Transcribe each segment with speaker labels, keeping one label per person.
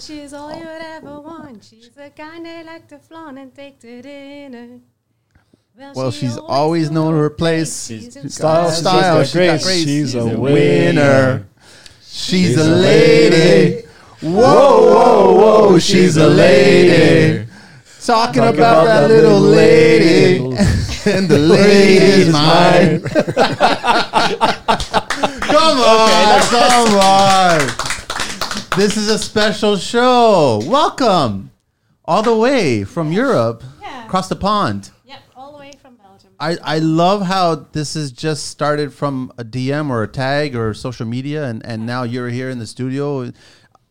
Speaker 1: she's all you would ever want. She's the kind they like to flaunt and take to dinner.
Speaker 2: Well, she's always known her place.
Speaker 1: She's
Speaker 2: She's
Speaker 1: got
Speaker 2: style,
Speaker 1: grace.
Speaker 2: style. She's got grace.
Speaker 3: She's a winner.
Speaker 2: winner. She's a lady. Whoa, whoa, whoa. She's a lady. Talking about, that little lady. and the lady's mine. come on. come on. This is a special show. Welcome. All the way from Europe,
Speaker 1: Yeah.
Speaker 2: across the pond.
Speaker 1: Yep, all the way from Belgium.
Speaker 2: I, I love how this has just started from a DM or a tag or social media, and, and now you're here in the studio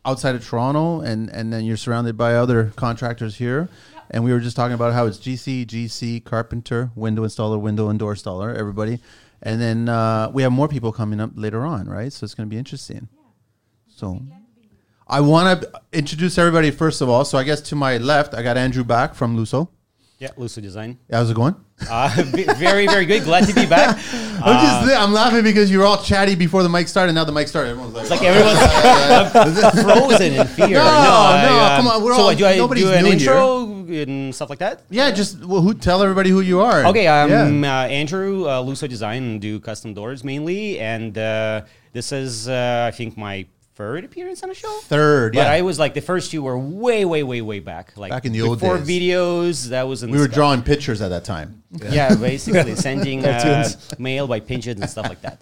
Speaker 2: outside of Toronto, and, and then you're surrounded by other contractors here. And we were just talking about how it's GC, GC, carpenter, window installer, window and door installer, everybody. And then uh, we have more people coming up later on, right? So it's going to be interesting. So I want to introduce everybody first of all. So I guess to my left, I got Andrew back from Luso.
Speaker 4: Yeah, Lucid Design.
Speaker 2: How's it going?
Speaker 4: Uh, v- very, very good. Glad to be back.
Speaker 2: I'm just li- I'm laughing because you were all chatty before the mic started. Now the mic started. Everyone's like,
Speaker 4: Like everyone's uh, frozen in fear.
Speaker 2: No, no,
Speaker 4: I, um,
Speaker 2: come on, we're
Speaker 4: so
Speaker 2: all-
Speaker 4: what, do I
Speaker 2: nobody's
Speaker 4: do an
Speaker 2: new
Speaker 4: intro and stuff like that?
Speaker 2: yeah, just well, who tell everybody who you are.
Speaker 4: Okay, I'm
Speaker 2: Yeah.
Speaker 4: uh, Andrew uh, Luso Design and do custom doors mainly, and uh, this is uh, I think my third appearance on a show.
Speaker 2: third.
Speaker 4: But
Speaker 2: Yeah,
Speaker 4: I was like the first two were way, way, way, way back. Like
Speaker 2: Back in the old
Speaker 4: before
Speaker 2: days.
Speaker 4: videos, that was in
Speaker 2: we
Speaker 4: the
Speaker 2: were
Speaker 4: sky.
Speaker 2: drawing pictures at that time.
Speaker 4: yeah, basically sending uh,
Speaker 3: Cartoons.
Speaker 4: mail by pigeons and stuff like that.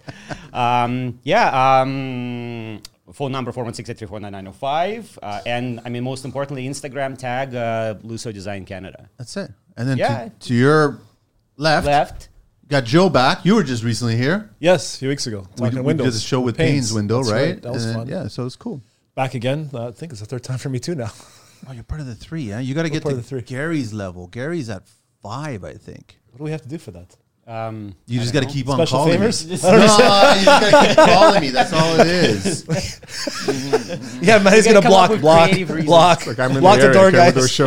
Speaker 4: Um, yeah, um, phone number 416-834-9905. Uh, and I mean, most importantly, Instagram tag uh, Luso Design Canada.
Speaker 2: That's it. And then
Speaker 4: Yeah.
Speaker 2: to, to your left,
Speaker 4: Left.
Speaker 2: got Joe back. You were just recently here.
Speaker 3: Yes, a few weeks ago.
Speaker 2: We,
Speaker 3: Talking
Speaker 2: we
Speaker 3: windows.
Speaker 2: did a show with Payne's window,
Speaker 3: That's
Speaker 2: right?
Speaker 3: That was
Speaker 2: And then-
Speaker 3: fun.
Speaker 2: Yeah, so it's cool.
Speaker 3: Back again. Uh, I think it's the third time for me too now.
Speaker 2: Oh, you're part of the three. Yeah, you got to get
Speaker 3: part
Speaker 2: to
Speaker 3: of the three.
Speaker 2: Gary's level. Gary's at five, I think.
Speaker 3: What do we have to do for that?
Speaker 4: Um,
Speaker 2: You just got to keep on
Speaker 3: Special
Speaker 2: calling.
Speaker 3: favors?
Speaker 2: Me. No, you just got to keep calling me. That's all it is.
Speaker 3: Yeah, man, he's
Speaker 4: You gotta
Speaker 3: gonna
Speaker 4: come up
Speaker 3: block,
Speaker 4: with
Speaker 3: block,
Speaker 4: creative reasons.
Speaker 3: block,
Speaker 5: Like I'm in
Speaker 3: block
Speaker 5: the,
Speaker 3: the, door,
Speaker 5: area, I can't
Speaker 3: guys.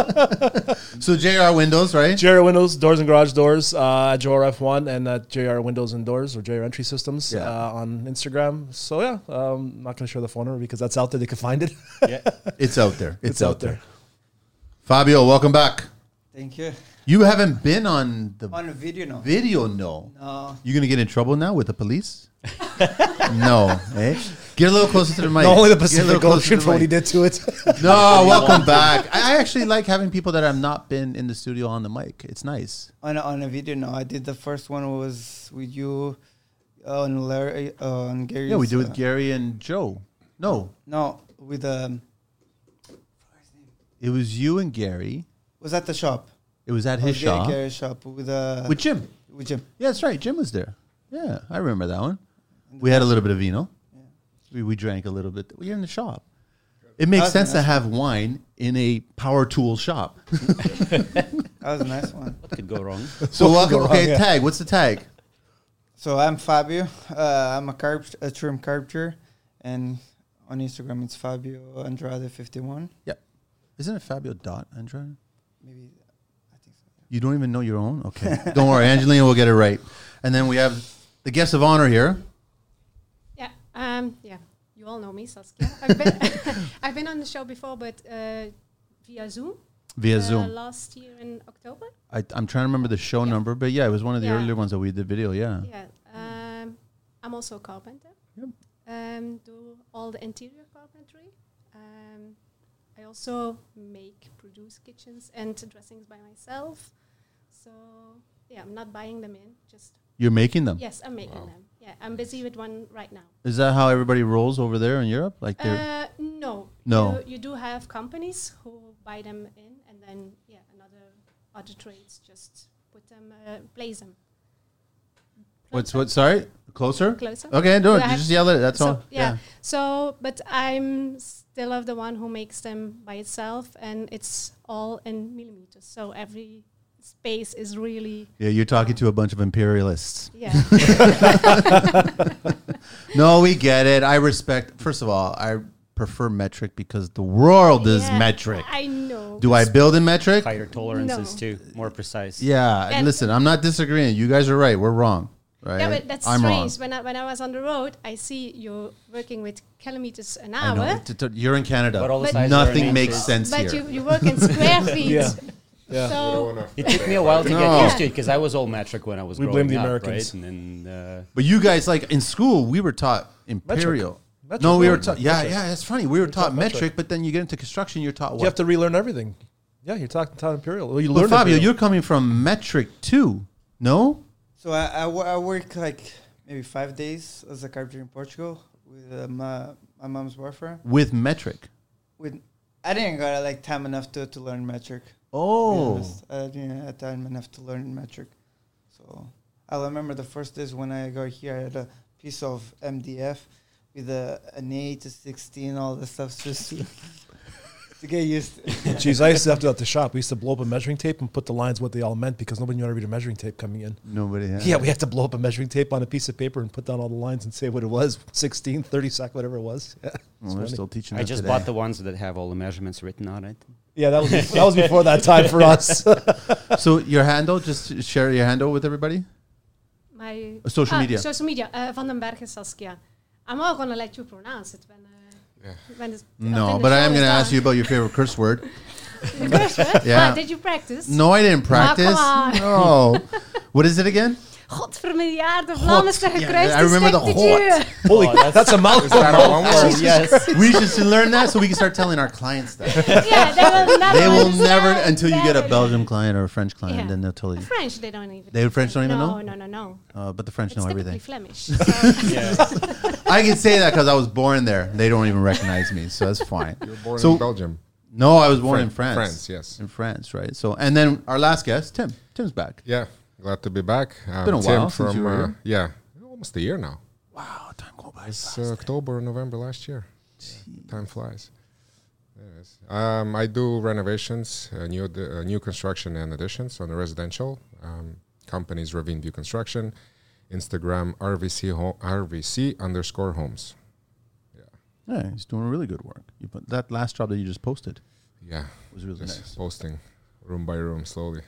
Speaker 5: go to a show.
Speaker 2: So JR Windows, right?
Speaker 3: JR Windows, Doors and Garage Doors, uh, at JRF1 and at JR Windows and Doors or JR Entry Systems
Speaker 2: Yeah.
Speaker 3: uh, on Instagram. So yeah, um, not gonna share the phone number because that's out there. They can find it.
Speaker 4: yeah.
Speaker 2: It's out there. It's, out there. Fabio, welcome back.
Speaker 6: Thank you.
Speaker 2: You haven't been on the
Speaker 6: On a video uh, now.
Speaker 2: video, no.
Speaker 6: No.
Speaker 2: You're gonna get in trouble now with the police. no, eh? Get a little closer to the mic.
Speaker 3: Not only the
Speaker 2: Get a little
Speaker 3: Pacific
Speaker 2: closer to
Speaker 3: Ocean
Speaker 2: the
Speaker 3: for what he
Speaker 2: mic.
Speaker 3: did to it.
Speaker 2: No, welcome back. I I actually like having people that have not been in the studio on the mic. It's nice.
Speaker 6: On a, on a video now. I did the first one was with you uh, on Larry uh, on Gary's.
Speaker 2: Yeah, we do
Speaker 6: uh,
Speaker 2: with Gary and Joe. No,
Speaker 6: No, with um,
Speaker 2: it was you and Gary.
Speaker 6: was at the shop.
Speaker 2: It was at
Speaker 6: Oh,
Speaker 2: his
Speaker 6: Gary-
Speaker 2: shop
Speaker 6: Gary's shop with uh,
Speaker 2: with Jim.
Speaker 6: with Jim.
Speaker 2: Yeah, that's right. Jim was there. Yeah, I remember that one. We had a little bit of vino. We, we drank a little bit. We were in the shop. It makes
Speaker 6: Okay,
Speaker 2: sense to
Speaker 6: that's
Speaker 2: have wine in a power tool shop.
Speaker 6: That was a nice one.
Speaker 4: What could go wrong?
Speaker 2: So welcome.
Speaker 3: wrong,
Speaker 2: Okay,
Speaker 3: yeah.
Speaker 2: tag. What's the tag?
Speaker 6: So I'm Fabio. Uh, I'm a carp a trim carpenter, and on Instagram it's Fabio Andrade fifty one.
Speaker 2: Yeah. Isn't it Fabio Dot Andrea?
Speaker 6: Maybe I think so.
Speaker 2: You don't even know your own? Okay. don't worry, Angelina will get it right. And then we have the guest of honor here.
Speaker 1: Yeah, um, yeah. You all know me, Saskia. I've been, I've been on the show before, but uh, via Zoom.
Speaker 2: Via
Speaker 1: uh,
Speaker 2: Zoom.
Speaker 1: Last year in October.
Speaker 2: I, I'm trying to remember the show number, but yeah, it was one of the
Speaker 1: Yeah.
Speaker 2: earlier ones that we did video. Yeah.
Speaker 1: Yeah. Um, I'm also a carpenter.
Speaker 2: Yep.
Speaker 1: Um, do all the interior carpentry. Um, I also make, produce kitchens and dressings by myself. So yeah, I'm not buying them in. Just
Speaker 2: You're making them.
Speaker 1: yes, I'm making them. Yeah, I'm busy with one right now.
Speaker 2: Is that how everybody rolls over there in Europe? Like they're
Speaker 1: Uh, no,
Speaker 2: No.
Speaker 1: You, you do have companies who buy them in, and then yeah, another other trades just put them, uh, place them.
Speaker 2: What's what? Sorry, closer.
Speaker 1: Closer.
Speaker 2: Okay, no,
Speaker 1: Do I
Speaker 2: you
Speaker 1: have-
Speaker 2: just yell at it. That's
Speaker 1: so,
Speaker 2: all.
Speaker 1: Yeah. So, but I'm still of the one who makes them by itself, and it's all in millimeters. So every space is really
Speaker 2: yeah, You're talking to a bunch of imperialists.
Speaker 1: yeah.
Speaker 2: No, we get it. I respect. First of all, I prefer metric because the world is
Speaker 1: Yeah,
Speaker 2: metric.
Speaker 1: I know.
Speaker 2: Do I build in metric?
Speaker 4: Higher tolerances
Speaker 1: No.
Speaker 4: too, more precise.
Speaker 2: Yeah.
Speaker 1: And-
Speaker 2: listen, I'm not disagreeing. You guys are right. We're wrong. right?
Speaker 1: Yeah, but that's
Speaker 2: I'm wrong.
Speaker 1: strange. When I, when I was on the road, I see you're working with kilometers an
Speaker 2: I know.
Speaker 1: hour,
Speaker 2: T- t- You're in Canada.
Speaker 4: But all the
Speaker 1: But-
Speaker 4: sides are
Speaker 2: Nothing
Speaker 4: in
Speaker 2: makes
Speaker 4: inches.
Speaker 2: sense
Speaker 1: but
Speaker 2: here.
Speaker 1: you, you work in square feet.
Speaker 3: Yeah. Yeah.
Speaker 1: So
Speaker 4: It took me a while to
Speaker 2: No.
Speaker 4: get used to it because I was all metric when I was
Speaker 3: We blame
Speaker 4: growing
Speaker 3: the
Speaker 4: up,
Speaker 3: Americans.
Speaker 4: right? And then, uh,
Speaker 2: but you guys, like in school, we were taught imperial.
Speaker 3: Metric.
Speaker 2: no, we were
Speaker 3: Metric.
Speaker 2: taught. Yeah, yeah, it's funny. We were taught,
Speaker 3: taught
Speaker 2: metric,
Speaker 3: metric.
Speaker 2: but then you get into construction, you're taught what?
Speaker 3: You have to relearn everything. Yeah, you're talking Town Imperial. Well, you
Speaker 2: but
Speaker 3: learn
Speaker 2: Fabio,
Speaker 3: Imperial.
Speaker 2: you're coming from metric too, no?
Speaker 6: So I, I, wo- I work like maybe five days as a carpenter in Portugal with uh, my, my mom's boyfriend.
Speaker 2: With metric.
Speaker 6: With I didn't got like time enough to, to learn metric. to be
Speaker 2: Oh,
Speaker 6: honest. I didn't have time enough to learn metric. So I remember the first days when I got here, I had a piece of MDF with a, an eight to sixteen, all the stuff just to, to get used. to.
Speaker 3: Jeez, I used to have to at the shop. We used to blow up a measuring tape and put the lines what they all meant because nobody knew how to read a measuring tape coming in.
Speaker 2: nobody. Has.
Speaker 3: Yeah, we had to blow up a measuring tape on a piece of paper and put down all the lines and say what it was 16, 30 sec, whatever it was. Yeah,
Speaker 2: well, they're still teaching.
Speaker 4: I
Speaker 2: that
Speaker 4: just
Speaker 2: today.
Speaker 4: bought the ones that have all the measurements written on it.
Speaker 3: yeah that, was, that was before that time for us.
Speaker 2: So your handle, just share your handle with everybody.
Speaker 1: my
Speaker 2: Uh, social
Speaker 1: Ah,
Speaker 2: media.
Speaker 1: Social media. Uh, Van den Berg and Saskia. I'm all gonna let you pronounce it when. Uh, when it's
Speaker 2: No, but I am going to ask you about your favorite curse word. Yeah.
Speaker 1: yeah. did you practice?
Speaker 2: No, I didn't practice.
Speaker 1: on.
Speaker 2: no. What is it again?
Speaker 1: Godvermiljaarde
Speaker 2: God,
Speaker 1: vlammen zeggen
Speaker 2: yeah,
Speaker 1: kruis
Speaker 2: I remember the
Speaker 1: God.
Speaker 3: Holy, that's, a mouthful.
Speaker 4: yes.
Speaker 2: We should learn that so we can start telling our clients that.
Speaker 1: yeah, they will never.
Speaker 2: They will never
Speaker 1: understand
Speaker 2: until you get a
Speaker 1: that.
Speaker 2: Belgium client or a French client,
Speaker 1: Yeah.
Speaker 2: then they'll tell you.
Speaker 1: French, they don't even.
Speaker 2: They French don't even know?
Speaker 1: No, no, no, no.
Speaker 2: Uh, but the French
Speaker 1: It's
Speaker 2: know
Speaker 1: typically
Speaker 2: everything.
Speaker 1: Flemish. So,
Speaker 2: I can say that because I was born there. They don't even recognize me, so that's fine.
Speaker 5: You were born
Speaker 2: So-
Speaker 5: in Belgium.
Speaker 2: No, I was born in France.
Speaker 5: Fran- France, yes.
Speaker 2: in France, right? So, and then our last guest, Tim. Tim's back.
Speaker 5: Yeah, glad to be back. Um,
Speaker 2: Been a while since you were here.
Speaker 5: yeah, almost a year now.
Speaker 2: Wow, time go by.
Speaker 5: It's uh, October, November last year. Time flies. Yes. Um, I do renovations, uh, new d- uh, new construction and additions on the residential. Um, companies Ravine View Construction, Instagram RVC ho- RVC underscore homes.
Speaker 2: Yeah, he's doing really good work. You put that last job that you just posted
Speaker 5: Yeah,
Speaker 2: was really
Speaker 5: just
Speaker 2: nice.
Speaker 5: posting room by room slowly.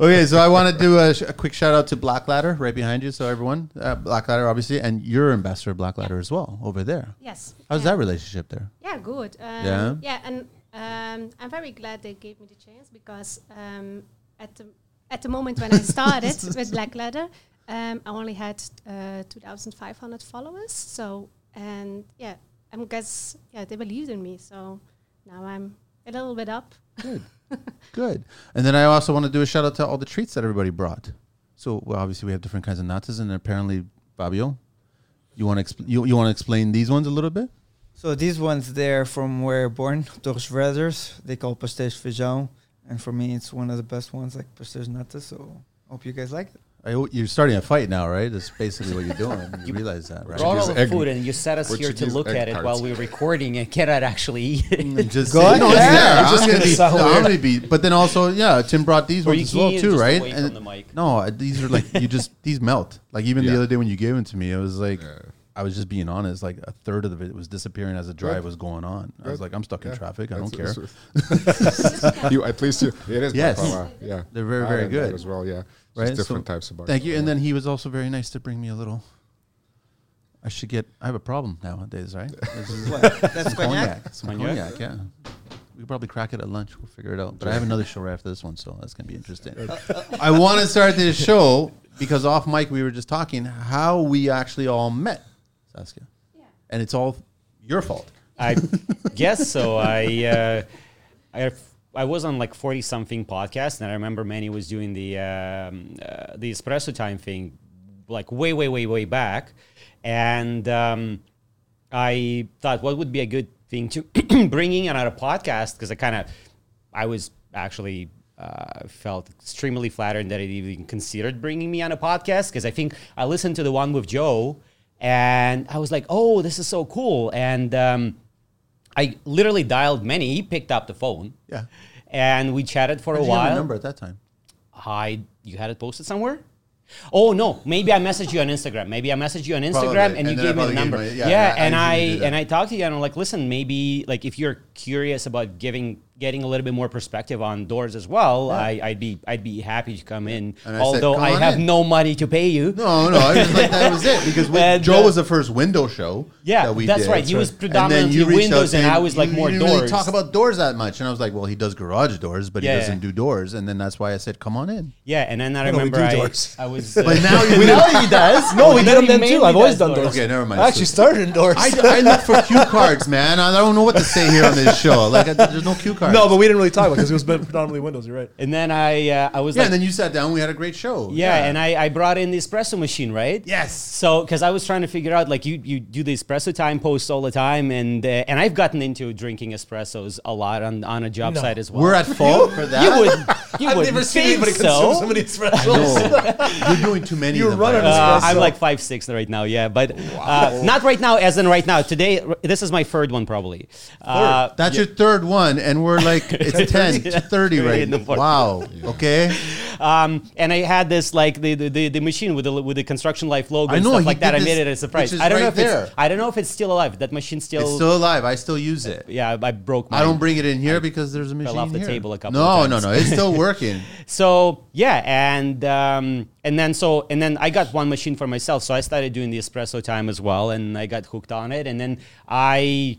Speaker 2: okay, so I want to do a, sh- a quick shout out to Black Ladder right behind you. So everyone, uh, Black Ladder, obviously, and you're ambassador of Black Ladder as well over there.
Speaker 1: yes.
Speaker 2: How's
Speaker 1: yeah.
Speaker 2: that relationship there?
Speaker 1: Yeah, good. Um,
Speaker 2: Yeah?
Speaker 1: and um, I'm very glad they gave me the chance because um, at the at the moment when I started with Black Leather, um, I only had uh, 2,500 followers. So and yeah, I guess yeah they believed in me. So now I'm a little bit up.
Speaker 2: Good, good. And then I also want to do a shout out to all the treats that everybody brought. So well, obviously we have different kinds of nuts, and apparently Fabio, you want to expl- you, you want to explain these ones a little bit?
Speaker 6: So these ones they're from where I'm born, Torres Brothers. They call pastéis de feijão, and for me it's one of the best ones, like pastéis nata. So hope you guys like it.
Speaker 2: I, hope- you're starting a fight now, right? That's basically what you're doing. You realize that,
Speaker 4: Brought
Speaker 2: right?
Speaker 4: all
Speaker 5: Portuguese
Speaker 4: the
Speaker 5: egg-
Speaker 4: food and you set us here to
Speaker 5: Portuguese
Speaker 4: look
Speaker 5: egg
Speaker 4: at it while
Speaker 5: tarts. Mm.
Speaker 4: we were recording and cannot actually eat it.
Speaker 2: Just
Speaker 6: Go
Speaker 2: no, it's
Speaker 6: ahead.
Speaker 2: there. I'm just gonna
Speaker 3: gonna
Speaker 2: be.
Speaker 3: sound
Speaker 2: no, I'm
Speaker 3: weird.
Speaker 2: gonna be. But then also, yeah, Tim brought these
Speaker 4: Or
Speaker 2: ones
Speaker 4: you
Speaker 2: as well
Speaker 4: can
Speaker 2: too,
Speaker 4: just
Speaker 2: right?
Speaker 4: away from the mic.
Speaker 2: No, uh, these are like you just these melt. Like even the
Speaker 5: Yeah.
Speaker 2: other day when you gave them to me, it was like
Speaker 5: Yeah.
Speaker 2: I was just being honest. Like a third of it was disappearing as the drive
Speaker 5: Good.
Speaker 2: was going on. I was
Speaker 5: Good.
Speaker 2: like, I'm stuck in
Speaker 5: Yeah,
Speaker 2: traffic. I
Speaker 5: that's-
Speaker 2: don't care.
Speaker 5: that's- you at least you it is
Speaker 2: Yes.
Speaker 5: baklava, yeah.
Speaker 2: They're very,
Speaker 5: I
Speaker 2: very
Speaker 5: had that
Speaker 2: good.
Speaker 5: as well. Yeah,
Speaker 2: Right?
Speaker 5: Just different
Speaker 2: So,
Speaker 5: types of
Speaker 2: Thank you.
Speaker 5: baklava.
Speaker 2: And then he was also very nice to bring me a little. I should get. I have a problem nowadays, right? This is-
Speaker 6: What? That's
Speaker 2: Some
Speaker 6: cognac.
Speaker 2: cognac. Some
Speaker 4: Cognac?
Speaker 2: cognac, yeah. We could probably crack it at lunch. We'll figure it out. But I have another show right after this one, so that's going to be interesting. I want to start this show because off mic we were just talking how we actually all met, Saskia.
Speaker 1: Yeah.
Speaker 2: And it's all your fault.
Speaker 4: I guess so. I uh, I I was on like forty something podcast, and I remember Manny was doing the um, uh, the espresso time thing, like way, way, way, way back, and um, I thought what would be a good thing to bringing another podcast because I kind of I was actually. Uh, felt extremely flattered that it even considered bringing me on a podcast because I think I listened to the one with Joe and I was like, "Oh, this is so cool!" And um, I literally dialed Manny. He picked up the phone.
Speaker 2: Yeah.
Speaker 4: And we chatted for
Speaker 2: I
Speaker 4: a
Speaker 2: didn't have
Speaker 4: while.
Speaker 2: number at that time.
Speaker 4: Hi, you had it posted somewhere? Oh no, maybe I messaged you on Instagram. Maybe I messaged you on Instagram
Speaker 2: Probably. And
Speaker 4: and, you
Speaker 2: then I
Speaker 4: gave me
Speaker 2: probably
Speaker 4: the
Speaker 2: gave
Speaker 4: number.
Speaker 2: my- yeah,
Speaker 4: yeah,
Speaker 2: I
Speaker 4: and I
Speaker 2: usually do that.
Speaker 4: and I talked to you and I'm like, listen, maybe like if you're curious about giving getting a little bit more perspective on doors as well, I, I'd be I'd be happy to come in.
Speaker 2: And I said,
Speaker 4: Although
Speaker 2: "Come
Speaker 4: I
Speaker 2: on
Speaker 4: have
Speaker 2: in."
Speaker 4: no money to pay you.
Speaker 2: No, no, I was like that was it because we,
Speaker 4: And,
Speaker 2: Joe
Speaker 4: uh,
Speaker 2: was the first window show.
Speaker 4: Yeah,
Speaker 2: that we
Speaker 4: that's
Speaker 2: did.
Speaker 4: right. He was
Speaker 2: And then
Speaker 4: predominantly
Speaker 2: you reached
Speaker 4: windows
Speaker 2: out
Speaker 4: and
Speaker 2: saying,
Speaker 4: I was, like,
Speaker 2: "You
Speaker 4: more
Speaker 2: didn't really
Speaker 4: doors."
Speaker 2: talk about doors that much, and I was like, well, he does garage doors, but
Speaker 4: Yeah,
Speaker 2: he
Speaker 4: yeah.
Speaker 2: doesn't do doors. And then that's why I said, come on in.
Speaker 4: Yeah, and then I
Speaker 3: No, we
Speaker 4: remember
Speaker 3: do
Speaker 4: I,
Speaker 3: doors.
Speaker 4: I was. uh,
Speaker 2: But now you
Speaker 3: now he does. No, we
Speaker 4: Now
Speaker 3: did them
Speaker 4: he
Speaker 3: then too.
Speaker 4: mainly
Speaker 3: I've always
Speaker 4: does
Speaker 3: done doors.
Speaker 4: doors.
Speaker 2: Okay, never mind.
Speaker 3: I actually started in doors.
Speaker 2: I, I look for cue cards, man. I don't know what to say here on this show. Like, I, there's no cue cards.
Speaker 3: no, but we didn't really talk about because it was predominantly windows. You're right.
Speaker 4: and then I uh, I was
Speaker 2: yeah.
Speaker 4: like,
Speaker 2: and then you sat down. We had a great show.
Speaker 4: yeah, and I, I brought in the espresso machine, right?
Speaker 2: Yes.
Speaker 4: So, because I was trying to figure out, like, you you do the espresso time posts all the time, and uh, and I've gotten into drinking espressos a lot on, on a job
Speaker 3: No.
Speaker 4: site as well.
Speaker 2: we're at fault for that.
Speaker 4: you would you would think so.
Speaker 2: No, you're doing too many.
Speaker 3: You're
Speaker 2: of them,
Speaker 3: running
Speaker 2: by the way.
Speaker 4: Uh, I'm
Speaker 3: espresso.
Speaker 4: like five six right now, yeah, but uh, not right now. As in right now, today r- this is my third one probably. Uh,
Speaker 2: That's your third one, and we're like it's ten to thirty
Speaker 4: Thirty
Speaker 2: right
Speaker 4: in the
Speaker 2: now.
Speaker 4: morning.
Speaker 2: Wow. Okay.
Speaker 4: um, and I had this like the the, the, the machine with the with the construction life logo
Speaker 2: I
Speaker 4: and
Speaker 2: know,
Speaker 4: stuff
Speaker 2: he
Speaker 4: like that.
Speaker 2: did
Speaker 4: I made
Speaker 2: this-
Speaker 4: it as a surprise.
Speaker 2: which is
Speaker 4: I don't know
Speaker 2: right
Speaker 4: if
Speaker 2: there.
Speaker 4: it's I don't know if it's still alive. That machine still,
Speaker 2: It's still alive. I still use it.
Speaker 4: yeah. I broke. Mine.
Speaker 2: I don't bring it in here because there's a machine
Speaker 4: off the
Speaker 2: here.
Speaker 4: table a couple
Speaker 2: No,
Speaker 4: of
Speaker 2: no,
Speaker 4: times.
Speaker 2: no. It's still working.
Speaker 4: So yeah, and um, and then so and then I got one machine for myself. So I started doing the espresso time as well, and I got hooked on it. And then I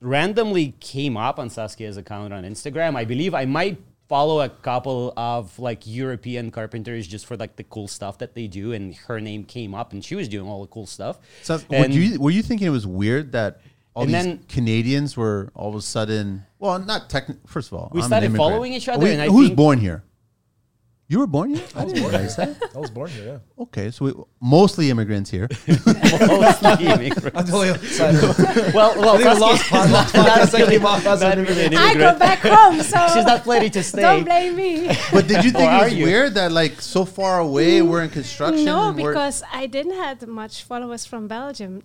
Speaker 4: randomly came up on Saskia's account on Instagram. I believe I might follow a couple of like European carpenters just for like the cool stuff that they do. And her name came up, and she was doing all the cool stuff.
Speaker 2: So, would
Speaker 4: And-
Speaker 2: you, were you thinking it was weird that all
Speaker 4: And
Speaker 2: these
Speaker 4: then-
Speaker 2: Canadians were all of a sudden? Well, not technically. First of all,
Speaker 4: We
Speaker 2: I'm an
Speaker 4: started
Speaker 2: immigrant.
Speaker 4: following each other,
Speaker 2: Wait,
Speaker 4: and I
Speaker 2: who's
Speaker 4: think-
Speaker 2: born here? You were born here. I didn't realize that.
Speaker 3: I was born here.
Speaker 2: Okay, so we, mostly immigrants here.
Speaker 4: Mostly immigrants.
Speaker 3: Yeah. Totally outside.
Speaker 4: well, well,
Speaker 3: think the last
Speaker 4: Saskia-
Speaker 3: pod- last
Speaker 4: not
Speaker 3: podcast I
Speaker 4: really-
Speaker 3: came off as an
Speaker 4: not really an
Speaker 1: I go
Speaker 4: immigrant.
Speaker 1: back home, so
Speaker 4: She's not planning to stay.
Speaker 1: don't blame me.
Speaker 2: But did you think
Speaker 4: Or
Speaker 2: it
Speaker 4: are
Speaker 2: was
Speaker 4: you?
Speaker 2: weird that like so far away we're in construction?
Speaker 1: no,
Speaker 2: and we're-
Speaker 1: because I didn't have much followers from Belgium.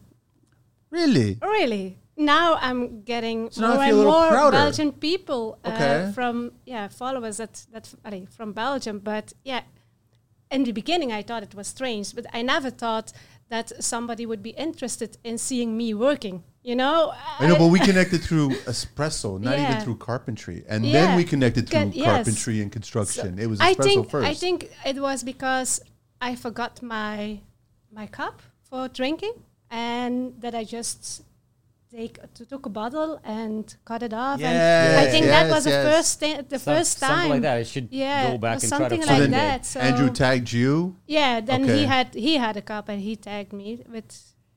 Speaker 2: really,
Speaker 1: Really. Now I'm getting
Speaker 2: So now I
Speaker 1: more
Speaker 2: feel
Speaker 1: and
Speaker 2: a little
Speaker 1: more
Speaker 2: prouder.
Speaker 1: Belgian people uh,
Speaker 2: Okay.
Speaker 1: from yeah followers that that allee, from Belgium. But yeah, in the beginning I thought it was strange, but I never thought that somebody would be interested in seeing me working. You know,
Speaker 2: I know, but we connected through espresso, not even
Speaker 1: Yeah.
Speaker 2: through carpentry, and
Speaker 1: Yeah.
Speaker 2: then we connected through
Speaker 1: Get- yes.
Speaker 2: carpentry and construction. it was espresso
Speaker 1: I think
Speaker 2: first.
Speaker 1: I think it was because I forgot my my cup for drinking, and that I just take took a bottle and cut it off. and I
Speaker 2: Yes,
Speaker 1: think that
Speaker 2: yes,
Speaker 1: was
Speaker 2: yes.
Speaker 1: the first thi- the
Speaker 4: Some-
Speaker 1: first time.
Speaker 4: Something like that. I should
Speaker 1: Yeah,
Speaker 4: go
Speaker 1: it
Speaker 4: back
Speaker 1: was
Speaker 4: and try to
Speaker 1: something
Speaker 4: find
Speaker 2: so
Speaker 1: like
Speaker 2: then
Speaker 1: that.
Speaker 4: it.
Speaker 1: so-
Speaker 2: Andrew tagged you.
Speaker 1: Yeah, then
Speaker 2: Okay.
Speaker 1: he had he had a cup and he tagged me with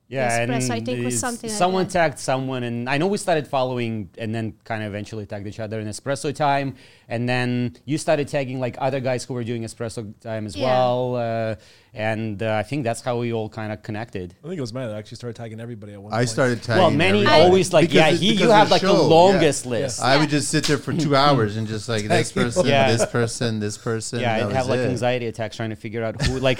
Speaker 4: Yeah, and
Speaker 1: espresso. I think was
Speaker 4: it's-
Speaker 1: something.
Speaker 4: someone
Speaker 1: like that.
Speaker 4: tagged someone, and I know we started following, and then kind of eventually tagged each other in espresso time, and then you started tagging like other guys who were doing espresso time as
Speaker 1: Yeah.
Speaker 4: well, uh, and uh, I think that's how we all kind of connected.
Speaker 3: I think it was mine that actually started tagging everybody at one
Speaker 2: I
Speaker 3: point.
Speaker 2: started tagging.
Speaker 4: well, many
Speaker 2: everybody.
Speaker 4: always like,
Speaker 2: Because
Speaker 4: yeah,
Speaker 2: it-
Speaker 4: he,
Speaker 2: because
Speaker 4: you have
Speaker 2: the
Speaker 4: like
Speaker 2: show,
Speaker 4: the
Speaker 2: yeah.
Speaker 4: longest list.
Speaker 2: I would just sit there for two hours and just like this person,
Speaker 4: Yeah.
Speaker 2: this person, this person.
Speaker 4: Yeah,
Speaker 2: that
Speaker 4: I'd have
Speaker 2: was
Speaker 4: like
Speaker 2: it.
Speaker 4: anxiety attacks trying to figure out who, like,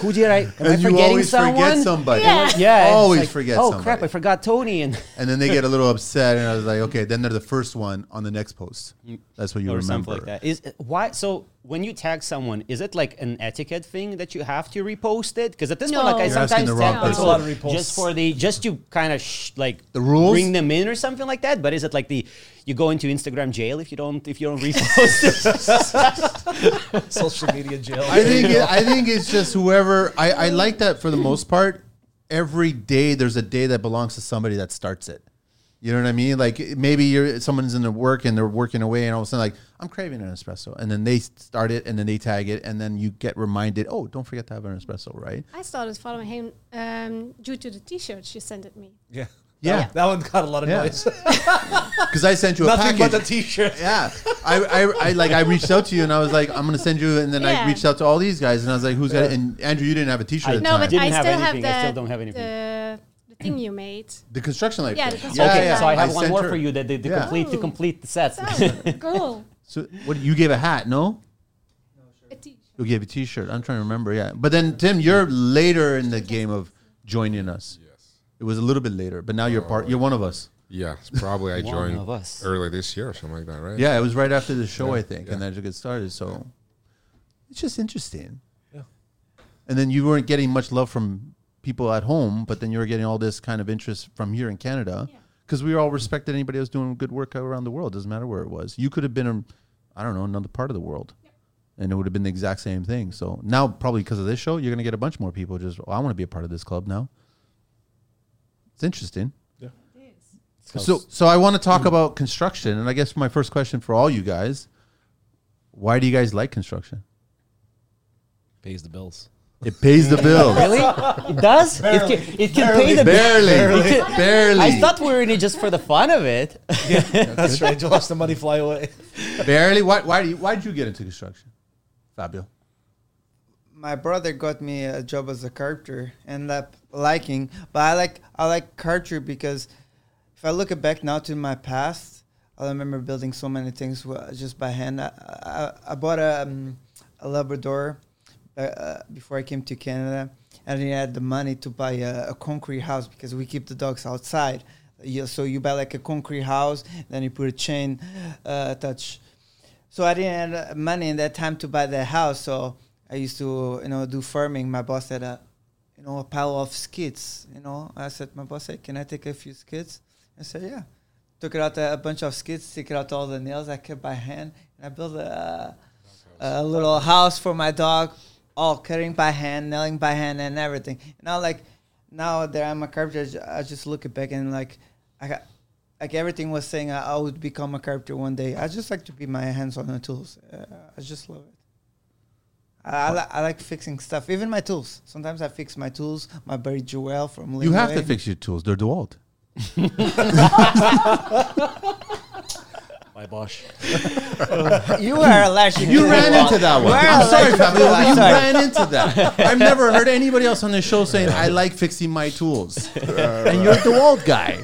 Speaker 4: who did I? Am I
Speaker 2: And you
Speaker 4: forgetting
Speaker 2: always
Speaker 4: someone?
Speaker 2: forget somebody.
Speaker 1: Yeah.
Speaker 4: Yeah, it's
Speaker 2: Always
Speaker 4: like,
Speaker 2: forget
Speaker 4: Oh crap!
Speaker 2: somebody.
Speaker 4: I forgot Tony, and
Speaker 2: And then they get a little upset, and I was like, okay, then they're the first one on the next post. That's what you
Speaker 4: or
Speaker 2: remember.
Speaker 4: something like Mm. that. Is why? So when you tag someone, is it like an etiquette thing that you have to repost it? Because at this point, like
Speaker 1: No.
Speaker 4: I
Speaker 1: You're
Speaker 2: asking
Speaker 4: sometimes
Speaker 2: the wrong
Speaker 4: tag
Speaker 2: person.
Speaker 4: people
Speaker 3: There's a lot of reposts.
Speaker 4: just for the just to kind of sh- like
Speaker 2: The rules?
Speaker 4: bring them in or something like that. But is it like the you go into Instagram jail if you don't if you don't repost? it?
Speaker 3: social media jail.
Speaker 2: I think it, I think it's just whoever I, I like that for the most part. Every day there's a day that belongs to somebody that starts it. You know what I mean? Like maybe you're someone's in the work and they're working away, and all of a sudden like I'm craving an espresso, and then they start it, and then they tag it, and then you get reminded. Oh, don't forget to have an espresso, right?
Speaker 1: I started following him um, due to the T-shirts you sent at me.
Speaker 3: yeah.
Speaker 2: Yeah.
Speaker 3: That one got a lot of
Speaker 2: Yeah.
Speaker 3: noise.
Speaker 2: Because I sent you a
Speaker 3: Nothing
Speaker 2: package.
Speaker 3: but a t-shirt.
Speaker 2: yeah, I, I, I like I reached out to you and I was like I'm gonna send you, and then I
Speaker 1: Yeah.
Speaker 2: reached out to all these guys and I was like who's got it? And Andrew, you didn't have a T-shirt.
Speaker 4: I-
Speaker 2: at the
Speaker 1: No,
Speaker 2: time.
Speaker 1: but
Speaker 4: Didn't
Speaker 1: I
Speaker 4: have
Speaker 1: still have
Speaker 4: anything.
Speaker 1: the,
Speaker 4: I still don't have anything.
Speaker 1: The, the thing you made.
Speaker 2: the construction life.
Speaker 1: Yeah, the
Speaker 2: thing.
Speaker 1: construction
Speaker 4: okay,
Speaker 1: yeah.
Speaker 4: so I have one
Speaker 2: sent
Speaker 4: more
Speaker 2: her-
Speaker 4: for you. That the, the
Speaker 2: Yeah. Oh.
Speaker 4: complete the
Speaker 1: Ooh.
Speaker 4: complete sets.
Speaker 1: So Oh, cool.
Speaker 2: So what you gave a hat, no?
Speaker 1: A T-shirt.
Speaker 2: You gave a T-shirt. I'm trying to remember. Yeah, but then Tim, you're later in the game of joining us.
Speaker 5: Yes.
Speaker 2: It was a little bit later, but now you're part. You're one of us.
Speaker 5: Yeah, it's probably I
Speaker 4: One
Speaker 5: joined
Speaker 4: of us.
Speaker 5: early this year or something like that, right?
Speaker 2: Yeah, it was right after the show, I think, and
Speaker 5: yeah.
Speaker 2: that's it get started. So it's just interesting.
Speaker 3: Yeah.
Speaker 2: And then you weren't getting much love from people at home, but then you were getting all this kind of interest from here in Canada.
Speaker 1: Yeah.
Speaker 2: because we all respected anybody else doing good work around the world. Doesn't matter where it was. You could have been in, I don't know, another part of the world, and it would have been the exact same thing. So now, probably because of this show, you're gonna get a bunch more people. Just, oh, I want to be a part of this club now. It's interesting.
Speaker 1: It is.
Speaker 2: So, so I want to talk about construction, and I guess my first question for all you guys: Why do you guys like construction?
Speaker 3: Pays the bills.
Speaker 2: It pays the bill.
Speaker 4: really? It does? it can, it can pay the
Speaker 2: barely,
Speaker 4: bill. It can-
Speaker 2: barely,
Speaker 4: I thought we were in it just for the fun of it.
Speaker 3: That's right. Just watch the money fly away.
Speaker 2: barely. Why? Why do you? Why did you get into construction, Fabio?
Speaker 6: my brother got me a job as a carpenter and up liking but i like i like carpentry because if i look back now to my past i remember building so many things wa- just by hand i, I, I bought a, um, a labrador uh, uh, before i came to canada and i didn't have the money to buy a, a concrete house because we keep the dogs outside yeah, so you buy like a concrete house then you put a chain uh, attached so I didn't have money in that time to buy the house. So I used to, you know, do farming. My boss had a, you know, a pile of skids. You know, I said, my boss said, "Can I take a few skids?" I said, "Yeah." Took it out a, a bunch of skids, took out all the nails I kept by hand, and I built a, a little house for my dog, all cutting by hand, nailing by hand, and everything. Now, like, now that I'm a carpenter, I ju- I just look it back and like, I got like everything was saying I, I would become a carpenter one day. I just like to be my hands on the tools. Uh, I just love it. I, I, li- I like fixing stuff, even my tools. Sometimes I fix my tools, my buried jewel from
Speaker 2: You have to
Speaker 6: Linway.
Speaker 2: fix your tools. They're Dewalt.
Speaker 3: My bosh.
Speaker 6: You are allergic.
Speaker 2: You
Speaker 6: to
Speaker 2: ran
Speaker 6: Dewalt.
Speaker 2: into that
Speaker 6: You
Speaker 2: one.
Speaker 6: are
Speaker 2: I'm sorry,
Speaker 6: allergic to
Speaker 2: Fabio.
Speaker 6: Dewalt.
Speaker 2: but You
Speaker 6: Sorry.
Speaker 2: ran into that. I've never heard anybody else on this show saying I like fixing my tools, and you're the Walt guy.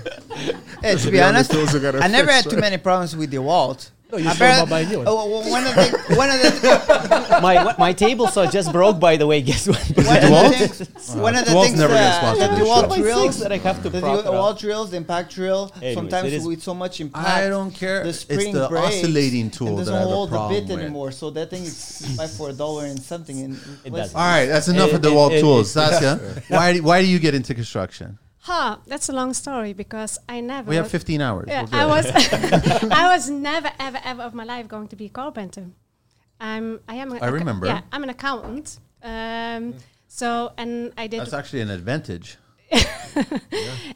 Speaker 6: Hey, to
Speaker 5: be
Speaker 6: be
Speaker 5: honest,
Speaker 6: honest,
Speaker 5: those are gonna
Speaker 6: I never
Speaker 5: fix,
Speaker 6: had too
Speaker 5: right?
Speaker 6: many problems with DeWalt.
Speaker 3: No, you
Speaker 6: I
Speaker 3: showed
Speaker 6: barely-
Speaker 3: up by a new one.
Speaker 6: Oh, well, well, one of the one of the
Speaker 4: my my table saw just broke, by the way. Guess what?
Speaker 6: one of
Speaker 2: DeWalt?
Speaker 6: the things one of the
Speaker 2: DeWalt's Uh,
Speaker 6: things
Speaker 2: never gonna
Speaker 6: uh,
Speaker 2: sponsor
Speaker 6: the
Speaker 2: this
Speaker 6: DeWalt
Speaker 2: show.
Speaker 6: drills
Speaker 4: that I have to
Speaker 6: the
Speaker 4: prop it up.
Speaker 6: DeWalt drills, the impact drill.
Speaker 4: Anyways, it
Speaker 6: sometimes
Speaker 4: is-
Speaker 6: with so much impact,
Speaker 2: I don't care.
Speaker 6: The
Speaker 2: It's
Speaker 6: spring
Speaker 2: the
Speaker 6: breaks
Speaker 2: oscillating
Speaker 6: and
Speaker 2: tool
Speaker 6: doesn't
Speaker 2: that I have a
Speaker 6: hold the
Speaker 2: problem
Speaker 6: bit
Speaker 2: with.
Speaker 6: anymore. So that thing is buy for a dollar and something. And replace
Speaker 4: doesn't.
Speaker 2: All right, that's enough of
Speaker 4: It-
Speaker 2: the
Speaker 4: it-
Speaker 2: Walt
Speaker 4: it-
Speaker 2: tools. Saskia, why do, why do you get into construction?
Speaker 1: Ha, that's a long story because I never.
Speaker 2: We have 15 hours.
Speaker 1: Yeah,
Speaker 2: We'll do
Speaker 1: I
Speaker 2: it.
Speaker 1: was, I was never, ever, ever of my life going to be a carpenter. I'm, I am. an
Speaker 2: I
Speaker 1: acc-
Speaker 2: remember.
Speaker 1: Yeah, I'm an accountant. Um, so and I did.
Speaker 2: That's actually an advantage.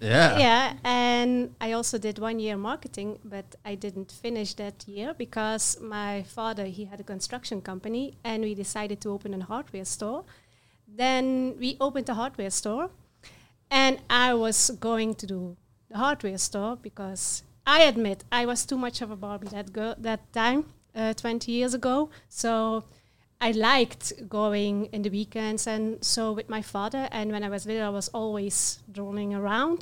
Speaker 2: yeah.
Speaker 1: yeah, and I also did one year marketing, but I didn't finish that year because my father he had a construction company, and we decided to open a hardware store. Then we opened a hardware store, and I was going to do the hardware store because I admit I was too much of a Barbie that girl that time, uh, twenty years ago. So I liked going in the weekends and so with my father. And when I was little, I was always rolling around.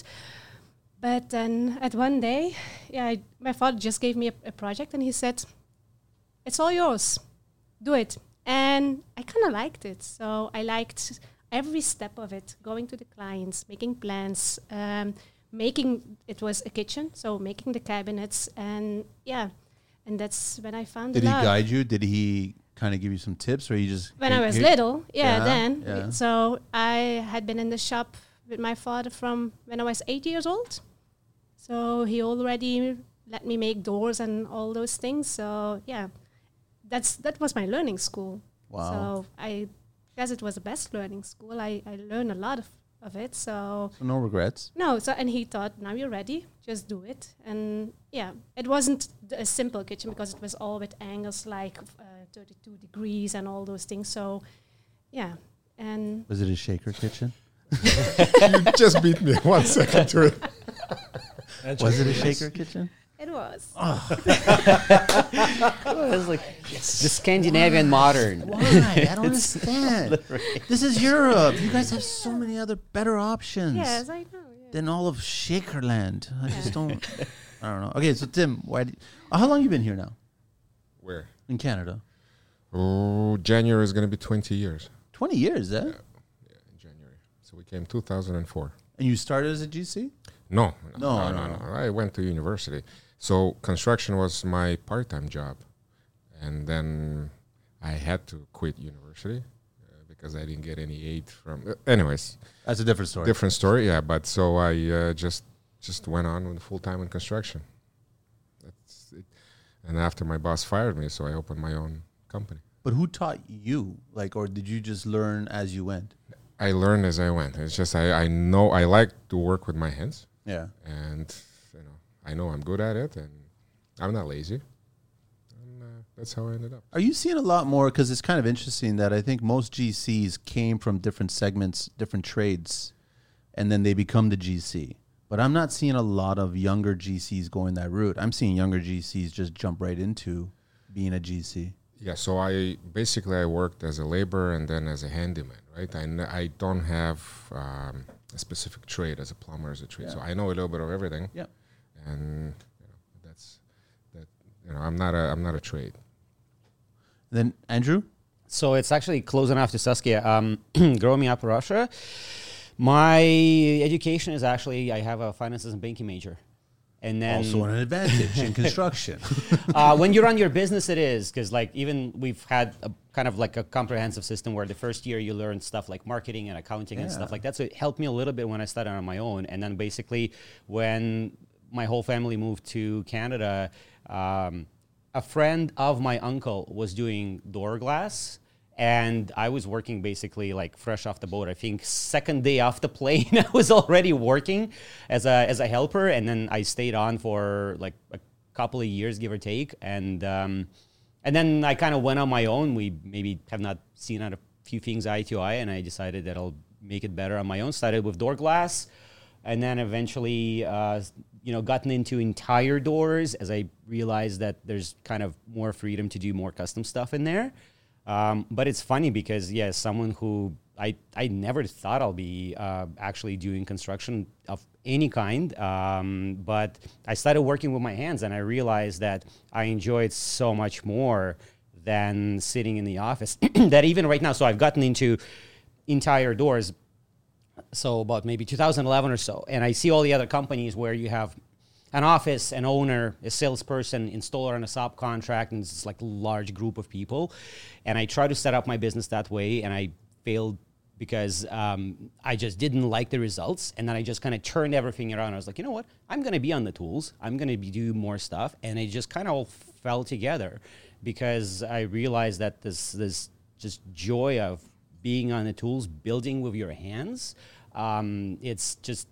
Speaker 1: But then at one day, yeah, I, my father just gave me a, a project and he said, "It's all yours, do it." And I kind of liked it, so I liked every step of it: going to the clients, making plans, um, making. It was a kitchen, so making the cabinets, and yeah, and that's when I found
Speaker 2: Did
Speaker 1: the
Speaker 2: he
Speaker 1: love
Speaker 2: guide you? Did he kind of give you some tips, or you just
Speaker 1: when
Speaker 2: here-
Speaker 1: I was
Speaker 2: here-
Speaker 1: little, yeah,
Speaker 2: Yeah,
Speaker 1: then.
Speaker 2: yeah.
Speaker 1: So I had been in the shop with my father from when I was eight years old. So he already let me make doors and all those things. So yeah, that's that was my learning school.
Speaker 2: Wow.
Speaker 1: So I guess it was the best learning school. I, I learned a lot of, of it. So
Speaker 2: So no regrets.
Speaker 1: no, so and he thought, now you're ready, just do it. And yeah, it wasn't th- a simple kitchen because it was all with angles like uh, 32 degrees and all those things. So yeah, and
Speaker 2: Was it a shaker kitchen?
Speaker 5: you just beat me one second to it.
Speaker 2: Was it a shaker kitchen?
Speaker 1: it was.
Speaker 4: I was like, the Scandinavian modern.
Speaker 2: Why? I don't understand. This is Europe. You guys have so many other better options
Speaker 1: Yes, I know. Yeah.
Speaker 2: than all of Shakerland. I just don't. I don't know. Okay, so Tim, why? d how long you been here now
Speaker 5: Where?
Speaker 2: in Canada?
Speaker 5: Oh, January is going to be 20 years.
Speaker 2: Twenty years, eh?
Speaker 5: Yeah, in January. So we came 2004.
Speaker 2: And you started as a GC.
Speaker 5: No,
Speaker 2: No, no,
Speaker 5: I went to university. So construction was my part-time job, and then I had to quit university uh, because I didn't get any aid from. uh, anyways,
Speaker 2: That's a different story.
Speaker 5: different story. Yeah, but so I uh, just just went on with full time in construction. That's it. And after my boss fired me, so I opened my own company.
Speaker 2: But who taught you? Like, or did you just learn as you went?
Speaker 5: I learned as I went. It's just I, I know I like to work with my hands.
Speaker 2: Yeah.
Speaker 5: and you know I know I'm good at it, and I'm not lazy. And, uh, that's how I ended up.
Speaker 2: Are you seeing a lot more? Because it's kind of interesting that I think most GCs came from different segments, different trades, and then they become the GC. But I'm not seeing a lot of younger GCs going that route. I'm seeing younger GCs just jump right into being a GC.
Speaker 5: Yeah, so I basically I worked as a laborer and then as a handyman, right? I, kn- I don't have um, a specific trade as a plumber as a trade, so I know a little bit of everything.
Speaker 2: Yep.
Speaker 5: and you know, that's that. You know, I'm not a I'm not a trade.
Speaker 2: Then Andrew,
Speaker 4: So it's actually close enough to Saskia. Um, growing up in Russia, my education is actually I have a finances and banking major, and then
Speaker 2: also an advantage in construction.
Speaker 4: uh, when you run your business, it is because like even we've had a kind of like a comprehensive system where the first year you learn stuff like marketing and accounting and stuff
Speaker 2: Yeah.
Speaker 4: like that. So it helped me a little bit when I started on my own, and then basically when my whole family moved to Canada, um, a friend of my uncle was doing door glass. And I was working basically like fresh off the boat. I think second day off the plane, I was already working as a as a helper, and then I stayed on for like a couple of years, give or take, and um, and then I kind of went on my own. We maybe have not seen on a few things eye to eye, and I decided that I'll make it better on my own. Started with door glass, and then eventually, uh, you know, gotten into entire doors as I realized that there's kind of more freedom to do more custom stuff in there. Um, but it's funny because yes, someone who I I never thought I'll be uh, actually doing construction of any kind. Um, but I started working with my hands, and I realized that I enjoy it so much more than sitting in the office. that even right now, so I've gotten into entire doors so about maybe 2011 or so and i see all the other companies where you have an office an owner a salesperson installer and a subcontract and it's like large group of people and i try to set up my business that way and i failed because um, i just didn't like the results and then i just kind of turned everything around i was like you know what i'm going to be on the tools i'm going to be do more stuff and it just kind of all fell together because i realized that this this just joy of being on the tools, building with your hands. Um, it's just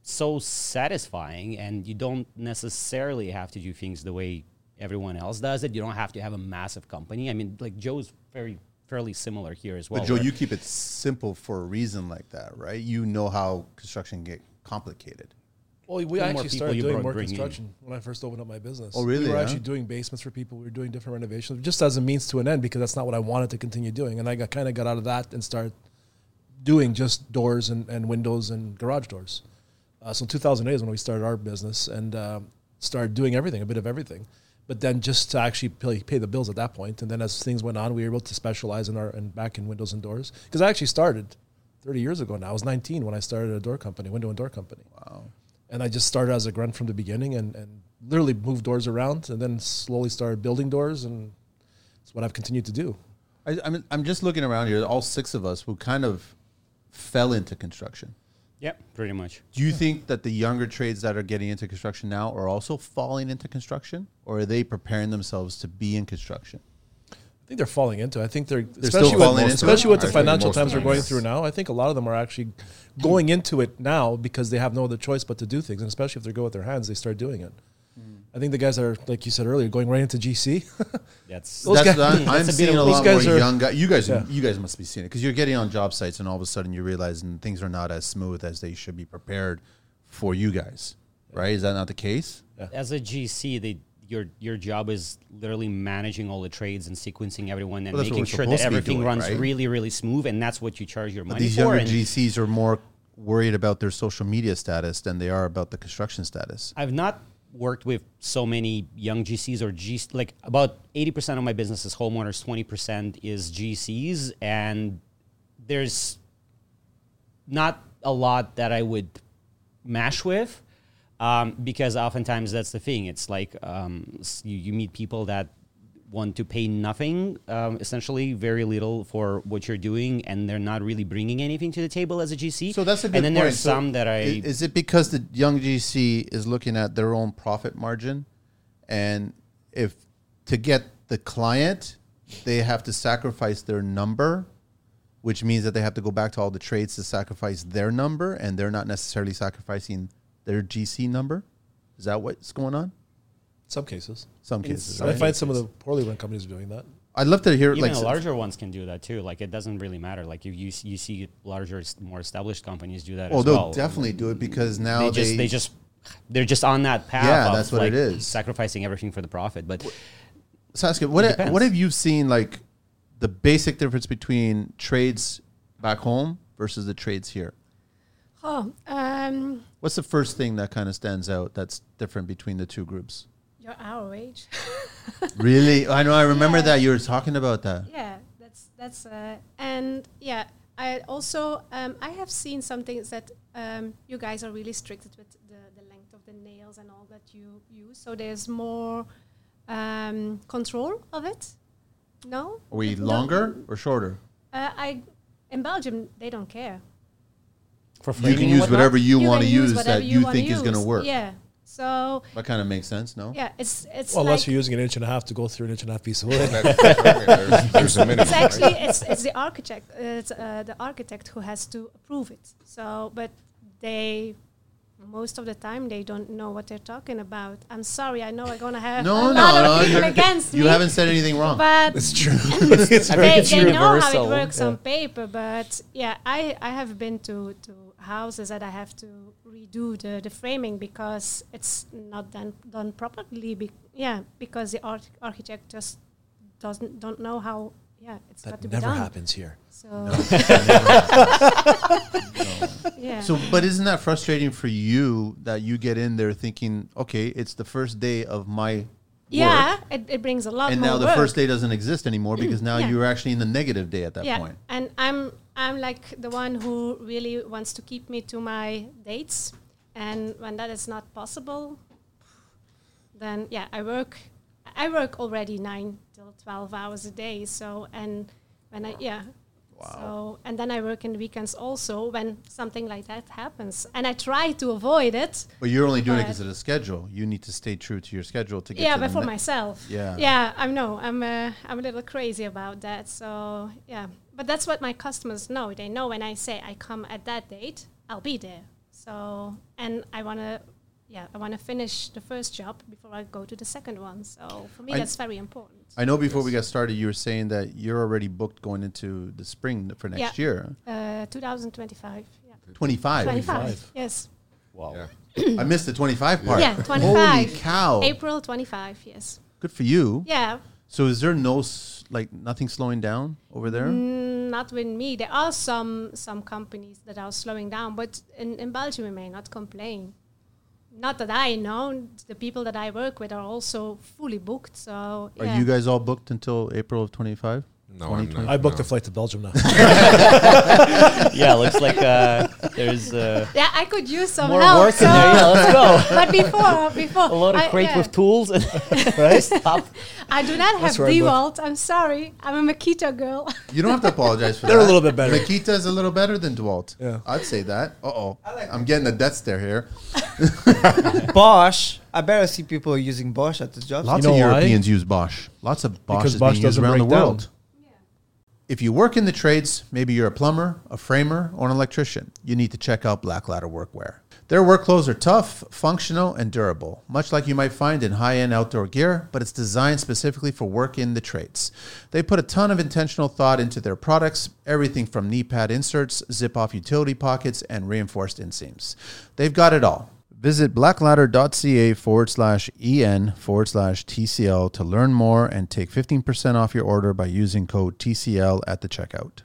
Speaker 4: so satisfying, and you don't necessarily have to do things the way everyone else does it. You don't have to have a massive company. I mean, like Joe's very fairly similar here as well.
Speaker 2: but Joe,
Speaker 4: where-
Speaker 2: you keep it simple for a reason like that, right? You know how construction get complicated.
Speaker 3: Well, we
Speaker 4: The more
Speaker 3: actually
Speaker 4: people
Speaker 3: started
Speaker 4: you
Speaker 3: doing
Speaker 4: brought-
Speaker 3: more
Speaker 4: bring in.
Speaker 3: construction when I first opened up my business.
Speaker 2: Oh, really,
Speaker 3: We were
Speaker 2: huh?
Speaker 3: actually doing basements for people. We were doing different renovations just as a means to an end because that's not what I wanted to continue doing. And I got, kind of got out of that and started doing just doors and, and windows and garage doors. Uh, so 2008 is when we started our business and um started doing everything, a bit of everything. But then just to actually pay, pay the bills at that point. And then as things went on, we were able to specialize in our and back in windows and doors because I actually started 30 years ago now. I was 19 when I started a door company, window and door company. Wow. And I just started as a grunt from the beginning and, and literally moved doors around and then slowly started building doors. And it's what I've continued to do.
Speaker 2: I, I'm, I'm just looking around here. All six of us who kind of fell into construction.
Speaker 4: Yep, pretty much.
Speaker 2: Do you think that the younger trades that are getting into construction now are also falling into construction, or are they preparing themselves to be in construction?
Speaker 3: I think they're falling into. it. I think they're,
Speaker 2: still
Speaker 3: especially with,
Speaker 2: falling into
Speaker 3: especially
Speaker 2: it?
Speaker 3: with the
Speaker 5: I think
Speaker 3: financial
Speaker 5: most
Speaker 3: times we're
Speaker 5: of
Speaker 3: going
Speaker 5: us.
Speaker 3: through now. I think a lot of them are actually going into it now because they have no other choice but to do things, and especially if they go with their hands, they start doing it. I think the guys that are, like you said earlier, going right into GC.
Speaker 4: That's
Speaker 3: Those
Speaker 2: that's
Speaker 3: guys-
Speaker 2: what I'm,
Speaker 4: that's
Speaker 2: I'm
Speaker 4: a bit
Speaker 2: seeing
Speaker 4: of
Speaker 2: a
Speaker 4: those
Speaker 2: lot
Speaker 3: guys
Speaker 2: more
Speaker 3: are-
Speaker 2: young guys. You guys,
Speaker 3: Yeah.
Speaker 2: you guys must be seeing it because you're getting on job sites, and all of a sudden you're realizing things are not as smooth as they should be prepared for you guys, right? Is that not the case?
Speaker 4: as a GC, they, your your job is literally managing all the trades and sequencing everyone and
Speaker 2: Well, that's what
Speaker 4: making
Speaker 2: we're
Speaker 4: sure
Speaker 2: supposed
Speaker 4: that
Speaker 2: to be
Speaker 4: everything
Speaker 2: doing,
Speaker 4: runs
Speaker 2: right?
Speaker 4: really really smooth, and that's what you charge your
Speaker 2: But
Speaker 4: money
Speaker 2: these
Speaker 4: for.
Speaker 2: younger
Speaker 4: and-
Speaker 2: GCs are more worried about their social media status than they are about the construction status.
Speaker 4: I've not worked with so many young GCs or GCs. Like about eighty percent of my business is homeowners, twenty percent is GCs, and there's not a lot that I would mash with um, because oftentimes that's the thing. It's like um, s- you, you meet people that want to pay nothing, um, essentially very little for what you're doing, and they're not really bringing anything to the table as a GC.
Speaker 2: So that's a good
Speaker 4: And then
Speaker 2: point.
Speaker 4: there are
Speaker 2: So
Speaker 4: some that I
Speaker 2: i- is it because the young GC is looking at their own profit margin, and if to get the client, they have to sacrifice their number, which means that they have to go back to all the trades to sacrifice their number, and they're not necessarily sacrificing their GC number. Is that what's going on?
Speaker 3: some cases.
Speaker 2: Some
Speaker 4: In
Speaker 2: cases.
Speaker 4: some
Speaker 3: I
Speaker 2: right?
Speaker 3: find some of the poorly run companies doing that.
Speaker 2: I'd love to hear
Speaker 4: even
Speaker 2: like
Speaker 4: the
Speaker 2: s-
Speaker 4: larger ones can do that too. Like it doesn't really matter. Like you, you, s- you see larger, s- more established companies do that.
Speaker 2: Oh,
Speaker 4: as
Speaker 2: they'll
Speaker 4: well.
Speaker 2: definitely do it because now
Speaker 4: they
Speaker 2: they,
Speaker 4: just they just they're just on that path.
Speaker 2: Yeah,
Speaker 4: of,
Speaker 2: that's what it
Speaker 4: like,
Speaker 2: is.
Speaker 4: Sacrificing everything for the profit, but
Speaker 2: Saskia, what
Speaker 4: depends.
Speaker 2: what have you seen like the basic difference between trades back home versus the trades here?
Speaker 1: Oh, um,
Speaker 2: What's the first thing that kind of stands out that's different between the two groups?
Speaker 1: you're our age.
Speaker 2: really? I know I remember
Speaker 1: Yeah.
Speaker 2: that you were talking about that.
Speaker 1: yeah, that's that's uh, and yeah. I also um, I have seen something that um, you guys are really strict with the, the length of the nails and all that you use. So there's more um, control of it. No,
Speaker 2: Are we
Speaker 1: No.
Speaker 2: longer or shorter?
Speaker 1: Uh, I in Belgium they don't care.
Speaker 4: for
Speaker 2: You can use whatever you, want to
Speaker 1: can
Speaker 2: use
Speaker 1: whatever
Speaker 2: that you
Speaker 1: wanna
Speaker 2: think is going to
Speaker 1: use.
Speaker 2: work.
Speaker 1: Yeah. So
Speaker 2: That kind of makes sense, no?
Speaker 1: yeah, it's it's
Speaker 3: Well, unless
Speaker 1: like
Speaker 3: you're using an inch and a half to go through an inch and a half piece of wood.
Speaker 5: That- there's, there's a minimum.
Speaker 1: it's
Speaker 5: right?
Speaker 1: actually it's, it's the architect it's uh, the architect who has to approve it so but they most of the time they don't know what they're talking about i'm sorry i know i'm gonna have
Speaker 2: No,
Speaker 1: a
Speaker 2: no,
Speaker 1: lot
Speaker 2: no.
Speaker 1: of people
Speaker 2: you're-
Speaker 1: against
Speaker 2: you
Speaker 1: me
Speaker 2: haven't said anything wrong.
Speaker 1: but
Speaker 3: it's true. it's
Speaker 1: they,
Speaker 3: very
Speaker 1: they
Speaker 3: true.
Speaker 1: know how
Speaker 3: Universal.
Speaker 1: it works
Speaker 3: Yeah.
Speaker 1: on paper but yeah i i have been to to houses that i have to redo the, the framing because it's not done done properly be, yeah because the arch- architect just doesn't don't know how yeah it's got to
Speaker 3: That
Speaker 1: be
Speaker 3: never
Speaker 1: done
Speaker 3: happens here.
Speaker 1: so yeah.
Speaker 2: So, but isn't that frustrating for you that you get in there thinking, okay, it's the first day of my
Speaker 1: yeah, it, it brings a lot
Speaker 2: and
Speaker 1: more
Speaker 2: now the
Speaker 1: work.
Speaker 2: first day doesn't exist anymore because now
Speaker 1: Yeah.
Speaker 2: you're actually in the negative day at that
Speaker 1: yeah,
Speaker 2: point.
Speaker 1: and I'm I'm like the one who really wants to keep me to my dates, and when that is not possible, then yeah, I work I work already nine till twelve hours a day. So and when I yeah. So and then I work in the weekends also when something like that happens, and I try to avoid it.
Speaker 2: But you're only doing it
Speaker 1: But-
Speaker 2: because of the schedule. You need to stay true to your schedule to get.
Speaker 1: yeah
Speaker 2: to the
Speaker 1: but for
Speaker 2: ne-
Speaker 1: myself
Speaker 2: Yeah.
Speaker 1: yeah i know i'm uh, i'm a little crazy about that so yeah but that's what my customers know they know when i say i come at that date i'll be there so and i want to yeah i want to finish the first job before i go to the second one so for me
Speaker 2: I-
Speaker 1: that's very important
Speaker 2: I know before we got started, you were saying that you're already booked going into the spring for next
Speaker 1: Yeah.
Speaker 2: year,
Speaker 1: uh, 2025 yeah
Speaker 2: 25.
Speaker 1: 25 yes
Speaker 4: Wow.
Speaker 5: Yeah.
Speaker 2: I missed the 25 part.
Speaker 1: yeah
Speaker 2: Holy
Speaker 1: 25
Speaker 2: cow!
Speaker 1: april 25 yes
Speaker 2: Good for you.
Speaker 1: yeah
Speaker 2: So is there no s- like nothing slowing down over there?
Speaker 1: Mm, not with me. There are some some companies that are slowing down, but in, in Belgium we may not complain. Not that I know. The people that I work with are also fully booked. So
Speaker 2: Are
Speaker 1: yeah.
Speaker 2: you guys all booked until April of 25?
Speaker 5: No, I'm not.
Speaker 3: I booked
Speaker 5: no.
Speaker 3: a flight to Belgium now.
Speaker 4: yeah, looks like uh, there's uh,
Speaker 1: yeah, I could use some
Speaker 4: more
Speaker 1: help.
Speaker 4: work in
Speaker 1: so-
Speaker 4: there. Yeah, let's go.
Speaker 1: but before, before
Speaker 4: A lot of
Speaker 1: I-
Speaker 4: crate
Speaker 1: yeah.
Speaker 4: with tools and right? Stop.
Speaker 1: I do not have
Speaker 3: where I booked.
Speaker 1: DeWalt. I'm sorry. I'm a Makita girl.
Speaker 2: You don't have to apologize for
Speaker 3: They're
Speaker 2: that.
Speaker 3: a little bit better.
Speaker 2: Nikita is a little better than Dwalt.
Speaker 3: Yeah.
Speaker 2: I'd say that. Uh oh. I'm getting a death stare here.
Speaker 6: Bosch. I better see people using Bosch at the job.
Speaker 2: Lots
Speaker 3: You
Speaker 2: of
Speaker 3: know why?
Speaker 2: Europeans use Bosch. Lots of Bosch
Speaker 3: Because
Speaker 2: is
Speaker 3: Bosch
Speaker 2: being used
Speaker 3: doesn't
Speaker 2: around the
Speaker 3: break down.
Speaker 2: world. If you work in the trades, maybe you're a plumber, a framer, or an electrician, you need to check out Black Ladder Workwear. Their work clothes are tough, functional, and durable, much like you might find in high end outdoor gear, but it's designed specifically for work in the trades. They put a ton of intentional thought into their products everything from knee pad inserts, zip off utility pockets, and reinforced inseams. They've got it all. Visit blackladder.ca forward slash en forward slash TCL to learn more and take 15% off your order by using code TCL at the checkout.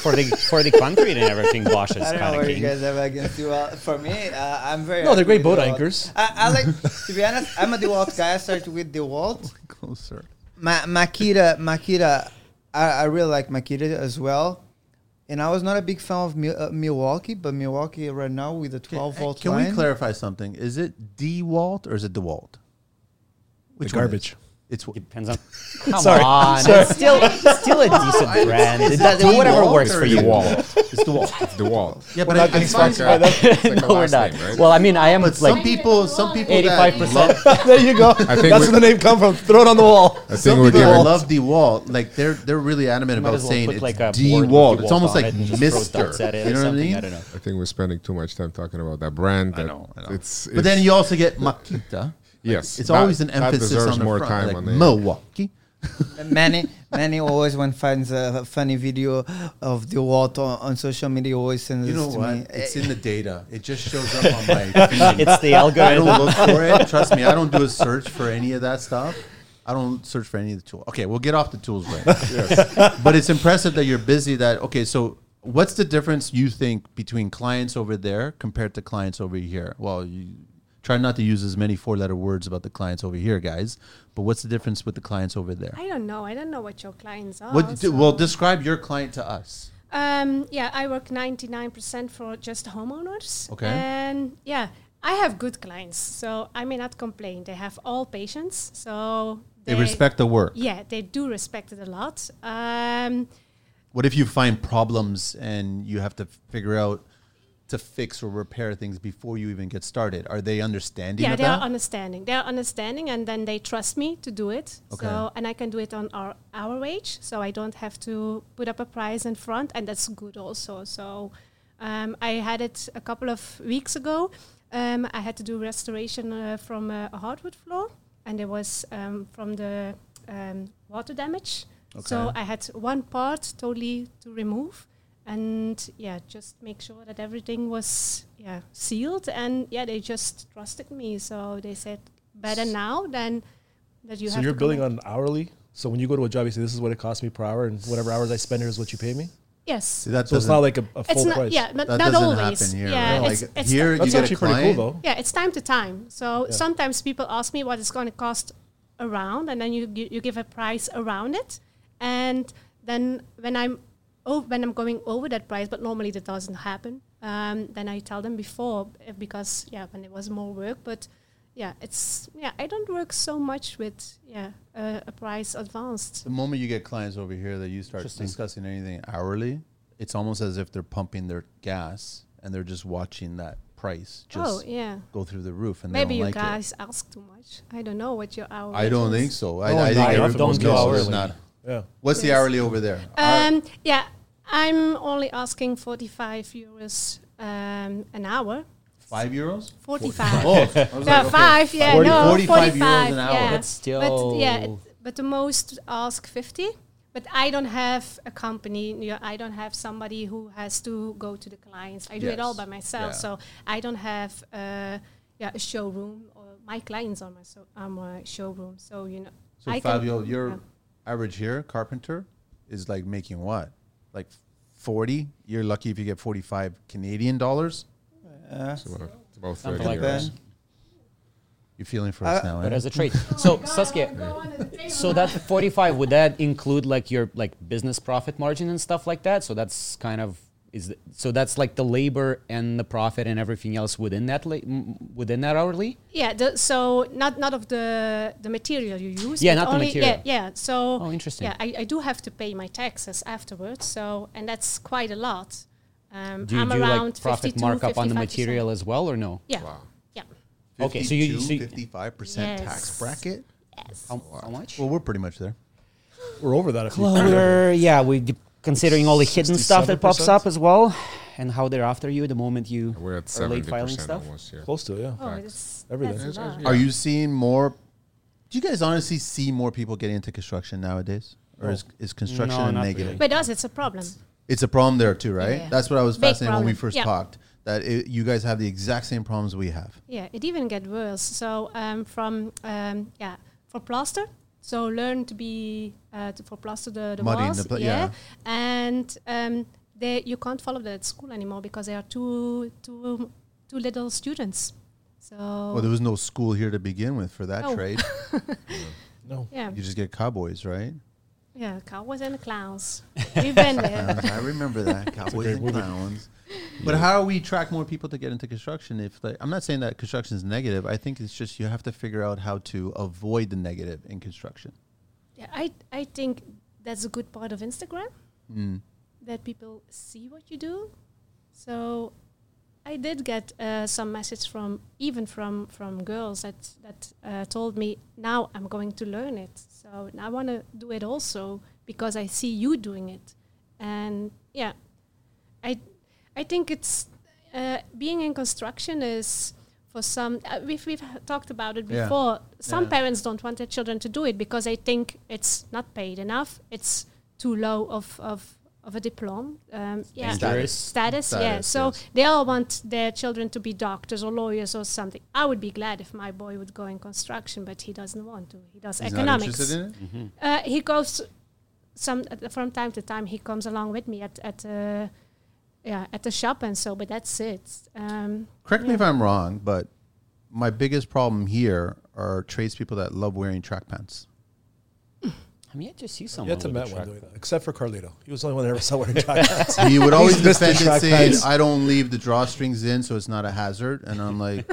Speaker 4: for the for the country and everything. Bosch is
Speaker 6: I don't know
Speaker 4: kind of
Speaker 6: where you
Speaker 4: king.
Speaker 6: guys have against DeWalt. For me, uh, I'm very.
Speaker 3: No, they're
Speaker 6: happy
Speaker 3: great
Speaker 6: with
Speaker 3: boat
Speaker 6: DeWalt.
Speaker 3: anchors.
Speaker 6: I, I like, to be honest, I'm a DeWalt guy. I started with DeWalt.
Speaker 2: Closer.
Speaker 6: Ma- Makita, Makita, I, I really like Makita as well. And I was not a big fan of Mi- uh, Milwaukee, but Milwaukee right now with the 12 volt
Speaker 2: Can
Speaker 6: line.
Speaker 2: we clarify something? Is it DeWalt or is it DeWalt?
Speaker 3: Which
Speaker 2: one
Speaker 3: garbage.
Speaker 2: is It's what
Speaker 4: Depends on. Come
Speaker 3: Sorry.
Speaker 4: on, It's still still a decent brand. It does,
Speaker 2: the
Speaker 4: whatever
Speaker 2: Walt
Speaker 4: works
Speaker 2: or
Speaker 4: for
Speaker 2: is
Speaker 4: you,
Speaker 2: it
Speaker 4: Walt. It's the Walt.
Speaker 5: The wall.
Speaker 2: yeah, but
Speaker 3: not
Speaker 2: I, I
Speaker 3: gonna
Speaker 2: find-
Speaker 5: It's like a, it's like a
Speaker 4: no, we're
Speaker 5: last
Speaker 4: not.
Speaker 5: name, right?
Speaker 4: Well, I mean, I am
Speaker 2: but some
Speaker 4: like
Speaker 2: people, some people
Speaker 4: eighty-five
Speaker 2: that love,
Speaker 4: percent.
Speaker 3: there you go. That's
Speaker 5: I think
Speaker 3: where
Speaker 5: we-
Speaker 3: the name come from. Throw it on the wall.
Speaker 5: I
Speaker 2: some
Speaker 5: think we're
Speaker 2: people that
Speaker 5: giving.
Speaker 2: love the Walt, like they're they're really adamant
Speaker 4: Might
Speaker 2: about
Speaker 4: as well
Speaker 2: saying
Speaker 4: put,
Speaker 2: it's
Speaker 4: like, a
Speaker 2: D
Speaker 4: board with
Speaker 2: Walt.
Speaker 4: the
Speaker 2: It's
Speaker 4: Walt
Speaker 2: almost
Speaker 4: on
Speaker 2: like
Speaker 4: it and just throw
Speaker 2: Mister.
Speaker 4: dots at it
Speaker 2: You
Speaker 4: or
Speaker 2: know what I
Speaker 4: something.
Speaker 2: mean?
Speaker 4: I don't know.
Speaker 5: I think we're spending too much time talking about that brand.
Speaker 2: I
Speaker 5: that
Speaker 2: know, I know.
Speaker 5: It's,
Speaker 2: But then
Speaker 5: it's-
Speaker 2: you also get Makita.
Speaker 5: Yes,
Speaker 2: It's
Speaker 5: that-
Speaker 2: always an
Speaker 5: that
Speaker 2: emphasis
Speaker 5: deserves
Speaker 2: on the
Speaker 5: more
Speaker 2: front,
Speaker 5: time
Speaker 2: like
Speaker 5: on the-
Speaker 2: Milwaukee.
Speaker 6: Manny, Manny always when finds a funny video of the Walt on, on social media always sends
Speaker 2: You know
Speaker 6: this to
Speaker 2: what?
Speaker 6: me.
Speaker 2: It's in the data. It just shows up on my feed.
Speaker 4: It's the
Speaker 2: I
Speaker 4: algorithm.
Speaker 2: don't look for it. Trust me, I don't do a search for any of that stuff. I don't search for any of the tools. Okay, we'll get off the tools right. But it's impressive that you're busy. That okay. So, what's the difference you think between clients over there compared to clients over here? Well, you try not to use as many four-letter words about the clients over here, guys. But what's the difference with the clients over there?
Speaker 1: I don't know. I don't know what your clients are.
Speaker 2: What? do- well,
Speaker 1: so-
Speaker 2: describe your client to us.
Speaker 1: Um, yeah, I work 99% for just homeowners.
Speaker 2: Okay.
Speaker 1: And yeah, I have good clients, so I may not complain. They have all patience, so
Speaker 2: They respect the work.
Speaker 1: Yeah, they do respect it a lot. Um,
Speaker 2: What if you find problems and you have to figure out to fix or repair things before you even get started? Are they understanding
Speaker 1: yeah,
Speaker 2: of
Speaker 1: they
Speaker 2: that?
Speaker 1: are understanding. They are understanding, and then they trust me to do it.
Speaker 2: Okay.
Speaker 1: So, and I can do it on our our wage, so I don't have to put up a price in front, and that's good also. So, um, I had it a couple of weeks ago. Um, I had to do restoration uh, from a, a hardwood floor, and it was um, from the um, water damage. So
Speaker 2: Okay.
Speaker 1: I had one part totally to remove, and yeah, just make sure that everything was yeah sealed. And yeah, they just trusted me, so they said better now than that you
Speaker 3: so
Speaker 1: have.
Speaker 3: you're
Speaker 1: to
Speaker 3: billing
Speaker 1: come
Speaker 3: on hourly. So when you go to a job, you say, "This is what it costs me per hour, and whatever hours I spend here is what you pay me."
Speaker 1: in. yes.
Speaker 2: See, that
Speaker 3: So it's
Speaker 2: doesn't-
Speaker 3: not like a, a full
Speaker 1: It's not
Speaker 3: price.
Speaker 1: yeah, not,
Speaker 2: that
Speaker 1: not
Speaker 2: doesn't
Speaker 1: always.
Speaker 2: happen here.
Speaker 1: yeah,
Speaker 2: right?
Speaker 1: it's,
Speaker 2: like
Speaker 1: it's
Speaker 2: here, you
Speaker 3: That's
Speaker 2: get
Speaker 3: actually
Speaker 2: a
Speaker 3: pretty
Speaker 2: client.
Speaker 3: cool, though.
Speaker 1: Yeah, it's time to time. So
Speaker 3: Yeah.
Speaker 1: sometimes people ask me what it's going to cost around, and then you gi- you give a price around it, and then when I'm oh, when I'm going over that price, but normally that doesn't happen. Um, then I tell them before uh, because yeah, when it was more work, but yeah, it's yeah, I don't work so much with yeah uh, a price advanced.
Speaker 2: The moment you get clients over here that you start discussing anything hourly, it's almost as if they're pumping their gas and they're just watching that price
Speaker 1: Oh
Speaker 2: just
Speaker 1: yeah,
Speaker 2: go through the roof, and
Speaker 1: maybe
Speaker 2: they don't
Speaker 1: you
Speaker 2: like
Speaker 1: guys ask too much. I don't know what your hour.
Speaker 2: it. I
Speaker 1: rate
Speaker 2: don't
Speaker 1: is.
Speaker 2: think so. I,
Speaker 3: Oh,
Speaker 2: I
Speaker 3: no,
Speaker 2: think
Speaker 3: I don't
Speaker 2: everyone's
Speaker 3: do
Speaker 2: knows it's
Speaker 3: hourly.
Speaker 2: not.
Speaker 3: Yeah.
Speaker 2: What's the hourly over there?
Speaker 1: Um, yeah, I'm only asking 45 euros um, an hour.
Speaker 2: Five euros?
Speaker 1: 45.
Speaker 2: Oh, I was like,
Speaker 1: No,
Speaker 2: okay.
Speaker 1: five, yeah,
Speaker 2: 40
Speaker 1: no,
Speaker 2: 45 euros
Speaker 1: 45,
Speaker 2: an hour.
Speaker 1: yeah.
Speaker 4: That's
Speaker 1: But, yeah, it,
Speaker 4: still-
Speaker 1: but the most ask 50. But I don't have a company. you know, I don't have somebody who has to go to the clients. I do it all
Speaker 2: Yes,
Speaker 1: by myself.
Speaker 2: yeah.
Speaker 1: So I don't have uh, yeah, a showroom. Or my clients are my, so, are my showroom. So, you know.
Speaker 2: So
Speaker 1: I can-
Speaker 2: Fabio, your
Speaker 1: yeah.
Speaker 2: average here carpenter is like making what, like forty. You're lucky if you get forty-five Canadian dollars.
Speaker 6: Yeah.
Speaker 5: It's about, it's about
Speaker 4: Something
Speaker 5: 30
Speaker 4: like
Speaker 5: euros.
Speaker 6: that.
Speaker 2: You're feeling for us
Speaker 6: Uh,
Speaker 2: now,
Speaker 4: But
Speaker 2: eh?
Speaker 4: as a trade. So Saskia, so that 45 would that include like your like business profit margin and stuff like that? So that's kind of is th- so that's like the labor and the profit and everything else within that la- m- within that hourly.
Speaker 1: Yeah, the, so not not of the the material you use.
Speaker 4: Yeah,
Speaker 1: but
Speaker 4: not the
Speaker 1: only,
Speaker 4: material.
Speaker 1: Yeah, yeah. So
Speaker 4: Oh, interesting.
Speaker 1: Yeah, I, I do have to pay my taxes afterwards. So and that's quite a lot. Um,
Speaker 4: Do you
Speaker 1: I'm
Speaker 4: do
Speaker 1: around
Speaker 4: like profit
Speaker 1: 52,
Speaker 4: markup on the
Speaker 1: 55%.
Speaker 4: material as well or no?
Speaker 1: Yeah,
Speaker 5: Wow.
Speaker 1: yeah.
Speaker 4: Okay, so you- so you-
Speaker 2: fifty-five percent tax
Speaker 1: Yes.
Speaker 2: bracket.
Speaker 4: How, how much?
Speaker 2: Well, we're pretty much there.
Speaker 3: We're over that. If you-
Speaker 4: Clover, yeah, we d- considering all the hidden stuff that pops
Speaker 3: 67%?
Speaker 4: up as well, and how they're after you the moment you
Speaker 5: We're
Speaker 4: are
Speaker 5: at
Speaker 4: late
Speaker 5: seventy
Speaker 4: filing
Speaker 5: percent
Speaker 4: stuff.
Speaker 5: almost here.
Speaker 3: Close to it, yeah.
Speaker 1: Oh,
Speaker 5: Facts.
Speaker 1: that's,
Speaker 3: Everything.
Speaker 1: that's a
Speaker 5: Yes,
Speaker 1: lot.
Speaker 5: yes,
Speaker 2: Are you seeing more? Do you guys honestly see more people getting into construction nowadays, or
Speaker 3: No.
Speaker 2: is, is construction
Speaker 4: No,
Speaker 2: a
Speaker 4: not
Speaker 2: negative?
Speaker 4: really.
Speaker 1: But us, it's a problem.
Speaker 2: It's a problem there too, right?
Speaker 1: Yeah.
Speaker 2: That's what I was
Speaker 1: Big
Speaker 2: fascinated when we
Speaker 1: problem.
Speaker 2: first
Speaker 1: Yeah.
Speaker 2: talked. That it, you guys have the exact same problems we have.
Speaker 1: Yeah, it even get worse. So um, from um, yeah for plaster, so learn to be uh, to, for plaster the, the
Speaker 2: Muddy in
Speaker 1: walls.
Speaker 2: the pla-
Speaker 1: yeah.
Speaker 2: yeah.
Speaker 1: and um, they you can't follow that at school anymore because there are too too too little students. So
Speaker 2: Well, there was no school here to begin with for that
Speaker 1: No.
Speaker 2: trade.
Speaker 3: No.
Speaker 1: yeah,
Speaker 2: You just get cowboys, right?
Speaker 1: yeah, cowboys and clowns. We've been there.
Speaker 2: I remember that. Cowboys and Clowns. But how do we track more people to get into construction? If like, I'm not saying that construction is negative. I think it's just you have to figure out how to avoid the negative in construction.
Speaker 1: Yeah, I I think that's a good part of Instagram that people see what you do. So I did get uh, some message from even from from girls that that uh, told me now I'm going to learn it. So now I want to do it also because I see you doing it, and yeah, I I think it's uh, being in construction is for some uh, we've we've talked about it
Speaker 2: Yeah.
Speaker 1: before. Some
Speaker 2: Yeah.
Speaker 1: parents don't want their children to do it because they think it's not paid enough. It's too low of of of a diploma. Um, yeah
Speaker 4: dangerous.
Speaker 1: status, yeah.
Speaker 2: Status,
Speaker 1: So
Speaker 2: yes.
Speaker 1: they all want their children to be doctors or lawyers or something. I would be glad if my boy would go in construction, but he doesn't want to. He does
Speaker 2: He's not
Speaker 1: economics.
Speaker 2: interested in it?
Speaker 1: Uh, he goes some at- from time to time. He comes along with me at at uh, yeah at the shop and so, but that's it. Um,
Speaker 2: Correct me if I'm wrong, but my biggest problem here are tradespeople that love wearing track pants.
Speaker 4: I'm yet to see
Speaker 3: You
Speaker 4: someone.
Speaker 3: had to
Speaker 4: with a
Speaker 3: met one
Speaker 4: track
Speaker 3: doing
Speaker 4: pad.
Speaker 3: that, except for Carlito. He was the only one that ever saw wearing track pants.
Speaker 2: He would always
Speaker 3: He's Mr.
Speaker 2: defend it,
Speaker 3: Track
Speaker 2: saying,
Speaker 3: Pants.
Speaker 2: "I don't leave the drawstrings in, so it's not a hazard." And I'm like,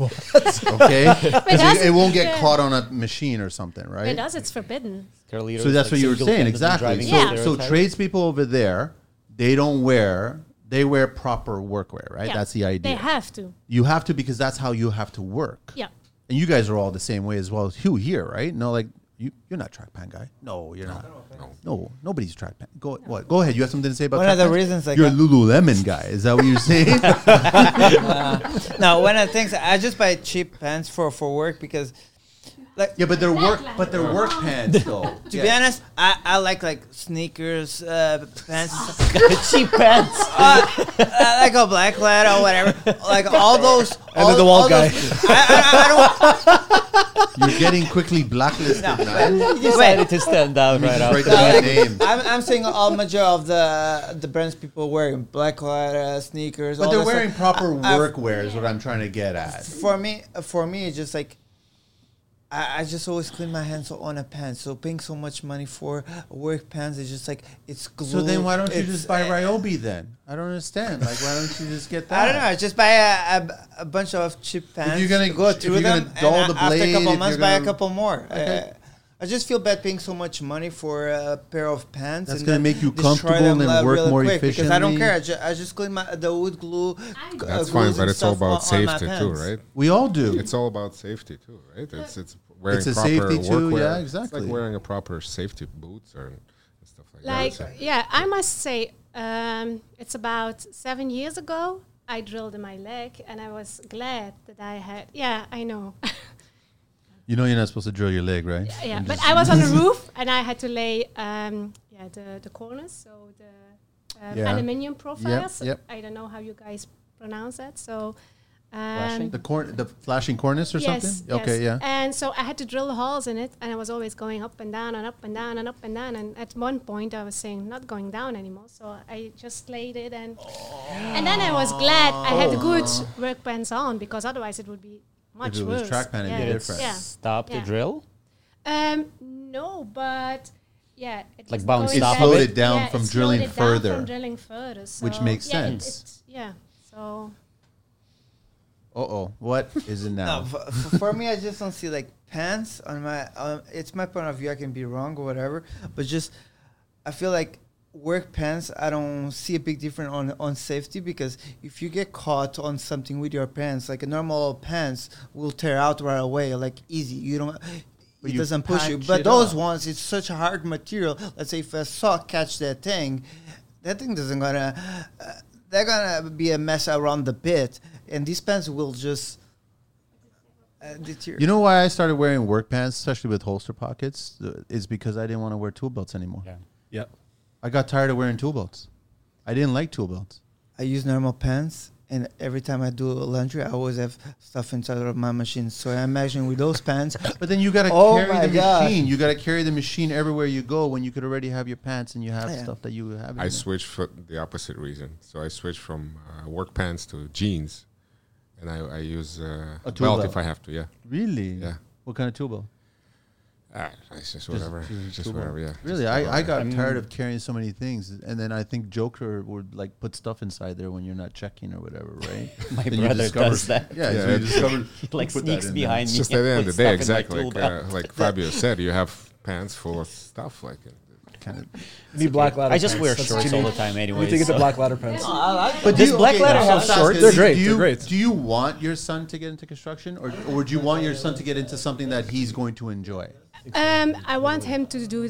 Speaker 2: okay, 'Cause
Speaker 1: that's-
Speaker 2: it, it won't get
Speaker 1: yeah.
Speaker 2: caught on a machine or something, right?
Speaker 1: It does. It's forbidden.
Speaker 4: Carlitos,
Speaker 2: So that's
Speaker 4: like,
Speaker 2: what you were saying,
Speaker 4: single-handedly
Speaker 2: exactly.
Speaker 4: driving
Speaker 2: So,
Speaker 1: Yeah.
Speaker 4: the
Speaker 2: so
Speaker 4: stereotype.
Speaker 2: tradespeople over there, they don't wear, they wear proper workwear, right?
Speaker 1: Yeah.
Speaker 2: That's the idea.
Speaker 1: They have to.
Speaker 2: you have to because that's how you have to work.
Speaker 1: Yeah.
Speaker 2: And you guys are all the same way as well. Hugh here, right? No, like you, you're not a track pan guy. No, you're not. No. nobody's a track pan. Go what? Go ahead. You have something to say about
Speaker 6: One
Speaker 2: track
Speaker 6: of the
Speaker 2: pants?
Speaker 6: reasons I
Speaker 2: you're a
Speaker 6: got-
Speaker 2: Lululemon guy. Is that what you're saying?
Speaker 6: no, one of the things I just buy cheap pants for for work because, like,
Speaker 2: yeah, but they're work, but they're work pants though.
Speaker 6: to
Speaker 2: yeah.
Speaker 6: be honest, I, I like like sneakers, uh, pants,
Speaker 4: cheap pants.
Speaker 6: uh, uh, like a black lad or whatever, like all those. all-
Speaker 3: then the wall
Speaker 6: all those- I,
Speaker 2: you're getting quickly blacklisted.
Speaker 6: No.
Speaker 2: man.
Speaker 6: I, I don't.
Speaker 4: Decided
Speaker 6: Wait,
Speaker 4: to stand out right
Speaker 2: Just write
Speaker 4: after.
Speaker 2: down
Speaker 6: No,
Speaker 2: your name.
Speaker 6: like, I'm, I'm saying all major of the the brands people wearing black lad sneakers,
Speaker 2: But
Speaker 6: all
Speaker 2: they're
Speaker 6: that stuff.
Speaker 2: wearing proper
Speaker 6: I- I've-
Speaker 2: workwear is what I'm trying to get at.
Speaker 6: for me, for me, it's just like I, I just always clean my hands on a pants. So paying so much money for work pants is just like it's glue.
Speaker 2: So then why don't you
Speaker 6: It's-
Speaker 2: just buy Ryobi then? I don't understand. Like why don't you just get that?
Speaker 6: I don't know. I just buy a, a, a bunch of cheap pants.
Speaker 2: you're gonna-
Speaker 6: go
Speaker 2: if
Speaker 6: through
Speaker 2: you're gonna
Speaker 6: them, and
Speaker 2: dull
Speaker 6: a-
Speaker 2: the
Speaker 6: after a
Speaker 2: blade, if
Speaker 6: couple
Speaker 2: you're
Speaker 6: of months, buy a
Speaker 2: gonna-
Speaker 6: couple more.
Speaker 2: Okay.
Speaker 6: Uh, I just feel bad paying so much money for a pair of pants.
Speaker 2: That's
Speaker 6: and
Speaker 2: gonna
Speaker 6: then
Speaker 2: make you
Speaker 6: destroy
Speaker 2: comfortable
Speaker 6: them,
Speaker 2: and
Speaker 6: uh,
Speaker 2: work
Speaker 6: really
Speaker 2: more
Speaker 6: quick Because I don't
Speaker 2: efficiently.
Speaker 6: care. I, ju- I just clean my the wood glue. uh, glues
Speaker 5: That's fine,
Speaker 6: and
Speaker 5: but it's all
Speaker 6: stuff
Speaker 5: about
Speaker 6: on- on my
Speaker 5: safety too,
Speaker 6: pants.
Speaker 5: right?
Speaker 2: We all do.
Speaker 5: It's all about safety too, right? It's it's wearing
Speaker 2: It's a
Speaker 5: proper
Speaker 2: safety too,
Speaker 5: workwear.
Speaker 2: yeah,
Speaker 5: It's
Speaker 2: exactly.
Speaker 5: like wearing a proper safety boots or and stuff like,
Speaker 1: Like
Speaker 5: that. So-
Speaker 1: yeah, I must say, um, it's about seven years ago. I drilled in my leg, and I was glad that I had. Yeah, I know.
Speaker 2: You know you're not supposed to drill your leg, right?
Speaker 1: yeah, but I was on the roof and I had to lay um, yeah the, the corners, so the um,
Speaker 2: Yeah.
Speaker 1: aluminium profiles.
Speaker 2: yep.
Speaker 1: I don't know how you guys pronounce that. So um,
Speaker 4: Flashing?
Speaker 2: The corn, the flashing cornice or
Speaker 1: yes,
Speaker 2: something. Okay,
Speaker 1: yes.
Speaker 2: yeah.
Speaker 1: And so I had to drill holes in it, and I was always going up and down and up and down and up and down. And at one point, I was saying not going down anymore, so I just laid it and and then I was glad I had the good work pants on because otherwise it would be much
Speaker 2: Oh. it was
Speaker 1: worse.
Speaker 2: track pant, it'd be
Speaker 1: Yeah.
Speaker 2: different.
Speaker 1: Yeah.
Speaker 4: Stop the
Speaker 1: Yeah.
Speaker 4: drill.
Speaker 1: Um, no, but yeah, it
Speaker 4: Like
Speaker 1: was
Speaker 4: bounced
Speaker 1: going
Speaker 4: off
Speaker 1: back-
Speaker 4: of Slowed it?
Speaker 2: it down from
Speaker 1: slowed
Speaker 2: drilling
Speaker 1: it down
Speaker 2: further.
Speaker 1: from drilling further,
Speaker 2: Which
Speaker 1: so-
Speaker 2: makes
Speaker 1: yeah, it-
Speaker 2: sense.
Speaker 1: it- yeah, so
Speaker 2: Uh oh, what is it
Speaker 6: No,
Speaker 2: now?
Speaker 5: Oh,
Speaker 6: f- f- for me, I just don't see like pants on my. Um, it's my point of view. I can be wrong or whatever, but just I feel like work pants. I don't see a big difference on on safety because if you get caught on something with your pants, like a normal pants will tear out right away, like easy. You don't.
Speaker 2: But
Speaker 6: it
Speaker 2: you
Speaker 6: doesn't push you,
Speaker 2: patch
Speaker 6: but
Speaker 2: it
Speaker 6: those
Speaker 2: up.
Speaker 6: ones, it's such a hard material. Let's say if a saw catch that thing, that thing doesn't gonna. Uh, they're gonna be a mess around the bit, and these pants will just uh, deteriorate.
Speaker 2: You know why I started wearing work pants, especially with holster pockets, uh, is because I didn't want to wear tool belts anymore.
Speaker 4: Yeah.
Speaker 3: yep.
Speaker 2: I got tired of wearing tool belts. I didn't like tool belts.
Speaker 6: I use normal pants, and every time I do laundry, I always have stuff inside of my machine. So I imagine with those pants,
Speaker 2: But then you got to
Speaker 6: Oh
Speaker 2: carry
Speaker 6: my
Speaker 2: the
Speaker 6: gosh.
Speaker 2: machine. You got to carry the machine everywhere you go when you could already have your pants and you have
Speaker 6: Yeah.
Speaker 2: stuff that you have. in
Speaker 5: I
Speaker 2: there.
Speaker 5: switched for the opposite reason. So I switched from uh, work pants to jeans, and I, I use uh,
Speaker 2: A
Speaker 5: a
Speaker 2: tool
Speaker 5: belt,
Speaker 2: belt.
Speaker 5: if I have to. Yeah,
Speaker 2: Really?
Speaker 5: Yeah.
Speaker 2: What kind of tool belt?
Speaker 5: Ah, it's just whatever. Just,
Speaker 2: Google.
Speaker 5: whatever. Yeah.
Speaker 2: Really,
Speaker 5: Just
Speaker 2: I, I
Speaker 5: whatever.
Speaker 2: got
Speaker 4: I'm-
Speaker 2: tired of carrying so many things, and then I think Joker would like put stuff inside there when you're not checking or whatever, right?
Speaker 7: My
Speaker 2: Then you
Speaker 7: brother
Speaker 2: discover-
Speaker 7: does that.
Speaker 2: Yeah,
Speaker 5: Yeah,
Speaker 2: so you
Speaker 5: it's-
Speaker 2: discovered
Speaker 7: He like
Speaker 2: put that
Speaker 7: sneaks
Speaker 2: in there.
Speaker 7: behind
Speaker 5: It's
Speaker 7: me.
Speaker 5: just at
Speaker 7: and
Speaker 5: the end
Speaker 7: puts
Speaker 5: of the day,
Speaker 7: stuff in my
Speaker 5: exactly. Like, uh,
Speaker 7: toolbox.
Speaker 5: like Fabio said, you have pants full of stuff. Like,
Speaker 2: kind of.
Speaker 3: You need black ladder.
Speaker 4: I just
Speaker 3: pants.
Speaker 4: wear
Speaker 3: That's what
Speaker 4: shorts
Speaker 3: you
Speaker 4: all
Speaker 3: need.
Speaker 4: the time
Speaker 3: You
Speaker 4: anyway.
Speaker 3: need to get the
Speaker 4: so-
Speaker 3: black ladder pants.
Speaker 7: Oh, I like
Speaker 2: But
Speaker 7: that.
Speaker 2: do
Speaker 4: Does
Speaker 2: you,
Speaker 4: Black
Speaker 2: okay,
Speaker 4: Ladder
Speaker 2: now,
Speaker 4: have
Speaker 2: so
Speaker 4: shorts?
Speaker 2: do
Speaker 3: They're
Speaker 2: you- Do you,
Speaker 3: great, they're great.
Speaker 2: Do you want your son to get into construction, or or do you want your son to get into something that he's going to enjoy?
Speaker 1: Um, I want him to do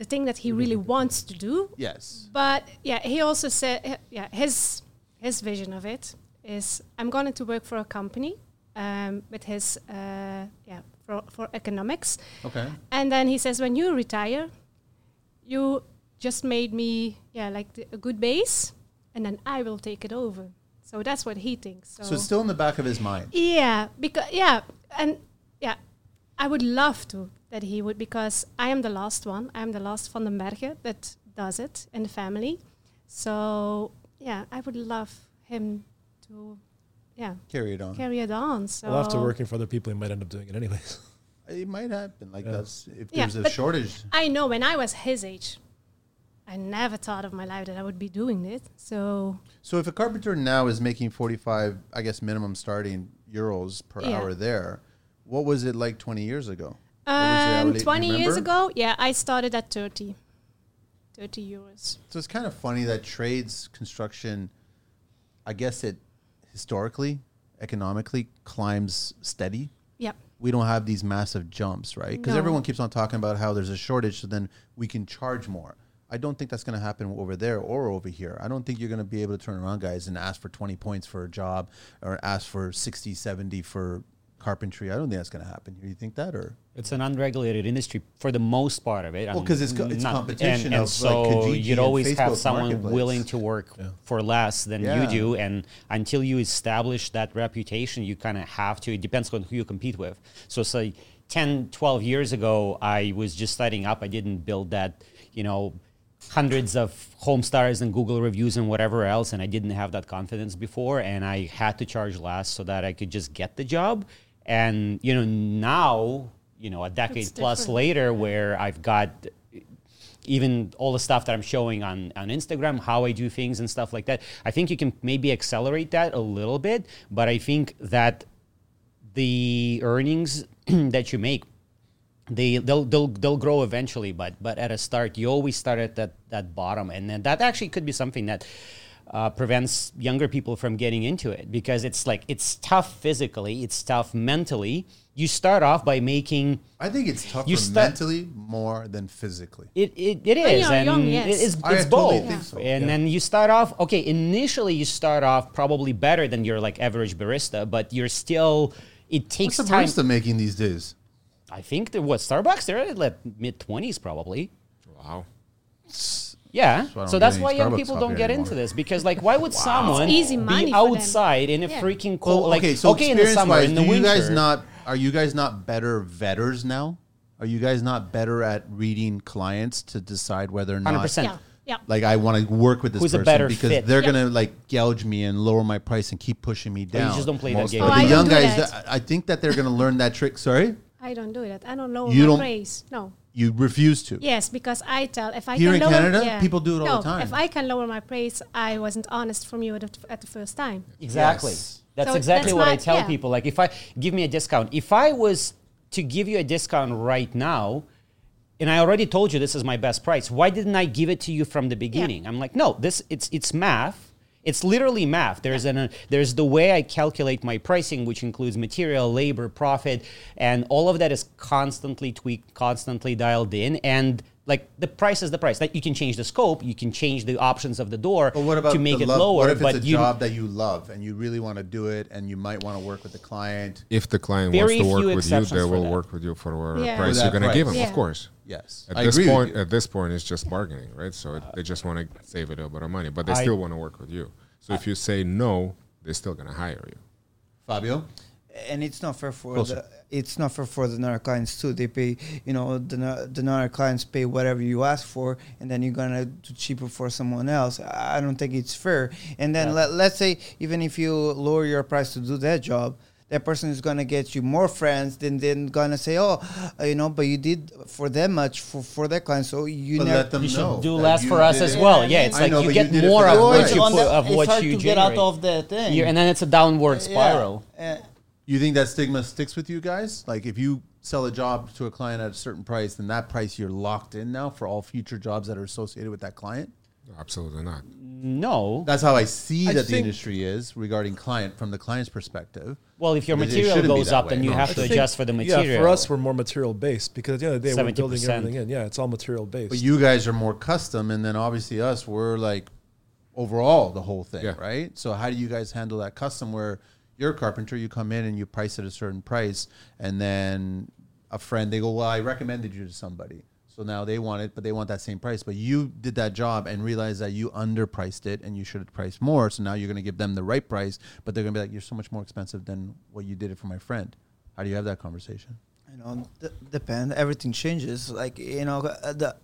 Speaker 1: the thing that he really wants to do.
Speaker 2: Yes.
Speaker 1: But yeah, he also said, yeah, his his vision of it is I'm going to work for a company um, with his uh, yeah for, for economics,
Speaker 2: Okay.
Speaker 1: and then he says when you retire, you just made me yeah like the, a good base, and then I will take it over. So that's what he thinks.
Speaker 2: So it's still in the back of his mind.
Speaker 1: Yeah, because yeah, and yeah, I would love to that he would because I am the last one. I am the last van den Bergen that does it in the family. So yeah, I would love him to yeah
Speaker 2: Carry it on.
Speaker 1: carry it on. So
Speaker 3: Well, after working for other people, he might end up doing it anyways.
Speaker 2: It might happen. Like that's if
Speaker 1: Yeah,
Speaker 2: there's a
Speaker 1: but-
Speaker 2: shortage.
Speaker 1: I know when I was his age, I never thought of my life that I would be doing it. So
Speaker 2: So if a carpenter now is making 45, I guess minimum starting euros per
Speaker 1: Yeah.
Speaker 2: hour there, what was it like 20 years ago? What was the
Speaker 1: um,
Speaker 2: hourly-
Speaker 1: 20 years
Speaker 2: remember?
Speaker 1: ago, yeah, I started at 30. 30 euros.
Speaker 2: So it's kind of funny that trades construction, I guess it historically, economically climbs steady.
Speaker 1: Yep.
Speaker 2: We don't have these massive jumps, right? Because
Speaker 1: No.
Speaker 2: everyone keeps on talking about how there's a shortage, so then we can charge more. I don't think that's going to happen over there or over here. I don't think you're going to be able to turn around, guys, and ask for 20 points for a job or ask for 60, 70 for carpentry. I don't think that's going to happen here. You think that or?
Speaker 4: It's an unregulated industry for the most part of it.
Speaker 2: Well, 'cause it's co- it's
Speaker 4: not-
Speaker 2: competition
Speaker 4: and,
Speaker 2: of,
Speaker 4: and
Speaker 2: like,
Speaker 4: so
Speaker 2: Kijiji
Speaker 4: you'd
Speaker 2: and
Speaker 4: always have
Speaker 2: Facebook
Speaker 4: someone
Speaker 2: Marketplace.
Speaker 4: willing to work for less than
Speaker 2: Yeah.
Speaker 4: you do, and until you establish that reputation, you kind of have to. It depends on who you compete with. So, say 10, 12 years ago, I was just starting up. I didn't build that, you know. Hundreds of home stars and Google reviews and whatever else, and I didn't have that confidence before, and I had to charge less so that I could just get the job. And you know, now you know, a decade plus
Speaker 1: different.
Speaker 4: later, where I've got even all the stuff that I'm showing on, on Instagram, how I do things and stuff like that. I think you can maybe accelerate that a little bit, but I think that the earnings that you make, they they'll, they'll they'll grow eventually. But but at a start, you always start at that that bottom, and then that actually could be something that. Uh, prevents younger people from getting into it because it's like it's tough physically, it's tough mentally. You start off by making
Speaker 2: I think it's tougher
Speaker 4: You sta-
Speaker 2: mentally more than physically.
Speaker 4: It, it, it
Speaker 1: When
Speaker 4: is.
Speaker 1: you're
Speaker 4: and
Speaker 1: young,
Speaker 4: it-
Speaker 1: yes.
Speaker 4: it's,
Speaker 2: I
Speaker 4: it's
Speaker 2: totally
Speaker 4: both.
Speaker 2: think so,
Speaker 4: And
Speaker 2: yeah.
Speaker 4: then you start off, okay, initially you start off probably better than your like average barista, but you're still, it
Speaker 2: What's
Speaker 4: takes
Speaker 2: the
Speaker 4: time.
Speaker 2: barista making these days?
Speaker 4: I think there was Starbucks, they're at like mid 20s probably.
Speaker 5: wow.
Speaker 4: Yeah.
Speaker 2: why I
Speaker 4: so
Speaker 2: don't
Speaker 4: that's
Speaker 2: get
Speaker 4: why
Speaker 2: any
Speaker 4: young
Speaker 2: Starbucks
Speaker 4: people
Speaker 2: coffee
Speaker 4: don't get
Speaker 2: anymore.
Speaker 4: into this because, like, why would someone
Speaker 1: It's easy money
Speaker 4: be
Speaker 1: for them.
Speaker 4: outside in a
Speaker 1: Yeah.
Speaker 4: freaking
Speaker 2: Well,
Speaker 4: cold, like, okay, in the
Speaker 2: Oh, experience-wise,
Speaker 4: summer, in the
Speaker 2: do
Speaker 4: winter?
Speaker 2: you guys not are you guys not better vetters now? Are you guys not better at reading clients to decide whether or not
Speaker 4: 100%.
Speaker 1: Yeah. Yeah.
Speaker 2: like I want to work with this
Speaker 4: Who's a
Speaker 2: person
Speaker 4: better
Speaker 2: because
Speaker 4: fit?
Speaker 2: they're
Speaker 1: Yeah.
Speaker 2: gonna like gouge me and lower my price and keep pushing me
Speaker 4: Or
Speaker 2: down.
Speaker 4: you just don't play that game.
Speaker 1: Oh, I
Speaker 2: the
Speaker 1: don't
Speaker 2: young
Speaker 1: do
Speaker 2: guys,
Speaker 1: that.
Speaker 2: th- I think that they're gonna learn that trick. Sorry,
Speaker 1: I don't do that. I don't know
Speaker 2: You
Speaker 1: my
Speaker 2: don't-
Speaker 1: praise. No.
Speaker 2: you refuse to.
Speaker 1: Yes, because I tell if I
Speaker 2: Here
Speaker 1: can
Speaker 2: in
Speaker 1: lower,
Speaker 2: Canada,
Speaker 1: yeah.
Speaker 2: people do it all
Speaker 1: no,
Speaker 2: the time.
Speaker 1: If I can lower my price, I wasn't honest from you at the, at the first time.
Speaker 4: Exactly.
Speaker 2: Yes.
Speaker 4: That's
Speaker 1: So
Speaker 4: exactly
Speaker 1: that's
Speaker 4: what I
Speaker 1: not-
Speaker 4: tell
Speaker 1: yeah.
Speaker 4: people. Like, if I give me a discount, if I was to give you a discount right now, and I already told you this is my best price, why didn't I give it to you from the beginning? I'm like, no, this it's it's math. It's literally math. There's an uh, there's the way I calculate my pricing, which includes material, labor, profit, and all of that is constantly tweaked, constantly dialed in, and like the price is the price. Like you can change the scope, you can change the options of the door
Speaker 2: But what about
Speaker 4: to make
Speaker 2: the
Speaker 4: it
Speaker 2: love-
Speaker 4: lower.
Speaker 2: What if it's
Speaker 4: but
Speaker 2: a
Speaker 4: you,
Speaker 2: job that you love and you really want to do it, and you might want to work with the client?
Speaker 5: If the client
Speaker 4: Very
Speaker 5: wants to
Speaker 4: few
Speaker 5: work with you,
Speaker 4: exceptions
Speaker 5: they
Speaker 4: for
Speaker 5: will
Speaker 4: that.
Speaker 5: work with you for whatever
Speaker 1: Yeah.
Speaker 5: price
Speaker 2: For
Speaker 5: you're
Speaker 2: that
Speaker 5: going to give them.
Speaker 2: price.
Speaker 5: Of
Speaker 1: Yeah.
Speaker 5: course.
Speaker 2: Yes,
Speaker 5: At
Speaker 2: I
Speaker 5: this
Speaker 2: agree with
Speaker 5: point,
Speaker 2: you.
Speaker 5: at this point, it's just bargaining, right? So it, they just want to save a little bit of money, but they
Speaker 4: I-
Speaker 5: still want to work with you. So if you say no, they're still going to hire you.
Speaker 2: Fabio.
Speaker 6: and it's not fair for
Speaker 2: Closer.
Speaker 6: the it's not fair for the NAR clients too. They pay you know the NAR- the NAR clients pay whatever you ask for, and then you're gonna do cheaper for someone else. I I don't think it's fair. And then let, let's say even if you lower your price to do that job. that person is gonna get you more friends than then gonna say, oh, uh, you know, but you did for them much for for that client, so you
Speaker 2: But
Speaker 6: never.
Speaker 2: let them
Speaker 4: You
Speaker 2: know
Speaker 4: should do
Speaker 2: that
Speaker 4: less
Speaker 2: you
Speaker 4: for us
Speaker 2: did
Speaker 4: as
Speaker 2: it.
Speaker 4: well.
Speaker 6: Yeah,
Speaker 4: Yeah, it's
Speaker 2: I
Speaker 4: like
Speaker 2: know,
Speaker 4: you
Speaker 2: but
Speaker 4: get
Speaker 2: did it
Speaker 4: more
Speaker 2: for
Speaker 4: of
Speaker 2: them.
Speaker 4: what
Speaker 2: It's
Speaker 4: you
Speaker 6: on
Speaker 4: put,
Speaker 6: the-
Speaker 4: of
Speaker 6: it's
Speaker 4: what
Speaker 6: hard
Speaker 4: you
Speaker 6: to get out
Speaker 4: generate.
Speaker 6: of the thing.
Speaker 4: Yeah, and then it's a downward
Speaker 6: Yeah.
Speaker 4: spiral.
Speaker 6: Uh,
Speaker 2: You think that stigma sticks with you guys? Like if you sell a job to a client at a certain price, then that price you're locked in now for all future jobs that are associated with that client.
Speaker 5: Absolutely not.
Speaker 4: No.
Speaker 2: That's how I see
Speaker 3: I
Speaker 2: that the
Speaker 3: think-
Speaker 2: industry is regarding client from the client's perspective.
Speaker 4: Well, if your
Speaker 2: But it
Speaker 4: material
Speaker 2: shouldn't be
Speaker 4: goes
Speaker 2: that
Speaker 4: up, then
Speaker 2: way.
Speaker 4: you
Speaker 2: No,
Speaker 4: have
Speaker 2: it
Speaker 4: to
Speaker 2: shouldn't.
Speaker 4: adjust for the material.
Speaker 3: Yeah, for us, we're more material based because at the end of the day, we're building
Speaker 4: 70%.
Speaker 3: everything in. Yeah, it's all material based.
Speaker 2: But you guys are more custom, and then obviously us, we're like overall the whole thing,
Speaker 5: Yeah.
Speaker 2: right? So how do you guys handle that custom where you're a carpenter, you come in and you price at a certain price, and then a friend they go, "Well, I recommended you to somebody." So now they want it, but they want that same price. But you did that job and realized that you underpriced it and you should have priced more. So now you're going to give them the right price, but they're going to be like, "You're so much more expensive than what you did it for my friend." How do you have that conversation?
Speaker 6: you know, d- depend. Everything changes. Like you know, uh, the,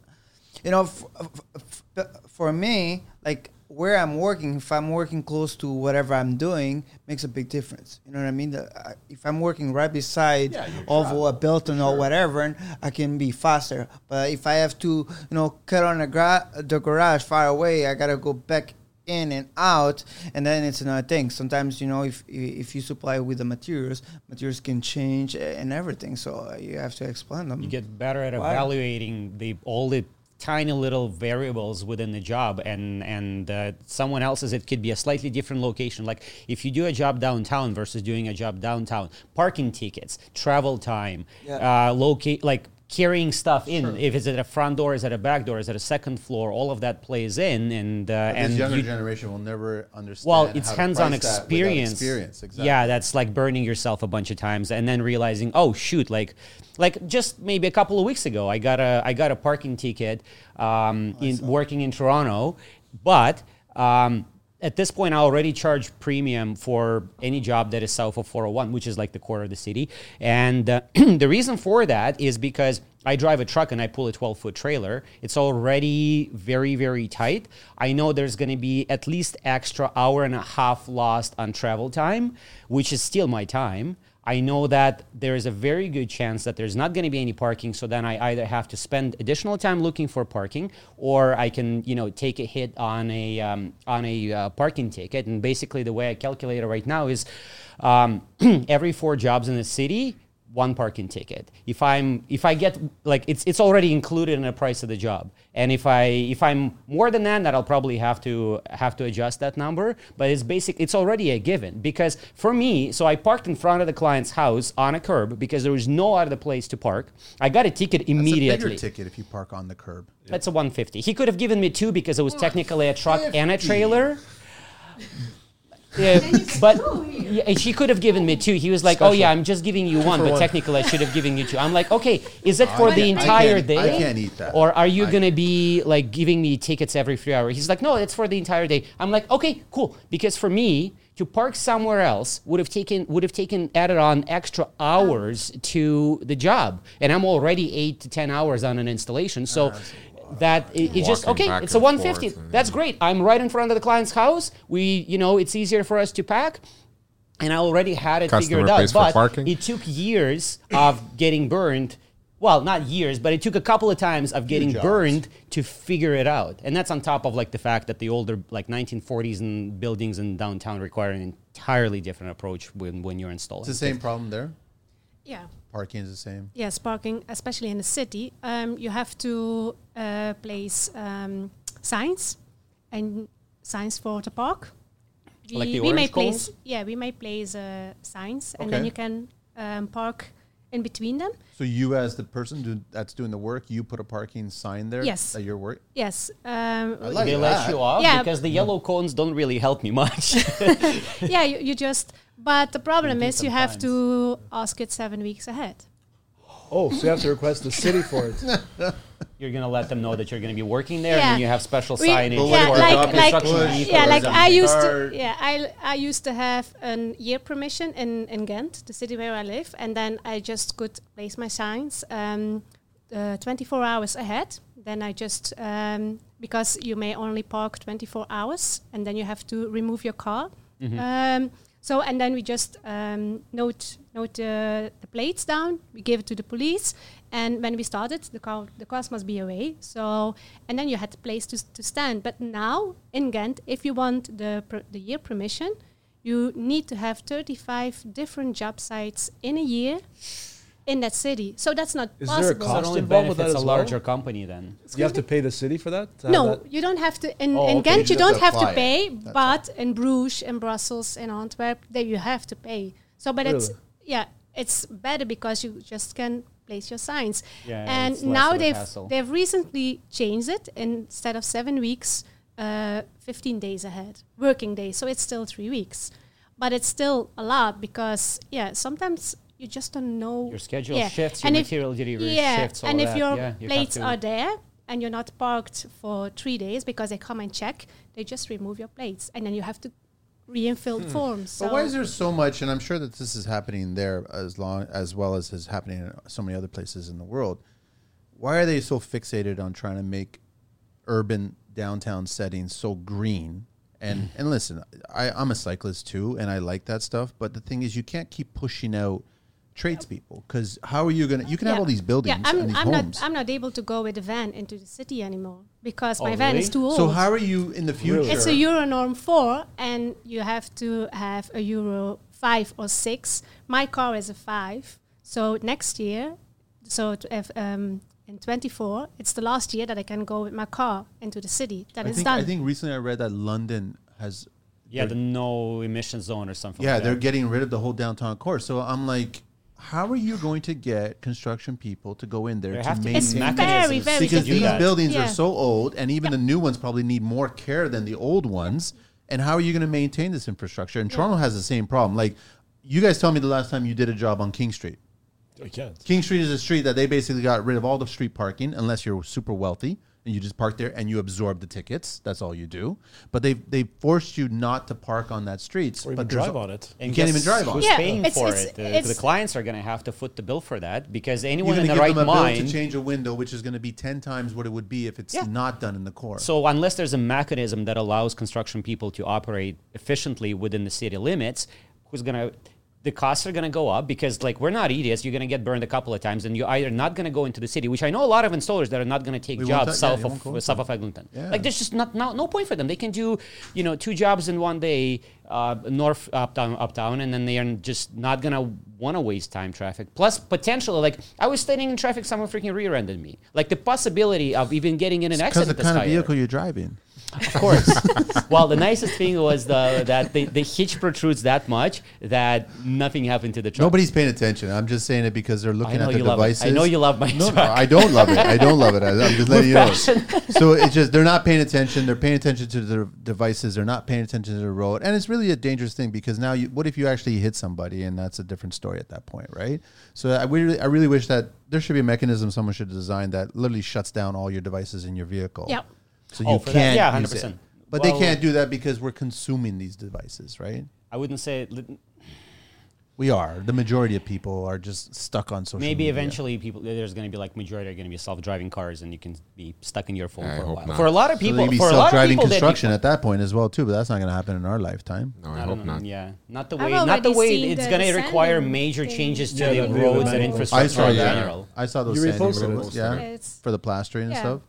Speaker 6: you know, f- f- f- for me, like where I'm working, if I'm working close to whatever I'm doing, makes a big difference. You know what I mean? The, I if I'm working right beside
Speaker 2: Yeah,
Speaker 6: yeah,
Speaker 2: you're
Speaker 6: Ovo, a Belton or whatever, and I can be faster. But if I have to, you know, cut on the, gra- the garage far away, I gotta go back in and out and then it's another thing sometimes you know if if you supply with the materials materials can change a- and everything so uh, you have to explain them
Speaker 4: You get better at
Speaker 6: Wow.
Speaker 4: evaluating the all the tiny little variables within the job and and uh, someone else's it could be a slightly different location like if you do a job downtown versus doing a job downtown parking tickets travel time
Speaker 6: Yeah.
Speaker 4: uh, locate like carrying stuff in if it's at a front door is it a back door is it a second floor all of that plays in and uh,
Speaker 2: And
Speaker 4: and
Speaker 2: this younger
Speaker 4: you-
Speaker 2: generation will never understand.
Speaker 4: well it's
Speaker 2: how to
Speaker 4: hands-on
Speaker 2: price that without
Speaker 4: experience
Speaker 2: Experience, exactly.
Speaker 4: yeah that's like burning yourself a bunch of times and then realizing oh shoot like like just maybe a couple of weeks ago i got a i got a parking ticket um,
Speaker 2: Oh,
Speaker 4: in working in toronto but um, at this point i already charge premium for any job that is south of 401 which is like the core of the city and uh, the reason for that is because I drive a truck and I pull a 12 foot trailer. It's already very, very tight. I know there's going to be at least extra hour and a half lost on travel time, which is still my time. I know that there is a very good chance that there's not going to be any parking. So then I either have to spend additional time looking for parking, or I can, you know, take a hit on a um, on a uh, parking ticket. And basically, the way I calculate it right now is um, every four jobs in the city, one parking ticket. If I'm if I get like it's it's already included in the price of the job. And if I if I'm more than that, that I'll probably have to have to adjust that number. But it's basic it's already a given. Because for me, so I parked in front of the client's house on a curb because there was no other place to park. I got a ticket
Speaker 2: That's
Speaker 4: immediately.
Speaker 2: a bigger ticket if you park on the curb.
Speaker 4: That's a 150. He could have given me two because it was technically a truck and a trailer. Yeah, but yeah, and she could have given me two. He was like, "Oh yeah, I'm just giving you one,
Speaker 3: for
Speaker 4: but
Speaker 3: one.
Speaker 4: technically I should have given you two. I'm like, "Okay, is it for
Speaker 2: I
Speaker 4: the
Speaker 2: can't- I
Speaker 4: entire
Speaker 2: can't-
Speaker 4: day?
Speaker 2: I can't eat that.
Speaker 4: Or are you
Speaker 2: I-
Speaker 4: gonna be like giving me tickets every three hours?" He's like, "No, it's for the entire day." I'm like, "Okay, cool," because for me to park somewhere else would have taken would have taken added on extra hours to the job, and I'm already eight to ten hours on an installation, so. that it, it's just
Speaker 5: Walking
Speaker 4: okay.
Speaker 5: back
Speaker 4: It's a
Speaker 5: and
Speaker 4: 150.
Speaker 5: forth and-
Speaker 4: That's great. I'm right in front of the client's house. We, you know, it's easier for us to pack. And I already had it
Speaker 5: Customer
Speaker 4: figured out,
Speaker 5: pays for
Speaker 4: but
Speaker 5: parking.
Speaker 4: it took years of getting burned. Well, not years, but it took a couple of times of getting
Speaker 2: jobs.
Speaker 4: burned to figure it out. And that's on top of like the fact that the older, like 1940s and buildings in downtown require an entirely different approach when, when you're installing.
Speaker 2: It's the same problem there.
Speaker 1: Yeah.
Speaker 2: Parking is the same.
Speaker 1: Yes, parking, especially in the city, um, you have to uh, place um, signs and signs for the park. We,
Speaker 4: Like the
Speaker 1: we may
Speaker 4: orange
Speaker 1: place,
Speaker 4: cones?
Speaker 1: yeah, we may place uh, signs, and then
Speaker 2: Okay.
Speaker 1: you can um, park in between them.
Speaker 2: So you, as the person do, that's doing the work, you put a parking sign there.
Speaker 1: Yes.
Speaker 2: At your work.
Speaker 1: Yes, um,
Speaker 2: I like
Speaker 4: They
Speaker 2: that.
Speaker 4: let you off
Speaker 1: Yeah.
Speaker 4: because the yellow cones don't really help me much.
Speaker 1: yeah, you, you just. But the problem is, you have to ask it seven weeks ahead.
Speaker 3: oh, so you have to request the city for it.
Speaker 4: you're gonna let them know that you're gonna be working there,
Speaker 1: Yeah.
Speaker 4: and then you have special
Speaker 1: We-
Speaker 4: signage
Speaker 2: But what
Speaker 1: yeah,
Speaker 2: if
Speaker 4: for
Speaker 2: our
Speaker 1: like,
Speaker 2: job is
Speaker 1: like,
Speaker 2: construction
Speaker 4: construction.
Speaker 2: pushed
Speaker 1: yeah,
Speaker 2: or
Speaker 1: like
Speaker 2: is
Speaker 1: I used
Speaker 2: hard?
Speaker 1: to, yeah, I, I used to have an year permission in, in Ghent, the city where I live, and then I just could place my signs um, uh, 24 hours ahead. Then I just, um, because you may only park 24 hours, and then you have to remove your car. Um, So and then we just um, note note uh, the plates down. We gave it to the police, and when we started, the car the cars must be away. So and then you had place to to stand. But now in Ghent, if you want the per, the year permission, you need to have 35 different job sites in a year in that city. So that's not
Speaker 3: Is there
Speaker 1: possible.
Speaker 4: So
Speaker 3: a
Speaker 4: it
Speaker 3: Cost
Speaker 4: only
Speaker 3: involved with
Speaker 4: benefits
Speaker 3: that
Speaker 4: a
Speaker 3: as well?
Speaker 4: larger company then.
Speaker 3: you have to pay the city for that? to have
Speaker 1: No,
Speaker 3: that?
Speaker 1: you don't have to. In,
Speaker 3: Oh,
Speaker 1: in
Speaker 3: okay.
Speaker 1: Ghent,
Speaker 2: You
Speaker 1: you
Speaker 2: just
Speaker 1: don't have to
Speaker 2: apply it.
Speaker 1: pay,
Speaker 2: That's
Speaker 1: but in Bruges, in Brussels, in Antwerp, there you have to pay. So, but it's
Speaker 3: Really?
Speaker 1: yeah, it's better because you just can place your signs.
Speaker 4: Yeah,
Speaker 1: and
Speaker 4: it's less
Speaker 1: now
Speaker 4: of a
Speaker 1: they've
Speaker 4: hassle.
Speaker 1: they've recently changed it. Instead of seven weeks, uh, fifteen days ahead working days. So it's still three weeks, but it's still a lot because yeah, sometimes you just don't know
Speaker 4: Your schedule
Speaker 1: yeah.
Speaker 4: shifts, your
Speaker 1: And if-
Speaker 4: material delivery
Speaker 1: yeah,
Speaker 4: shifts, all
Speaker 1: and if
Speaker 4: that.
Speaker 1: your
Speaker 4: yeah, you have
Speaker 1: plates
Speaker 4: to-
Speaker 1: are there and you're not parked for three days because they come and check, they just remove your plates, and then you have to reinfill forms. So
Speaker 2: Hmm. But why is there so much? And I'm sure that this is happening there as long as well as is happening in so many other places in the world. Why are they so fixated on trying to make urban downtown settings so green? And
Speaker 1: Mm.
Speaker 2: and listen, I, I'm a cyclist too, and I like that stuff. But the thing is, you can't keep pushing out tradespeople because how are you gonna? You can have
Speaker 1: Yeah.
Speaker 2: all these buildings
Speaker 1: Yeah, I'm,
Speaker 2: and these
Speaker 1: I'm
Speaker 2: homes.
Speaker 1: not. I'm not able to go with the van into the city anymore because
Speaker 4: Oh,
Speaker 1: my van is
Speaker 4: really?
Speaker 1: too old.
Speaker 2: so how are you in the future?
Speaker 1: it's a Euro norm four, and you have to have a Euro five or six. My car is a five, so next year, so t- if, um, in 24, it's the last year that I can go with my car into the city. That
Speaker 2: I
Speaker 1: is
Speaker 2: think,
Speaker 1: done.
Speaker 2: I think recently I read that London has
Speaker 4: yeah, the no emission zone or something.
Speaker 2: Yeah,
Speaker 4: like
Speaker 2: they're
Speaker 4: that.
Speaker 2: getting rid of the whole downtown core. So I'm like, how are you going to get construction people to go in there,
Speaker 4: There
Speaker 2: to
Speaker 4: have to be
Speaker 2: maintain?
Speaker 1: It's
Speaker 4: mechanisms
Speaker 1: very, very
Speaker 4: to
Speaker 2: because
Speaker 4: do
Speaker 2: these
Speaker 4: that.
Speaker 2: buildings are
Speaker 1: Yeah.
Speaker 2: so old, and even the new ones probably need more care than the old ones. And how are you going to maintain this infrastructure? And Toronto has the same problem. Like, you guys tell me the last time you did a job on King Street.
Speaker 3: You can't.
Speaker 2: King Street is a street that they basically got rid of all the street parking unless you're super wealthy and you just park there and you absorb the tickets. That's all you do. But they they forced you not to park on that street.
Speaker 3: Or even
Speaker 2: but there's-
Speaker 3: drive on it.
Speaker 4: And
Speaker 2: you can't
Speaker 4: guess
Speaker 2: even drive on.
Speaker 4: Who's
Speaker 2: it.
Speaker 1: Yeah,
Speaker 4: paying
Speaker 1: it's-
Speaker 4: for
Speaker 1: it's-
Speaker 4: it? The,
Speaker 1: it's-
Speaker 4: the clients are going to have to foot the bill for that because
Speaker 2: You're
Speaker 4: anyone
Speaker 2: going
Speaker 4: in
Speaker 2: to
Speaker 4: the
Speaker 2: give
Speaker 4: right
Speaker 2: them a bill
Speaker 4: mind
Speaker 2: to change a window, which is going to be ten times what it would be if it's
Speaker 4: Yeah.
Speaker 2: not done in the core.
Speaker 4: So unless there's a mechanism that allows construction people to operate efficiently within the city limits, who's gonna the costs are gonna go up because like we're not idiots. You're gonna get burned a couple of times, and you're either not gonna go into the city, which I know a lot of installers that are not gonna take
Speaker 2: We won't
Speaker 4: jobs
Speaker 2: ta- yeah,
Speaker 4: south
Speaker 2: they won't go
Speaker 4: of south of Eglinton.
Speaker 2: Yeah.
Speaker 4: Like there's just not no, no point for them. They can do you know two jobs in one day, uh, north uptown uptown, and then they are just not gonna want to waste time traffic. Plus potentially like I was standing in traffic, someone freaking rear-ended me. Like the possibility of even getting in an
Speaker 2: because the
Speaker 4: accident is
Speaker 2: kind of
Speaker 4: higher.
Speaker 2: vehicle you're driving.
Speaker 4: Of course. well, the nicest thing was the, that the, the hitch protrudes that much that nothing happened to the truck.
Speaker 2: Nobody's paying attention. I'm just saying it because they're looking
Speaker 4: I know
Speaker 2: at their
Speaker 4: you love it. I
Speaker 2: devices.
Speaker 4: know you love my
Speaker 2: No, no,
Speaker 4: truck.
Speaker 2: I don't love it. I don't love it. I- I'm just letting you know.
Speaker 4: fashion.
Speaker 2: So it's just they're not paying attention. They're paying attention to their devices. They're not paying attention to the road, and it's really a dangerous thing because now, you, what if you actually hit somebody, and that's a different story at that point, right? So I really, I really wish that there should be a mechanism someone should design that literally shuts down all your devices in your vehicle.
Speaker 1: Yep.
Speaker 2: So
Speaker 4: Oh,
Speaker 2: you
Speaker 4: for that-
Speaker 2: can't.
Speaker 4: yeah,
Speaker 2: use it.
Speaker 4: 100%.
Speaker 2: But they
Speaker 4: Well-
Speaker 2: can't do that because we're consuming these devices, right?
Speaker 4: I wouldn't say it. li-
Speaker 2: We are. The majority of people are just stuck on social.
Speaker 4: Maybe
Speaker 2: media.
Speaker 4: eventually people there's going to be like majority are going to be self-driving cars and you can be stuck in your phone
Speaker 5: I
Speaker 4: for a
Speaker 5: hope
Speaker 4: while.
Speaker 5: not.
Speaker 4: For a lot of
Speaker 2: So
Speaker 4: people,
Speaker 2: there'd be
Speaker 4: for a lot of
Speaker 2: self-driving
Speaker 4: people, that'd be-
Speaker 2: construction at that point as well too, but that's not going to happen in our lifetime.
Speaker 5: No, I,
Speaker 4: I
Speaker 5: hope
Speaker 4: don't know.
Speaker 5: not.
Speaker 4: Yeah, not the
Speaker 1: I've
Speaker 4: way. Not the
Speaker 1: already
Speaker 4: way
Speaker 1: seen
Speaker 4: it's
Speaker 1: the
Speaker 4: going to require
Speaker 1: sand
Speaker 4: major
Speaker 1: thing.
Speaker 4: changes to
Speaker 3: Yeah,
Speaker 4: the
Speaker 3: the real
Speaker 4: roads and
Speaker 3: manual. I
Speaker 2: I
Speaker 4: infrastructure
Speaker 2: saw
Speaker 4: in
Speaker 5: yeah.
Speaker 4: general.
Speaker 2: I saw those
Speaker 3: You
Speaker 2: sanding
Speaker 3: reposted it.
Speaker 2: roads, yeah,
Speaker 1: It's-
Speaker 2: for the plastering and
Speaker 1: Yeah.
Speaker 2: stuff.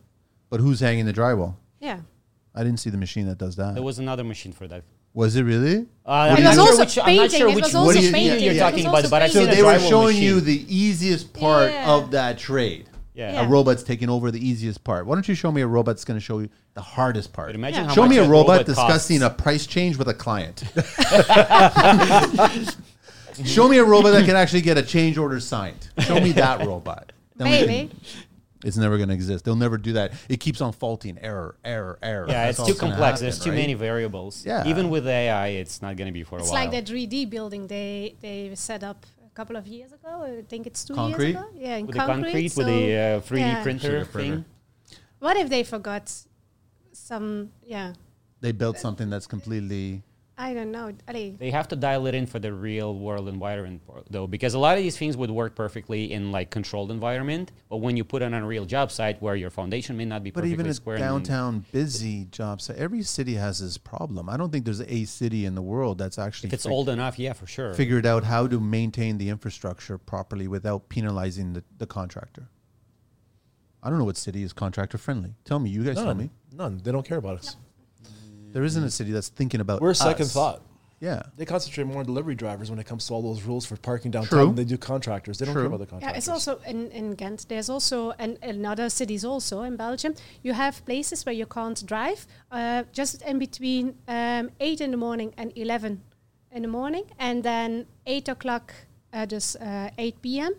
Speaker 2: But who's hanging the drywall?
Speaker 1: yeah.
Speaker 2: I didn't see the machine that does that.
Speaker 4: There
Speaker 2: Was,
Speaker 4: was another machine for that.
Speaker 2: it really?
Speaker 4: Uh,
Speaker 1: It
Speaker 4: I'm,
Speaker 1: was
Speaker 4: not sure
Speaker 1: also
Speaker 4: which, I'm not
Speaker 1: painting.
Speaker 4: sure
Speaker 1: It
Speaker 4: which
Speaker 1: was also
Speaker 2: What do you-
Speaker 1: painting.
Speaker 2: yeah,
Speaker 4: you're
Speaker 2: yeah.
Speaker 4: talking
Speaker 1: It
Speaker 4: about,
Speaker 1: was
Speaker 4: but I've
Speaker 1: also
Speaker 2: So
Speaker 4: seen a
Speaker 2: they were
Speaker 4: drywall
Speaker 2: showing you
Speaker 4: machine.
Speaker 2: the easiest part
Speaker 1: Yeah.
Speaker 2: of that trade.
Speaker 4: Yeah.
Speaker 2: A
Speaker 1: Yeah.
Speaker 2: robot's taking over the easiest part. Why don't you show me a robot that's going to show you the hardest part?
Speaker 4: But imagine
Speaker 1: Yeah.
Speaker 4: how
Speaker 2: Show
Speaker 4: much
Speaker 2: me a robot,
Speaker 4: costs.
Speaker 2: discussing a price change with a client. Show me a robot that can actually get a change order signed. Show me that robot. Then we can-
Speaker 1: Maybe.
Speaker 2: It's never going to exist. They'll never do that. It keeps on faulting. Error, error, error.
Speaker 4: Yeah,
Speaker 2: That's all
Speaker 4: it's too
Speaker 2: that's gonna
Speaker 4: complex. There's
Speaker 2: happen,
Speaker 4: too
Speaker 2: right?
Speaker 4: many variables.
Speaker 2: Yeah.
Speaker 4: Even with AI, it's not going to be for a
Speaker 1: It's
Speaker 4: while.
Speaker 1: like that 3D building they they set up a couple of years ago. I think it's two
Speaker 2: Concrete?
Speaker 1: years ago. Yeah, in
Speaker 4: with the
Speaker 1: concrete.
Speaker 4: concrete, with
Speaker 1: so
Speaker 4: the uh, 3D
Speaker 1: yeah.
Speaker 4: printer
Speaker 5: 3D printer.
Speaker 4: thing.
Speaker 1: What if they forgot some? Yeah,
Speaker 2: They built something that's completely
Speaker 1: I don't know. Allez,
Speaker 4: They have to dial it in for the real world environment, po- though, because a lot of these things would work perfectly in like controlled environment. But when you put it on a real job site where your foundation may not be
Speaker 2: But
Speaker 4: perfectly
Speaker 2: even
Speaker 4: square,
Speaker 2: a
Speaker 4: and-
Speaker 2: downtown busy job site, every city has this problem. I don't think there's a city in the world that's actually
Speaker 4: if it's
Speaker 2: fig-
Speaker 4: old enough, yeah, for sure.
Speaker 2: figured out how to maintain the infrastructure properly without penalizing the, the contractor. I don't know what city is contractor friendly. Tell me, you guys tell me.
Speaker 3: None. None. They don't care about us.
Speaker 2: There isn't a city that's thinking about
Speaker 3: We're second
Speaker 2: us.
Speaker 3: thought.
Speaker 2: Yeah.
Speaker 3: They concentrate more on delivery drivers when it comes to all those rules for parking downtown
Speaker 2: True.
Speaker 3: than they do contractors. They don't
Speaker 2: True.
Speaker 3: care about the
Speaker 1: Yeah,
Speaker 3: contractors.
Speaker 1: it's also in, in Ghent. There's also and in other cities also in Belgium. You have places where you can't drive uh, just in between um, eight in the morning and eleven in the morning, and then eight o'clock, uh, just uh, eight p.m.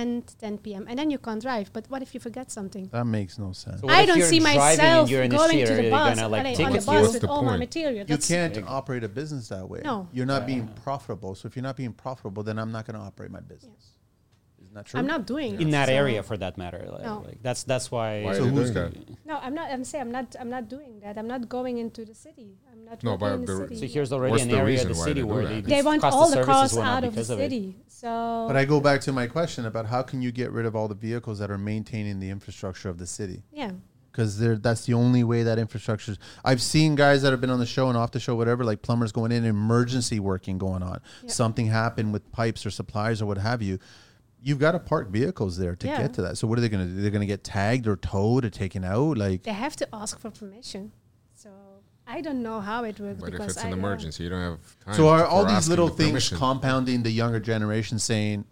Speaker 1: and ten p.m. and then you can't drive. But what if you forget something?
Speaker 2: That makes no sense.
Speaker 4: So what
Speaker 1: I
Speaker 4: if
Speaker 1: don't
Speaker 4: you're
Speaker 1: see
Speaker 4: driving and
Speaker 1: myself
Speaker 4: you're in the
Speaker 1: going
Speaker 4: city,
Speaker 1: to
Speaker 4: are
Speaker 1: the
Speaker 4: they
Speaker 1: bus
Speaker 4: gonna, like,
Speaker 1: allee,
Speaker 4: take
Speaker 1: on
Speaker 4: you?
Speaker 1: the
Speaker 4: What's
Speaker 1: bus
Speaker 5: the
Speaker 1: with all my
Speaker 5: point?
Speaker 1: material.
Speaker 2: you
Speaker 1: That's-
Speaker 2: can't operate a business that way.
Speaker 1: No.
Speaker 2: You're not being profitable. So if you're not being profitable, then I'm not going to operate my business. Isn't that true?
Speaker 1: I'm not doing
Speaker 4: in
Speaker 1: it,
Speaker 4: that
Speaker 1: so-
Speaker 4: area, for that matter. Like,
Speaker 1: No.
Speaker 4: like, that's that's why.
Speaker 5: Why
Speaker 2: So
Speaker 5: are you
Speaker 2: who's
Speaker 5: doing that?
Speaker 1: No, I'm not. I'm saying I'm not. I'm not doing that. I'm not going into the city. I'm not.
Speaker 5: No,
Speaker 1: working
Speaker 5: but
Speaker 1: in the
Speaker 5: the-
Speaker 1: city.
Speaker 4: So here's already
Speaker 5: What's
Speaker 4: an
Speaker 5: the
Speaker 4: area of
Speaker 5: reason
Speaker 4: the
Speaker 5: why
Speaker 4: city
Speaker 5: they do
Speaker 4: where
Speaker 5: that?
Speaker 4: they,
Speaker 1: they want
Speaker 4: cost
Speaker 1: all
Speaker 4: of
Speaker 1: the
Speaker 4: services
Speaker 1: cars
Speaker 4: went up
Speaker 1: out of the
Speaker 4: because of it.
Speaker 1: city. So
Speaker 2: But I go back to my question about how can you get rid of all the vehicles that are maintaining the infrastructure of the city?
Speaker 1: yeah,
Speaker 2: because they're that's the only way that infrastructure. I've seen guys that have been on the show and off the show, whatever, like plumbers going in, emergency working going on.
Speaker 1: Yeah.
Speaker 2: Something happened with pipes or supplies or what have you. You've got to park vehicles there to
Speaker 1: Yeah.
Speaker 2: get to that. So what are they going to do? They're going to get tagged or towed or taken out. Like
Speaker 1: they have to ask for permission. So I don't know how it works.
Speaker 5: But if
Speaker 1: because
Speaker 5: it's
Speaker 1: I
Speaker 5: an
Speaker 1: don't-
Speaker 5: emergency, you don't have time.
Speaker 2: so are
Speaker 5: to-
Speaker 2: all
Speaker 5: for
Speaker 2: these
Speaker 5: asking
Speaker 2: little
Speaker 5: the
Speaker 2: things
Speaker 5: permission.
Speaker 2: compounding the younger generation saying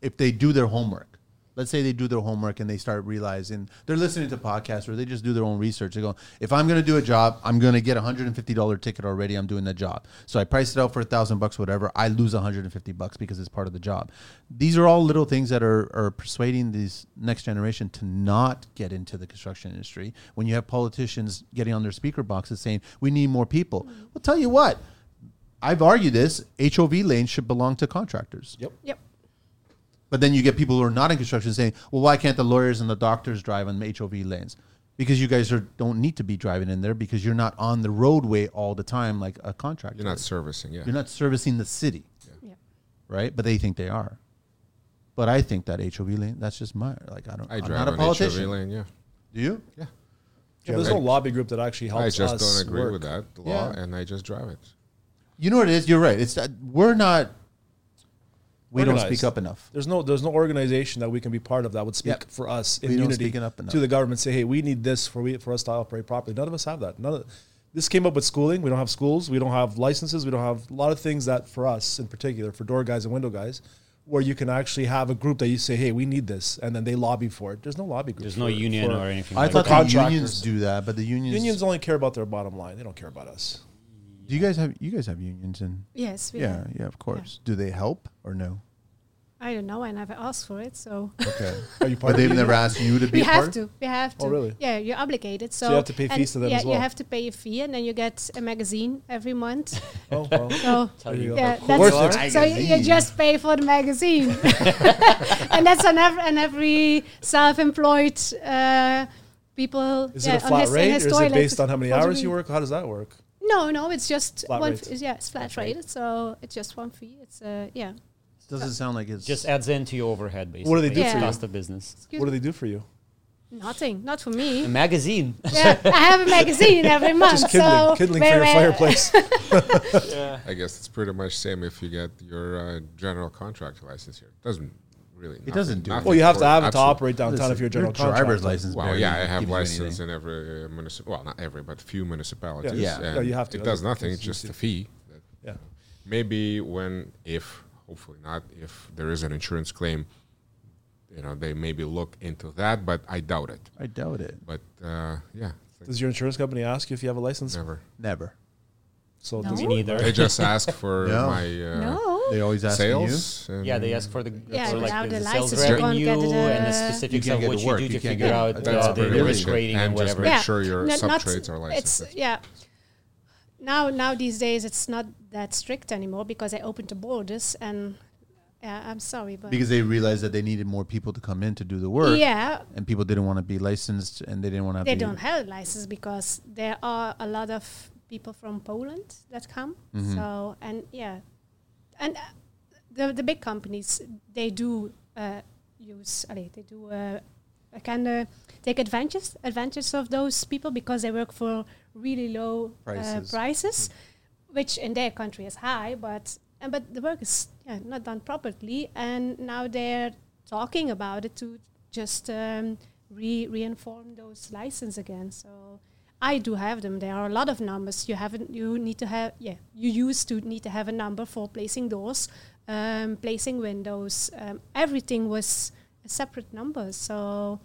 Speaker 2: if they do their homework. Let's say they do their homework and they start realizing they're listening to podcasts or they just do their own research. They go, if I'm going to do a job, I'm going to get a hundred and fifty dollar ticket already. I'm doing the job, so I price it out for a thousand bucks, whatever. I lose a hundred and fifty bucks because it's part of the job. These are all little things that are, are persuading these next generation to not get into the construction industry. When you have politicians getting on their speaker boxes saying we need more people, well, tell you what, I've argued this. HOV lanes should belong to contractors.
Speaker 3: Yep.
Speaker 1: Yep.
Speaker 2: But then you get people who are not in construction saying, "Well, why can't the lawyers and the doctors drive on HOV lanes?" Because you guys are, don't need to be driving in there because you're not on the roadway all the time like a contractor.
Speaker 5: You're not servicing, yeah.
Speaker 2: You're not servicing the city,
Speaker 1: Yep.
Speaker 2: right? But they think they are. But I think that HOV lane. That's just my like. I don't.
Speaker 5: I
Speaker 2: I'm
Speaker 5: drive
Speaker 2: not a
Speaker 5: on HOV
Speaker 2: politician.
Speaker 5: lane, yeah.
Speaker 2: Do you?
Speaker 5: Yeah.
Speaker 3: Yeah, there's no lobby group that actually helps
Speaker 5: I just
Speaker 3: us
Speaker 5: don't agree
Speaker 3: work.
Speaker 5: with that law,
Speaker 2: Yeah.
Speaker 5: and I just drive it.
Speaker 2: You know what it is. You're right. It's that we're not. We don't
Speaker 3: Organized.
Speaker 2: speak up enough.
Speaker 3: There's no there's no organization that we can be part of that would speak
Speaker 2: Yep.
Speaker 3: for us in
Speaker 2: We don't
Speaker 3: unity
Speaker 2: speak it up enough.
Speaker 3: to the government. Say, hey, we need this for we for us to operate properly. None of us have that. None of this came up with schooling. We don't have schools. We don't have licenses. We don't have a lot of things that for us in particular, for door guys and window guys, where you can actually have a group that you say, hey, we need this, and then they lobby for it. There's no lobby group.
Speaker 4: There's no
Speaker 3: for-
Speaker 4: union
Speaker 3: for-
Speaker 4: or anything.
Speaker 2: I
Speaker 4: like
Speaker 2: thought
Speaker 4: that.
Speaker 2: the unions
Speaker 3: contractors.
Speaker 2: do that, but the unions.
Speaker 3: Unions only care about their bottom line. They don't care about us.
Speaker 2: Do you guys have you guys have unions in?
Speaker 1: Yes. We
Speaker 2: Yeah,
Speaker 1: have.
Speaker 2: yeah, of course. Do they help or no?
Speaker 1: I don't know. I never asked for it, so
Speaker 2: Okay.
Speaker 3: Are you part
Speaker 2: but
Speaker 3: of the
Speaker 2: they've
Speaker 3: union?
Speaker 2: never asked you to be
Speaker 1: we
Speaker 2: a
Speaker 1: have
Speaker 2: part?
Speaker 1: to. We have to.
Speaker 3: Oh, really?
Speaker 1: Yeah, you're obligated. So,
Speaker 3: you have to pay
Speaker 1: and
Speaker 3: fees to them
Speaker 1: yeah,
Speaker 3: as well.
Speaker 1: you have to pay a fee, and then you get a magazine every month.
Speaker 3: Oh, well.
Speaker 1: So.
Speaker 4: Tell
Speaker 3: There you
Speaker 4: you
Speaker 3: go.
Speaker 1: Yeah,
Speaker 4: how cool
Speaker 1: that's
Speaker 4: you
Speaker 3: Worth
Speaker 4: are.
Speaker 1: so you, you just pay for the magazine, and that's on every, on every self-employed uh, people.
Speaker 3: Is
Speaker 1: yeah,
Speaker 3: it a
Speaker 1: on
Speaker 3: flat
Speaker 1: his- in
Speaker 3: rate or
Speaker 1: his
Speaker 3: is it
Speaker 1: toilet.
Speaker 3: based on how many
Speaker 1: What do
Speaker 3: hours you
Speaker 1: mean?
Speaker 3: work? How does that work?
Speaker 1: No, no, it's just
Speaker 3: Flat
Speaker 1: one.
Speaker 3: rate.
Speaker 1: F- yeah, it's flat
Speaker 3: Flat rate.
Speaker 1: rated, so it's just one fee. It's uh, yeah.
Speaker 2: Doesn't sound like it's
Speaker 4: just adds into your overhead basically.
Speaker 3: What do they
Speaker 1: do for
Speaker 4: It's
Speaker 1: you?
Speaker 4: cost of business?
Speaker 1: Excuse
Speaker 3: what do
Speaker 1: me.
Speaker 3: they do for you?
Speaker 1: Nothing, not for
Speaker 4: A
Speaker 1: me.
Speaker 4: magazine.
Speaker 1: yeah, I have a magazine every month.
Speaker 3: Just kindling,
Speaker 1: so
Speaker 3: kindling
Speaker 1: where-
Speaker 3: for your
Speaker 1: where-
Speaker 3: fireplace.
Speaker 5: I guess it's pretty much same if you get your uh, general contractor license here. Doesn't really. It
Speaker 2: doesn't do it.
Speaker 3: well, you have to have it to
Speaker 5: Absolutely.
Speaker 3: operate downtown if you're a general
Speaker 2: driver's
Speaker 3: contractor.
Speaker 2: license.
Speaker 5: Well,
Speaker 2: barely
Speaker 5: yeah, I have
Speaker 2: gives you
Speaker 5: license
Speaker 2: anything.
Speaker 5: in every uh, municipal. Well, not every, but few municipalities.
Speaker 2: Yeah.
Speaker 5: and
Speaker 3: Yeah, you have to,
Speaker 5: It does
Speaker 3: otherwise
Speaker 5: nothing.
Speaker 3: it's
Speaker 5: It's just
Speaker 3: easy.
Speaker 5: a fee.
Speaker 3: Yeah.
Speaker 5: Maybe when, if, hopefully not, if there is an insurance claim, you know, they maybe look into that, but I doubt it.
Speaker 2: I doubt it.
Speaker 5: But uh, yeah, it's
Speaker 3: Does your insurance company ask you if you have a license?
Speaker 5: never.
Speaker 2: Never.
Speaker 3: So
Speaker 1: No.
Speaker 3: does
Speaker 4: Me
Speaker 3: it-
Speaker 5: They
Speaker 4: neither.
Speaker 5: just ask for
Speaker 2: No.
Speaker 5: my uh,
Speaker 1: No.
Speaker 2: They always ask you.
Speaker 5: sales. and-
Speaker 4: Yeah, they ask for the
Speaker 1: Yeah,
Speaker 4: for
Speaker 1: without
Speaker 4: like the,
Speaker 1: the
Speaker 4: the sales
Speaker 1: license, you can't
Speaker 4: revenue
Speaker 1: get the-
Speaker 4: and the
Speaker 2: You
Speaker 4: specifics
Speaker 2: can't
Speaker 4: of
Speaker 2: get
Speaker 4: what
Speaker 2: to
Speaker 4: you
Speaker 2: work,
Speaker 4: do
Speaker 2: you
Speaker 4: to
Speaker 2: can't
Speaker 4: figure
Speaker 2: get-
Speaker 4: out
Speaker 2: That's
Speaker 4: uh, the
Speaker 2: pretty
Speaker 4: risk
Speaker 2: good.
Speaker 4: rating and
Speaker 5: And just
Speaker 4: whatever.
Speaker 5: make sure your
Speaker 1: No, not-
Speaker 5: subtrades are licensed.
Speaker 1: It's, yeah. Now, now these days, it's not that strict anymore because they opened the borders, and yeah, I'm sorry, but
Speaker 2: Because they realized that they needed more people to come in to do the work.
Speaker 1: yeah,
Speaker 2: And people didn't want to be licensed and they didn't want to
Speaker 1: they
Speaker 2: be
Speaker 1: don't have a license because there are a lot of people from Poland that come.
Speaker 5: Mm-hmm.
Speaker 2: Mhm.
Speaker 1: So and yeah, and uh, the the big companies they do uh, use allee, they do uh, kind of take advantages advantage of those people because they work for really low
Speaker 2: Prices.
Speaker 1: Uh, prices, which in their country is high, but uh, but the work is yeah, not done properly, and now they're talking about it to just um, re reinform those license again. So I do have them. There are a lot of numbers. You haven't. You need to have. Yeah, you used to need to have a number for placing doors, um, placing windows. Um, everything was a separate number. So,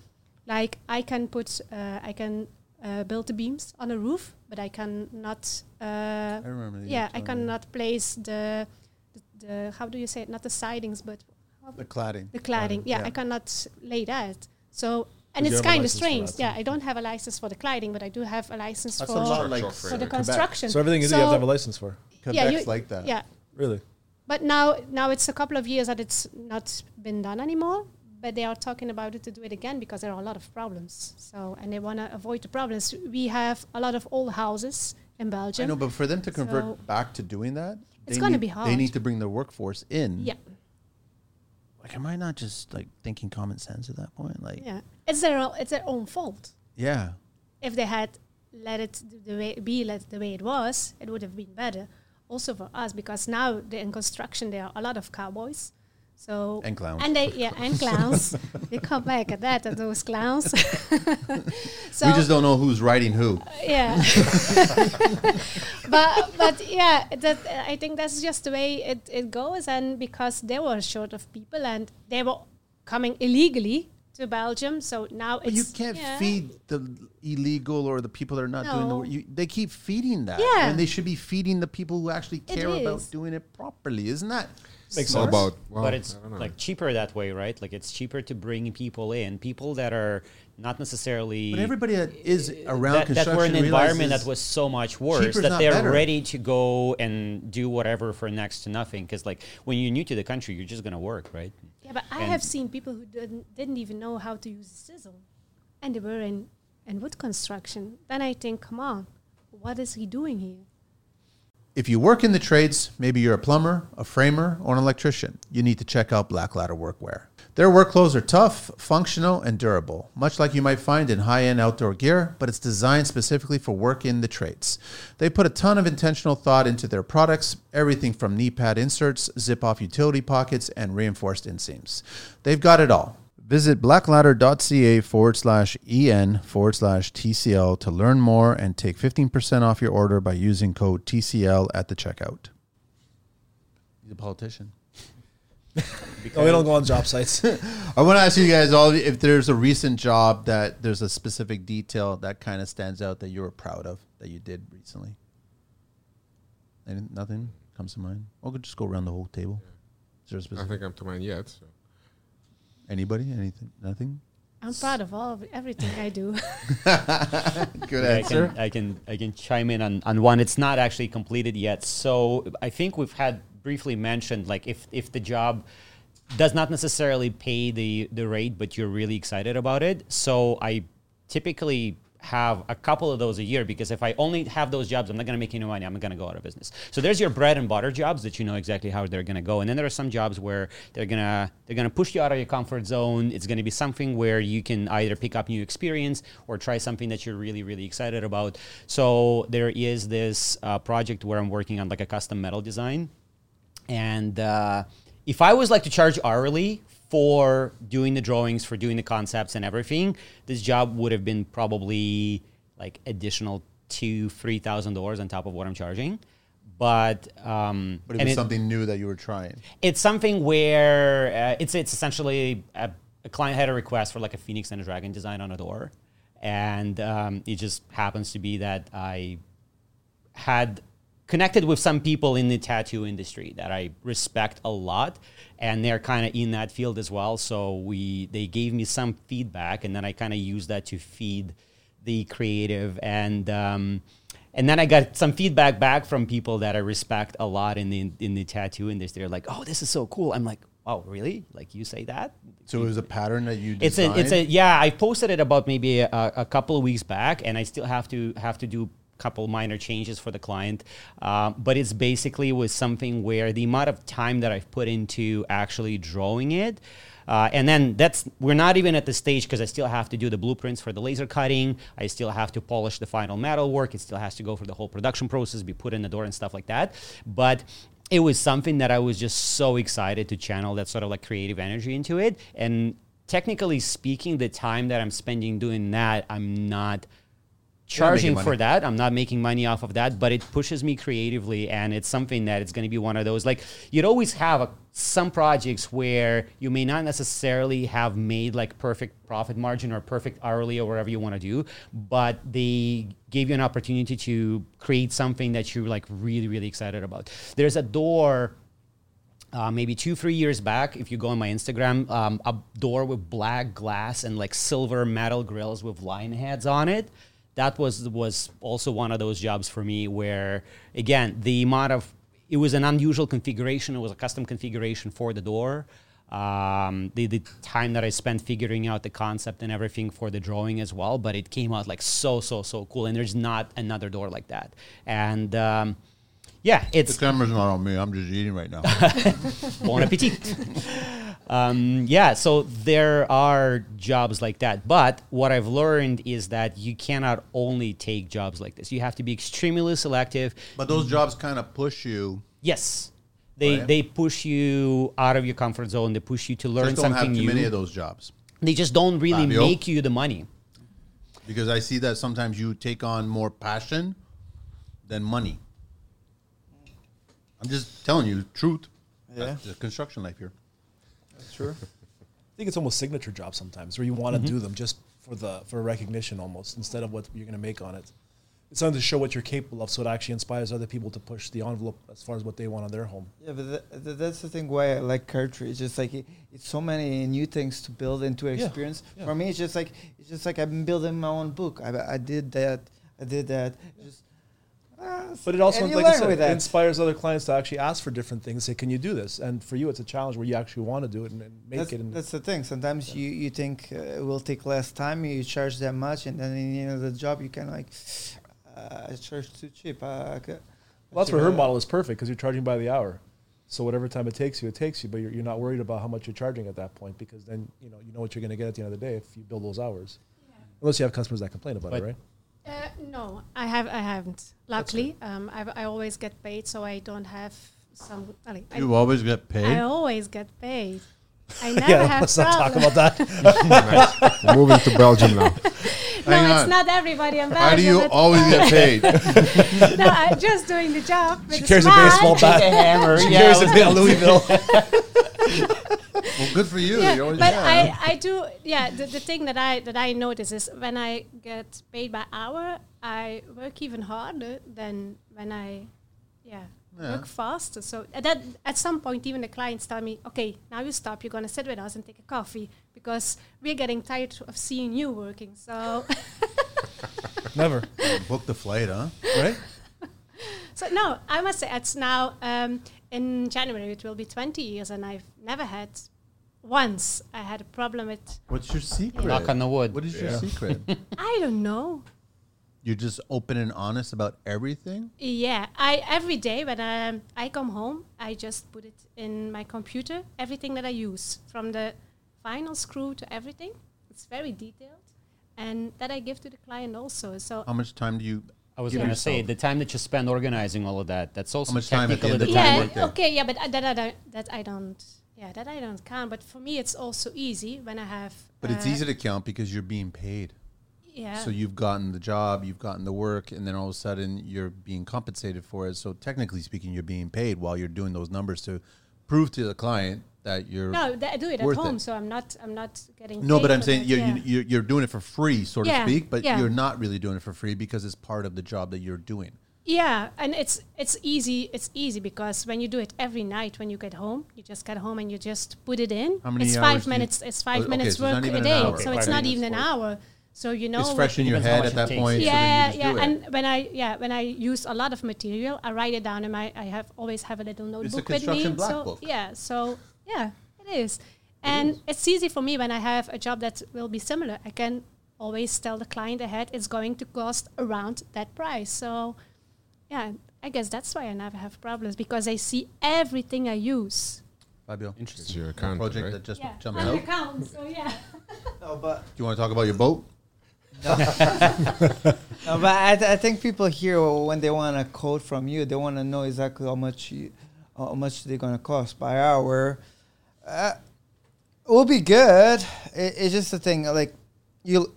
Speaker 1: like I can put, uh, I can uh, build the beams on a roof, but I cannot. Uh,
Speaker 2: I remember. that you
Speaker 1: yeah,
Speaker 2: were
Speaker 1: I
Speaker 2: telling me.
Speaker 1: cannot place the, the, the how do you say it? Not the sidings, but
Speaker 2: The cladding.
Speaker 1: the cladding. Yeah,
Speaker 2: yeah.
Speaker 1: I cannot lay that. So and
Speaker 3: you
Speaker 1: it's
Speaker 3: have a
Speaker 1: kind of
Speaker 3: license for
Speaker 1: strange.
Speaker 3: that,
Speaker 1: Yeah,
Speaker 3: yeah.
Speaker 1: I don't have a license for the cladding, but I do have a license
Speaker 2: That's
Speaker 1: for
Speaker 2: a lot like
Speaker 5: Structural
Speaker 1: for the
Speaker 2: Quebec.
Speaker 5: framing.
Speaker 1: construction.
Speaker 3: So everything you do, you have to have a license for.
Speaker 2: Quebec's
Speaker 1: Yeah, you-
Speaker 2: like that.
Speaker 1: Yeah,
Speaker 3: Really?
Speaker 1: but now now it's a couple of years that it's not been done anymore. But they are talking about it to do it again because there are a lot of problems. So and they want to avoid the problems. We have a lot of old houses in
Speaker 2: I
Speaker 1: Belgium.
Speaker 2: know, but for them to convert
Speaker 1: So-
Speaker 2: back to doing that,
Speaker 1: It's
Speaker 2: they
Speaker 1: gonna
Speaker 2: need-
Speaker 1: be
Speaker 2: They
Speaker 1: hard.
Speaker 2: need to bring their workforce in.
Speaker 1: Yeah,
Speaker 2: Like, am I not just like thinking common sense at that point? Like,
Speaker 1: yeah. It's their o- it's their own fault.
Speaker 2: yeah.
Speaker 1: if they had let it th- the way be let the way it was, it would have been better. Also for us, because now the- in construction there are a lot of cowboys, so
Speaker 2: And clowns.
Speaker 1: and they yeah and clowns. they come back at that at those clowns. so
Speaker 2: we just don't know who's writing who.
Speaker 1: yeah, but but yeah, that I think that's just the way it, it goes, and because they were short of people and they were coming illegally to Belgium, so now
Speaker 2: But
Speaker 1: it's
Speaker 2: you can't
Speaker 1: yeah.
Speaker 2: feed the illegal or the people that are not doing the
Speaker 1: No.
Speaker 2: work. You, they keep feeding that.
Speaker 1: Yeah.
Speaker 2: And they should be feeding the people who actually
Speaker 1: It
Speaker 2: care about
Speaker 1: is.
Speaker 2: doing it properly. Isn't that?
Speaker 3: Makes
Speaker 5: It's all
Speaker 3: sense.
Speaker 5: about. Well,
Speaker 4: but it's
Speaker 5: I don't know.
Speaker 4: like cheaper that way, right? Like it's cheaper to bring people in, people that are not necessarily.
Speaker 2: But everybody that is around
Speaker 4: that, that
Speaker 2: construction
Speaker 4: were in an environment
Speaker 2: realizes-
Speaker 4: that was so much worse
Speaker 2: cheaper's
Speaker 4: that
Speaker 2: not
Speaker 4: they're
Speaker 2: better.
Speaker 4: ready to go and do whatever for next to nothing. Because like when you're new to the country, you're just gonna work, right?
Speaker 1: Yeah, but I
Speaker 4: And-
Speaker 1: have seen people who didn't didn't even know how to use a chisel, and they were in in wood construction. Then I think, come on, what is he doing here?
Speaker 2: If you work in the trades, maybe you're a plumber, a framer, or an electrician, you need to check out Black Ladder Workwear. Their work clothes are tough, functional, and durable, much like you might find in high end outdoor gear, but it's designed specifically for work in the trades. They put a ton of intentional thought into their products, everything from knee pad inserts, zip off utility pockets, and reinforced inseams. They've got it all. Visit blackladder.ca forward slash en forward slash TCL to learn more and take 15% off your order by using code TCL at the checkout. He's a politician.
Speaker 3: No, Oh, we don't go on job sites.
Speaker 2: I want to ask you guys all if there's a recent job that there's a specific detail that kind of stands out that you were proud of that you did recently. Any, nothing comes to mind? I'll just go around the whole table. Is there a
Speaker 5: I don't
Speaker 2: specific?
Speaker 5: think I'm to mine yet. So.
Speaker 2: Anybody? Anything? Nothing?
Speaker 1: I'm proud of all of everything I do.
Speaker 2: Good
Speaker 4: I can, I can I can chime in on, on one. It's not actually completed yet. So I think we've had briefly mentioned like if if the job does not necessarily pay the the rate, but you're really excited about it. So I typically have a couple of those a year because if I only have those jobs, I'm not going to make any money. I'm going to go out of business. So there's your bread and butter jobs that you know exactly how they're going to go, and then there are some jobs where they're gonna they're gonna push you out of your comfort zone. It's going to be something where you can either pick up new experience or try something that you're really really excited about. So there is this uh, project where I'm working on like a custom metal design and uh, if I was like to charge hourly for doing the drawings, for doing the concepts and everything, this job would have been probably like additional two, three thousand dollars on top of what I'm charging. But um,
Speaker 2: But it
Speaker 4: and
Speaker 2: was something new that you were trying.
Speaker 4: it's something where uh, it's it's essentially a, a client had a request for like a phoenix and a dragon design on a door, and um, it just happens to be that I had connected with some people in the tattoo industry that I respect a lot and they're kind of in that field as well so we they gave me some feedback and then I kind of used that to feed the creative and um, and then I got some feedback back from people that I respect a lot in the in the tattoo industry they're like oh this is so cool I'm like oh really like you say that
Speaker 2: So it was a pattern that you
Speaker 4: it's a
Speaker 2: designed.
Speaker 4: it's a yeah. I posted it about maybe a, a couple of weeks back, and I still have to have to do couple minor changes for the client. Um, but it's basically was something where the amount of time that I've put into actually drawing it. Uh, and then that's we're not even at the stage because I still have to do the blueprints for the laser cutting. I still have to polish the final metal work. It still has to go through the whole production process, be put in the door and stuff like that. But it was something that I was just so excited to channel that sort of like creative energy into it. And technically speaking, the time that I'm spending doing that, I'm not charging for that. I'm not making money off of that, but it pushes me creatively, and it's something that it's going to be one of those. Like you'd always have a, some projects where you may not necessarily have made like perfect profit margin or perfect hourly or whatever you want to do, but they gave you an opportunity to create something that you're like really really excited about. There's a door uh, maybe two, three years back, if you go on my Instagram, um, a door with black glass and like silver metal grills with lion heads on it. That was was also one of those jobs for me where, again, the amount of it was an unusual configuration. It was a custom configuration for the door. Um, the, the time that I spent figuring out the concept and everything for the drawing as well, but it came out like so so so cool. And there's not another door like that. And um, yeah,
Speaker 2: The
Speaker 4: it's
Speaker 2: camera's not on me. I'm just eating right now.
Speaker 4: bon appetit. um, yeah, so there are jobs like that. But what I've learned is that you cannot only take jobs like this. You have to be extremely selective.
Speaker 2: but those jobs kind of push you.
Speaker 4: Yes, they
Speaker 2: Right.
Speaker 4: they push you out of your comfort zone. They push you to learn
Speaker 2: Just don't have
Speaker 4: something
Speaker 2: too
Speaker 4: new.
Speaker 2: many of those jobs.
Speaker 4: They just don't really
Speaker 2: Fabio?
Speaker 4: make you the money.
Speaker 2: Because I see that sometimes you take on more passion than money. I'm just telling you the truth.
Speaker 6: Yeah.
Speaker 2: That's the construction life here.
Speaker 6: That's true.
Speaker 3: I think it's almost signature jobs sometimes where you want to do them just for the for recognition almost instead of what you're going to make on it. It's something to show what you're capable of, so it actually inspires other people to push the envelope as far as what they want on their home.
Speaker 6: Yeah, but tha tha that's the thing why I like cartridge. It's just like it, it's so many new things to build into experience.
Speaker 3: yeah.
Speaker 6: For me, it's just like it's just like I'm building my own book. I, I did that. I did that. Just, ah,
Speaker 3: But it also,
Speaker 6: and you
Speaker 3: like I
Speaker 6: learn
Speaker 3: said,
Speaker 6: with
Speaker 3: it
Speaker 6: that.
Speaker 3: inspires other clients to actually ask for different things. Say, can you do this? And for you, it's a challenge where you actually want to do it and, and make
Speaker 6: that's,
Speaker 3: it. And
Speaker 6: that's the thing. Sometimes you you think uh, it will take less time. You charge that much, and then in the end of the job, you kind of like uh, I charge too cheap. Uh, I ca-
Speaker 3: well, that's
Speaker 6: I
Speaker 3: where her
Speaker 6: should, uh,
Speaker 3: model is perfect because you're charging by the hour. So whatever time it takes you, it takes you. But you're, you're not worried about how much you're charging at that point because then you know you know what you're going to get at the end of the day if you build those hours. Unless you have customers that complain about
Speaker 4: But-
Speaker 3: it, right?
Speaker 1: Uh, no, I have I haven't. Luckily, um, I've, I always get paid, so I don't have some. I, I-
Speaker 2: You always get
Speaker 1: I
Speaker 2: paid.
Speaker 1: always get paid. I never
Speaker 3: yeah,
Speaker 1: have
Speaker 3: let's not talk
Speaker 1: problem.
Speaker 3: about that.
Speaker 5: Moving to Belgium now.
Speaker 1: No,
Speaker 2: Hang
Speaker 1: it's
Speaker 2: on.
Speaker 1: not everybody. I'm
Speaker 2: Why do you always get paid?
Speaker 1: No, I'm just doing the job. with
Speaker 3: She carries a
Speaker 1: smile.
Speaker 3: baseball bat. she carries a bit of Louisville.
Speaker 2: well, good for you.
Speaker 1: Yeah,
Speaker 2: you always
Speaker 1: but
Speaker 2: get
Speaker 1: I, I do yeah the, the thing that I that I notice is when I get paid by hour I work even harder than when I yeah,
Speaker 2: Yeah.
Speaker 1: work faster so at that at some point even the clients tell me okay now you stop you're gonna sit with us and take a coffee because we're getting tired of seeing you working so
Speaker 3: Never,
Speaker 2: Book the flight, huh?
Speaker 3: right?
Speaker 1: So no, I must say it's now um, in January it will be 20 years, and I've never had once I had a problem with
Speaker 2: What's your secret?
Speaker 4: Knock on the wood.
Speaker 2: What is your
Speaker 3: Yeah.
Speaker 2: secret?
Speaker 1: I don't know.
Speaker 2: You're just open and honest about everything.
Speaker 1: Yeah, I every day when um, I come home, I just put it in my computer everything that I use from the final screw to everything. It's very detailed, and that I give to the client also. So
Speaker 2: How much time do you?
Speaker 4: I was
Speaker 2: give
Speaker 4: going to say
Speaker 2: yourself?
Speaker 4: the time that you spend organizing all of that. That's also
Speaker 2: How much time at the
Speaker 4: technically
Speaker 2: end
Speaker 4: the
Speaker 2: of the
Speaker 4: time.
Speaker 2: day?
Speaker 1: yeah
Speaker 2: work there.
Speaker 1: okay yeah but I- that I don't that I don't yeah that I don't count but for me it's also easy when I have
Speaker 2: But it's
Speaker 1: uh,
Speaker 2: easy to count because you're being paid.
Speaker 1: yeah
Speaker 2: So you've gotten the job, you've gotten the work, and then all of a sudden you're being compensated for it. So technically speaking, you're being paid while you're doing those numbers to prove to the client that you're.
Speaker 1: no th- I do it at
Speaker 2: worth it.
Speaker 1: home so I'm not I'm not getting
Speaker 2: No,
Speaker 1: paid
Speaker 2: but I'm
Speaker 1: for
Speaker 2: saying
Speaker 1: that,
Speaker 2: you're,
Speaker 1: yeah.
Speaker 2: you're, you're doing it for free, so
Speaker 1: Yeah,
Speaker 2: to speak, but
Speaker 1: yeah.
Speaker 2: you're not really doing it for free because it's part of the job that you're doing.
Speaker 1: Yeah, and it's it's easy it's easy because when you do it every night when you get home you just get home and you just put it in
Speaker 2: How many
Speaker 1: it's
Speaker 2: hours
Speaker 1: five
Speaker 2: do you-
Speaker 1: minutes it's
Speaker 2: Oh,
Speaker 1: five
Speaker 2: okay,
Speaker 1: minutes
Speaker 2: so it's
Speaker 1: work
Speaker 2: not even
Speaker 1: a
Speaker 2: an
Speaker 1: day
Speaker 2: hour.
Speaker 1: so
Speaker 4: Okay,
Speaker 1: it's
Speaker 4: five
Speaker 1: not
Speaker 4: minutes
Speaker 1: even an
Speaker 4: work.
Speaker 1: hour so you know
Speaker 2: it's
Speaker 1: what-
Speaker 2: fresh in your
Speaker 4: depends how
Speaker 2: head at
Speaker 4: much it
Speaker 2: that
Speaker 4: takes.
Speaker 2: point. so
Speaker 1: yeah,
Speaker 2: then you just
Speaker 1: yeah,
Speaker 2: do it.
Speaker 1: and when I yeah when I use a lot of material, I write it down, and I, I have always have a little notebook with
Speaker 2: construction
Speaker 1: me.
Speaker 2: black
Speaker 1: so
Speaker 2: book.
Speaker 1: yeah, so yeah, it is, and it's easy for me when I have a job that will be similar. I can always tell the client ahead it's going to cost around that price. So, yeah, I guess that's why I never have problems because I see everything I use.
Speaker 2: Fabio,
Speaker 5: It's
Speaker 4: Interesting.
Speaker 5: your
Speaker 2: a
Speaker 5: account,
Speaker 2: project
Speaker 5: right?
Speaker 2: that just
Speaker 1: yeah,
Speaker 2: jumped
Speaker 1: on
Speaker 2: out.
Speaker 1: your account. So yeah.
Speaker 6: No, but
Speaker 2: Do you want to talk about your boat?
Speaker 6: no, but I, th- I think people here w- when they want a quote from you, they want to know exactly how much you, how much they're gonna cost by hour. Uh, it will be good. It, it's just the thing, like you,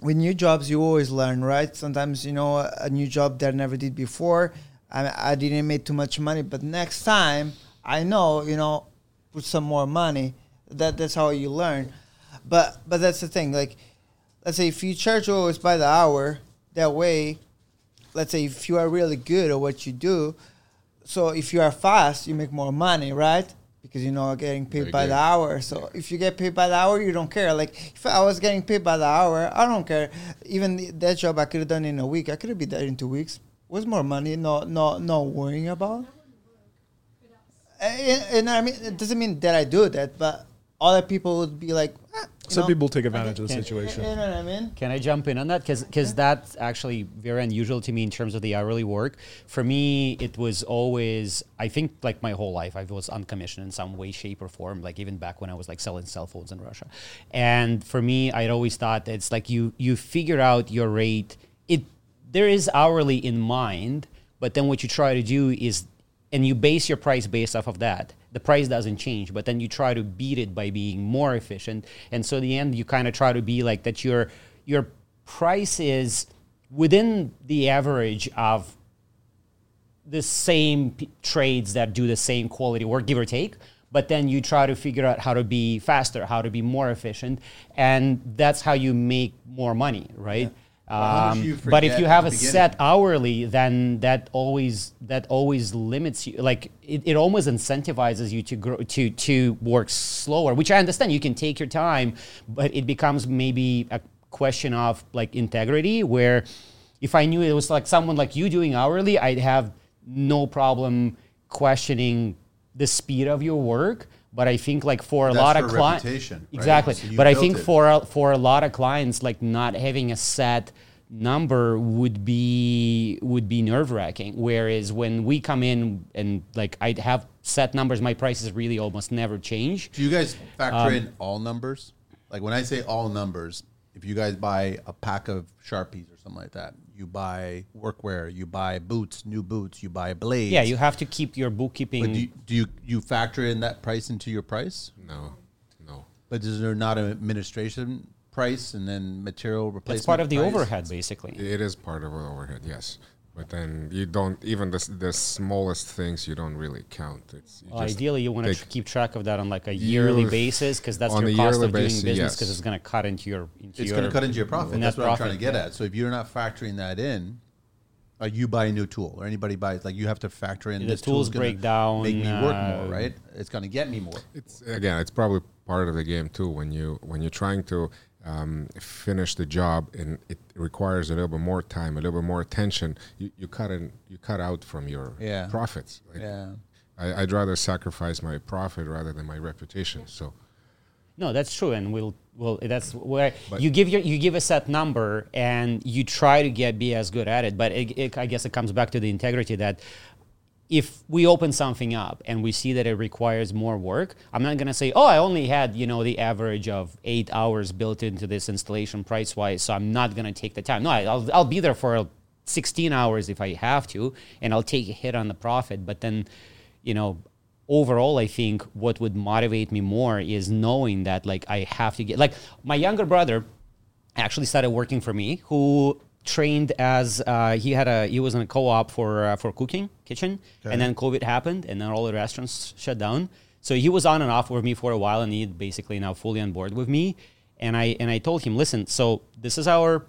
Speaker 6: with new jobs, you always learn, right? Sometimes you know a, a new job that I never did before. I, I didn't make too much money, but next time I know, you know, put some more money. That that's how you learn. But but that's the thing, like let's say if you charge always by the hour, that way, let's say if you are really good at what you do, so if you are fast, you make more money, right? Because you know getting paid
Speaker 5: Very
Speaker 6: by
Speaker 5: good.
Speaker 6: the hour. So if you get paid by the hour, you don't care. Like if I was getting paid by the hour, I don't care. Even th- that job I could have done in a week. I could have been there in two weeks. Was more money. No, no, no worrying about. Uh, And, and I mean, it doesn't mean that I do that, but other people would be like, eh, you
Speaker 3: Some
Speaker 6: know,
Speaker 3: people take advantage of the
Speaker 4: Yeah.
Speaker 3: situation.
Speaker 6: You know what I mean?
Speaker 4: Can I jump in on that? Because that's actually very unusual to me in terms of the hourly work. For me, it was always, I think, like my whole life, I was uncommissioned in some way, shape, or form, like even back when I was like selling cell phones in Russia. And for me, I'd always thought it's like you, you figure out your rate. It, there is hourly in mind, but then what you try to do is and you base your price based off of that. The price doesn't change, but then you try to beat it by being more efficient. And so in the end, you kind of try to be like that. Your your price is within the average of the same p- trades that do the same quality work, give or take. But then you try to figure out how to be faster, how to be more efficient, and that's how you make more money, right?
Speaker 2: how much
Speaker 4: Um,
Speaker 2: do you
Speaker 4: but if
Speaker 2: forget
Speaker 4: you
Speaker 2: at
Speaker 4: have
Speaker 2: the
Speaker 4: a
Speaker 2: beginning?
Speaker 4: set hourly, then that always that always limits you. Like it, it almost incentivizes you to grow to to work slower, which I understand you can take your time, but it becomes maybe a question of like integrity. Where if I knew it was like someone like you doing hourly, I'd have no problem questioning the speed of your work. But I think like for a
Speaker 2: That's
Speaker 4: lot
Speaker 2: for
Speaker 4: of clients,
Speaker 2: reputation, right?
Speaker 4: exactly.
Speaker 2: So you
Speaker 4: but I
Speaker 2: built
Speaker 4: think
Speaker 2: it.
Speaker 4: for for a, for a lot of clients, like not having a set number would be would be nerve wracking. Whereas when we come in and like I'd have set numbers, my prices really almost never change.
Speaker 2: Do you guys factor
Speaker 4: Um,
Speaker 2: in all numbers? Like when I say all numbers, if you guys buy a pack of Sharpies or something like that, you buy workwear, you buy boots, new boots, you buy blades.
Speaker 4: Yeah, you have to keep your
Speaker 2: But
Speaker 4: bookkeeping.
Speaker 2: do you, do you you factor in that price into your price?
Speaker 5: No, no.
Speaker 2: But is there not an administration price and then material replacement?
Speaker 4: it's part of the
Speaker 2: price?
Speaker 4: overhead, basically.
Speaker 5: It is part of our overhead, yes. But then you don't even the, s- the smallest things you don't really count. It's you
Speaker 4: Well,
Speaker 5: just
Speaker 4: ideally, you want to
Speaker 5: take-
Speaker 4: tr- keep track of that on like a yearly
Speaker 5: You-
Speaker 4: basis because that's
Speaker 5: on
Speaker 4: your
Speaker 5: a
Speaker 4: cost
Speaker 5: yearly
Speaker 4: of doing
Speaker 5: basis,
Speaker 4: business
Speaker 5: yes.
Speaker 4: because it's going to cut into your. Into
Speaker 2: It's
Speaker 4: your
Speaker 2: going to cut into your profit.
Speaker 4: net
Speaker 2: That's what I'm trying
Speaker 4: profit,
Speaker 2: to get
Speaker 4: yeah.
Speaker 2: at. So if you're not factoring that in, uh, you buy a new tool or anybody buys, like you have to factor in
Speaker 4: The
Speaker 2: this tool's
Speaker 4: tools
Speaker 2: gonna
Speaker 4: break down,
Speaker 2: make me work
Speaker 4: uh,
Speaker 2: more, right? It's going to get me more.
Speaker 5: it's again it's probably part of the game too when you when you're trying to um, finish the job and it requires a little bit more time a little bit more attention you, you cut in you cut out from your
Speaker 2: Yeah.
Speaker 5: profits Like,
Speaker 2: Yeah.
Speaker 5: I, i'd rather sacrifice my profit rather than my reputation so
Speaker 4: No, that's true, and we'll well that's where
Speaker 5: But-
Speaker 4: you give your you give a set number and you try to get be as good at it. But it, it, I guess it comes back to the integrity that if we open something up and we see that it requires more work, I'm not gonna say, oh, I only had you know the average of eight hours built into this installation price wise, so I'm not gonna take the time. No, I, I'll I'll be there for 16 hours if I have to, and I'll take a hit on the profit. But then, you know, overall i think what would motivate me more is knowing that like i have to get like my younger brother actually started working for me who trained as uh, he had a he was in a co-op for uh, for cooking kitchen and then covid happened and then all the restaurants shut down so he was on and off with me for a while and he basically now fully on board with me and i and i told him listen so this is our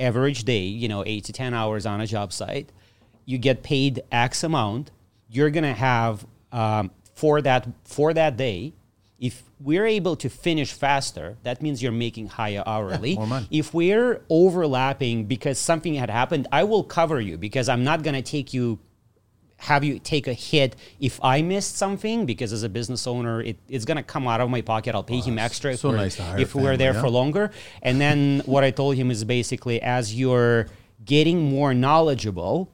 Speaker 4: average day you know 8 to 10 hours on a job site you get paid X amount. You're gonna have um, for that for that day. If we're able to finish faster, that means you're making higher hourly.
Speaker 2: more money.
Speaker 4: If we're overlapping because something had happened, I will cover you because I'm not gonna take you have you take a hit if I missed something because as a business owner, it, it's gonna come out of my pocket. I'll pay him extra if
Speaker 2: Oh, so
Speaker 4: we're,
Speaker 2: nice to hire
Speaker 4: if we're
Speaker 2: family,
Speaker 4: there
Speaker 2: yeah?
Speaker 4: for longer. And then what I told him is basically as you're getting more knowledgeable,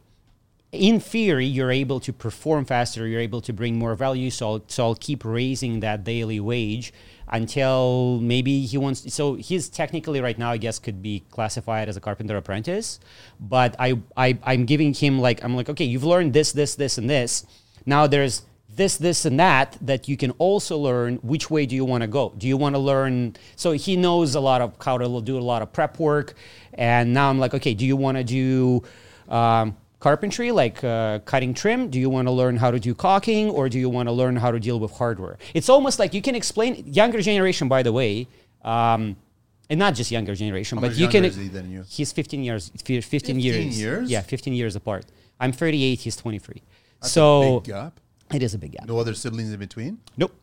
Speaker 4: in theory, you're able to perform faster. You're able to bring more value. So, I'll- so I'll keep raising that daily wage until maybe he wants. So he's technically right now, I guess, could be classified as a carpenter apprentice. But I, I, I'm giving him like I'm like, okay, you've learned this, this, this, and this. Now there's this, this, and that that you can also learn. Which way do you want to go? Do you want to learn? So he knows a lot of how to do a lot of prep work. And now I'm like, okay, do you want to do? Um, carpentry, like uh, cutting trim? Do you want to learn how to do caulking or do you want to learn how to deal with hardware? It's almost like you can explain, younger generation, by the way, um, and not just younger generation,
Speaker 2: How
Speaker 4: but
Speaker 2: much
Speaker 4: you can.
Speaker 2: younger is he than you?
Speaker 4: He's 15 years. 15, 15 years.
Speaker 2: years?
Speaker 4: Yeah, 15 years apart. I'm 38, he's 23.
Speaker 2: That's a
Speaker 4: so
Speaker 2: big gap.
Speaker 4: it is a big gap.
Speaker 2: No other siblings in between.
Speaker 4: Nope.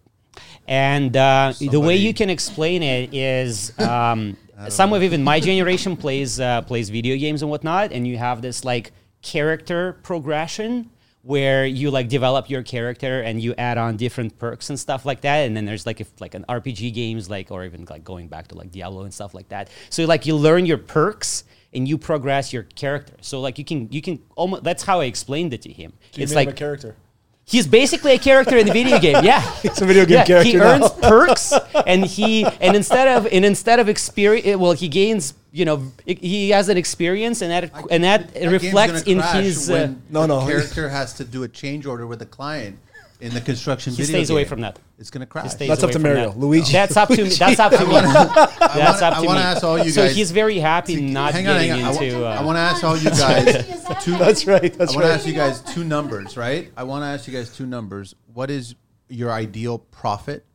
Speaker 4: And uh, the way
Speaker 2: Somebody-
Speaker 4: you can explain it is um, some of even my generation plays uh, plays video games and whatnot, and you have this like character progression where you like develop your character and you add on different perks and stuff like that. And then there's like if like an RPG games like or even like going back to like Diablo and stuff like that. So like you learn your perks and you progress your character. So like you can you can almost that's how I explained it to him.
Speaker 3: You
Speaker 4: it's
Speaker 3: made him
Speaker 4: like
Speaker 3: a character.
Speaker 4: He's basically a character in the video game. Yeah, he's
Speaker 3: a video game
Speaker 4: He
Speaker 3: character now.
Speaker 4: earns perks, and he and instead of and instead of experience, well, he gains. You know, i- he has an experience, and that and that
Speaker 2: That game's
Speaker 4: reflects
Speaker 2: gonna
Speaker 4: in
Speaker 2: crash
Speaker 4: his. Uh,
Speaker 2: when
Speaker 3: No,
Speaker 2: the
Speaker 3: no.
Speaker 2: character has to do a change order with the client in the construction.
Speaker 4: He
Speaker 2: video
Speaker 4: stays away
Speaker 2: game.
Speaker 4: from that.
Speaker 2: It's gonna crash.
Speaker 4: stays
Speaker 3: That's up
Speaker 4: away
Speaker 3: to
Speaker 4: from
Speaker 3: Mario.
Speaker 4: that.
Speaker 3: Luigi.
Speaker 4: That's up to me. That's up to me. That's
Speaker 2: wanna-
Speaker 4: up
Speaker 2: I
Speaker 4: to me.
Speaker 2: wanna ask all you
Speaker 4: so
Speaker 2: guys-
Speaker 4: he's very happy not
Speaker 2: hang on,
Speaker 4: getting
Speaker 2: hang on. I wa-
Speaker 4: into.
Speaker 2: I
Speaker 4: uh,
Speaker 2: want to ask all you guys. two,
Speaker 3: That's right. That's
Speaker 2: I want to
Speaker 3: right.
Speaker 2: ask you guys two numbers, right? I want to ask you guys two numbers. What is your ideal profit?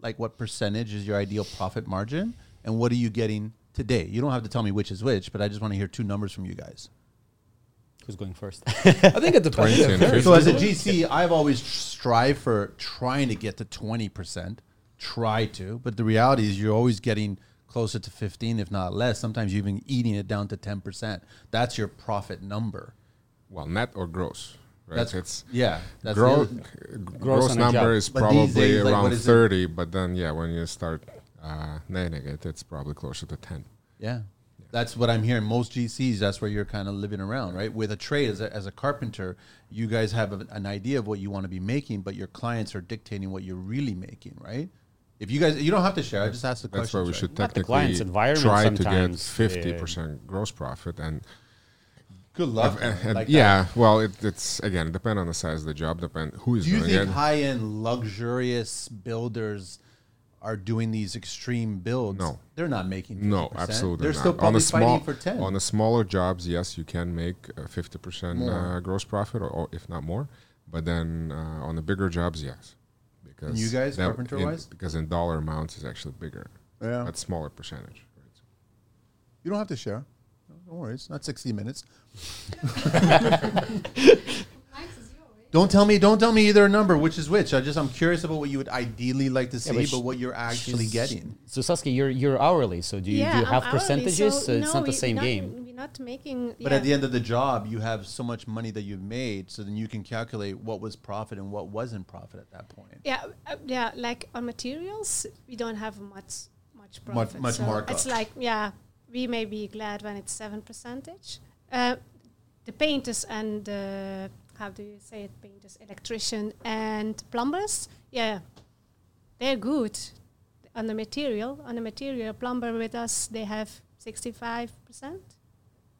Speaker 2: Like, what percentage is your ideal profit margin? And what are you getting today? You don't have to tell me which is which, but I just want to hear two numbers from you guys.
Speaker 4: who's going first?
Speaker 3: I think it depends.
Speaker 5: 20 and
Speaker 3: Yeah,
Speaker 5: 50.
Speaker 2: So, as a GC, I've always strived for trying to get to 20%, try to, but the reality is you're always getting closer to 15, if not less. Sometimes you're even eating it down to 10%. That's your profit number.
Speaker 5: Well, net or gross, right?
Speaker 2: That's
Speaker 5: it's
Speaker 2: yeah. That's the
Speaker 5: gross.
Speaker 2: other-
Speaker 5: Gross
Speaker 4: on a
Speaker 5: number
Speaker 4: job.
Speaker 5: is
Speaker 2: But these
Speaker 5: probably
Speaker 2: days, like, what
Speaker 5: around
Speaker 2: is it?
Speaker 5: thirty, but then yeah, when you start uh, netting it, it's probably closer to ten.
Speaker 2: Yeah. That's what I'm hearing. Most GCs, that's where you're kind of living around, right? With a trade as a, as a carpenter, you guys have a, an idea of what you want to be making, but your clients are dictating what you're really making, right? If you guys, you don't have to share. I just asked the
Speaker 5: That's
Speaker 2: question.
Speaker 5: why we should
Speaker 4: But the
Speaker 5: technically
Speaker 4: client's environment
Speaker 5: try to get
Speaker 4: sometimes,
Speaker 5: fifty percent gross profit and
Speaker 2: Good luck.
Speaker 5: and- and
Speaker 2: Eh, like that.
Speaker 5: yeah, well, it, it's again depend on the size of the job, depend who is
Speaker 2: Do you
Speaker 5: doing
Speaker 2: think
Speaker 5: it.
Speaker 2: high end, luxurious builders are doing these extreme builds?
Speaker 5: No.
Speaker 2: They're not making 50%.
Speaker 5: No, absolutely.
Speaker 2: They're
Speaker 5: not.
Speaker 2: still probably
Speaker 5: on the small,
Speaker 2: fighting for 10.
Speaker 5: On the smaller jobs, yes, you can make fifty percent uh, gross profit, or, or if not more. But then uh, on the bigger jobs, yes, because
Speaker 2: you guys,
Speaker 5: that-
Speaker 2: carpenter-wise?
Speaker 5: in, because in dollar amounts is actually bigger,
Speaker 2: Yeah.
Speaker 5: but smaller percentage. Right?
Speaker 2: you don't have to share. Don't worry. It's not 60 minutes. Don't tell me. Don't tell me either number, which is which. I just I'm curious about what you would ideally like to see,
Speaker 4: but
Speaker 2: but,
Speaker 4: sh-
Speaker 2: what you're actually getting.
Speaker 4: uh, so Saskia, you're you're hourly, so do you, do you
Speaker 1: I'm
Speaker 4: have
Speaker 1: hourly,
Speaker 4: percentages? So it's
Speaker 1: no,
Speaker 4: not the
Speaker 1: we-
Speaker 4: same
Speaker 1: not-
Speaker 4: game.
Speaker 1: We're not making.
Speaker 2: But
Speaker 1: yeah.
Speaker 2: at the end of the job, you have so much money that you've made, so then you can calculate what was profit and what wasn't profit at that point.
Speaker 1: Yeah, uh, yeah. Like on materials, we don't have much much
Speaker 2: Much-
Speaker 1: profit.
Speaker 2: much markup.
Speaker 1: It's like yeah, we may be glad when it's seven percentage. Uh, the painters and uh, how do you say it? Painters, electrician, and plumbers. Yeah, they're good on the material. On the material, plumber with us, they have sixty five percent.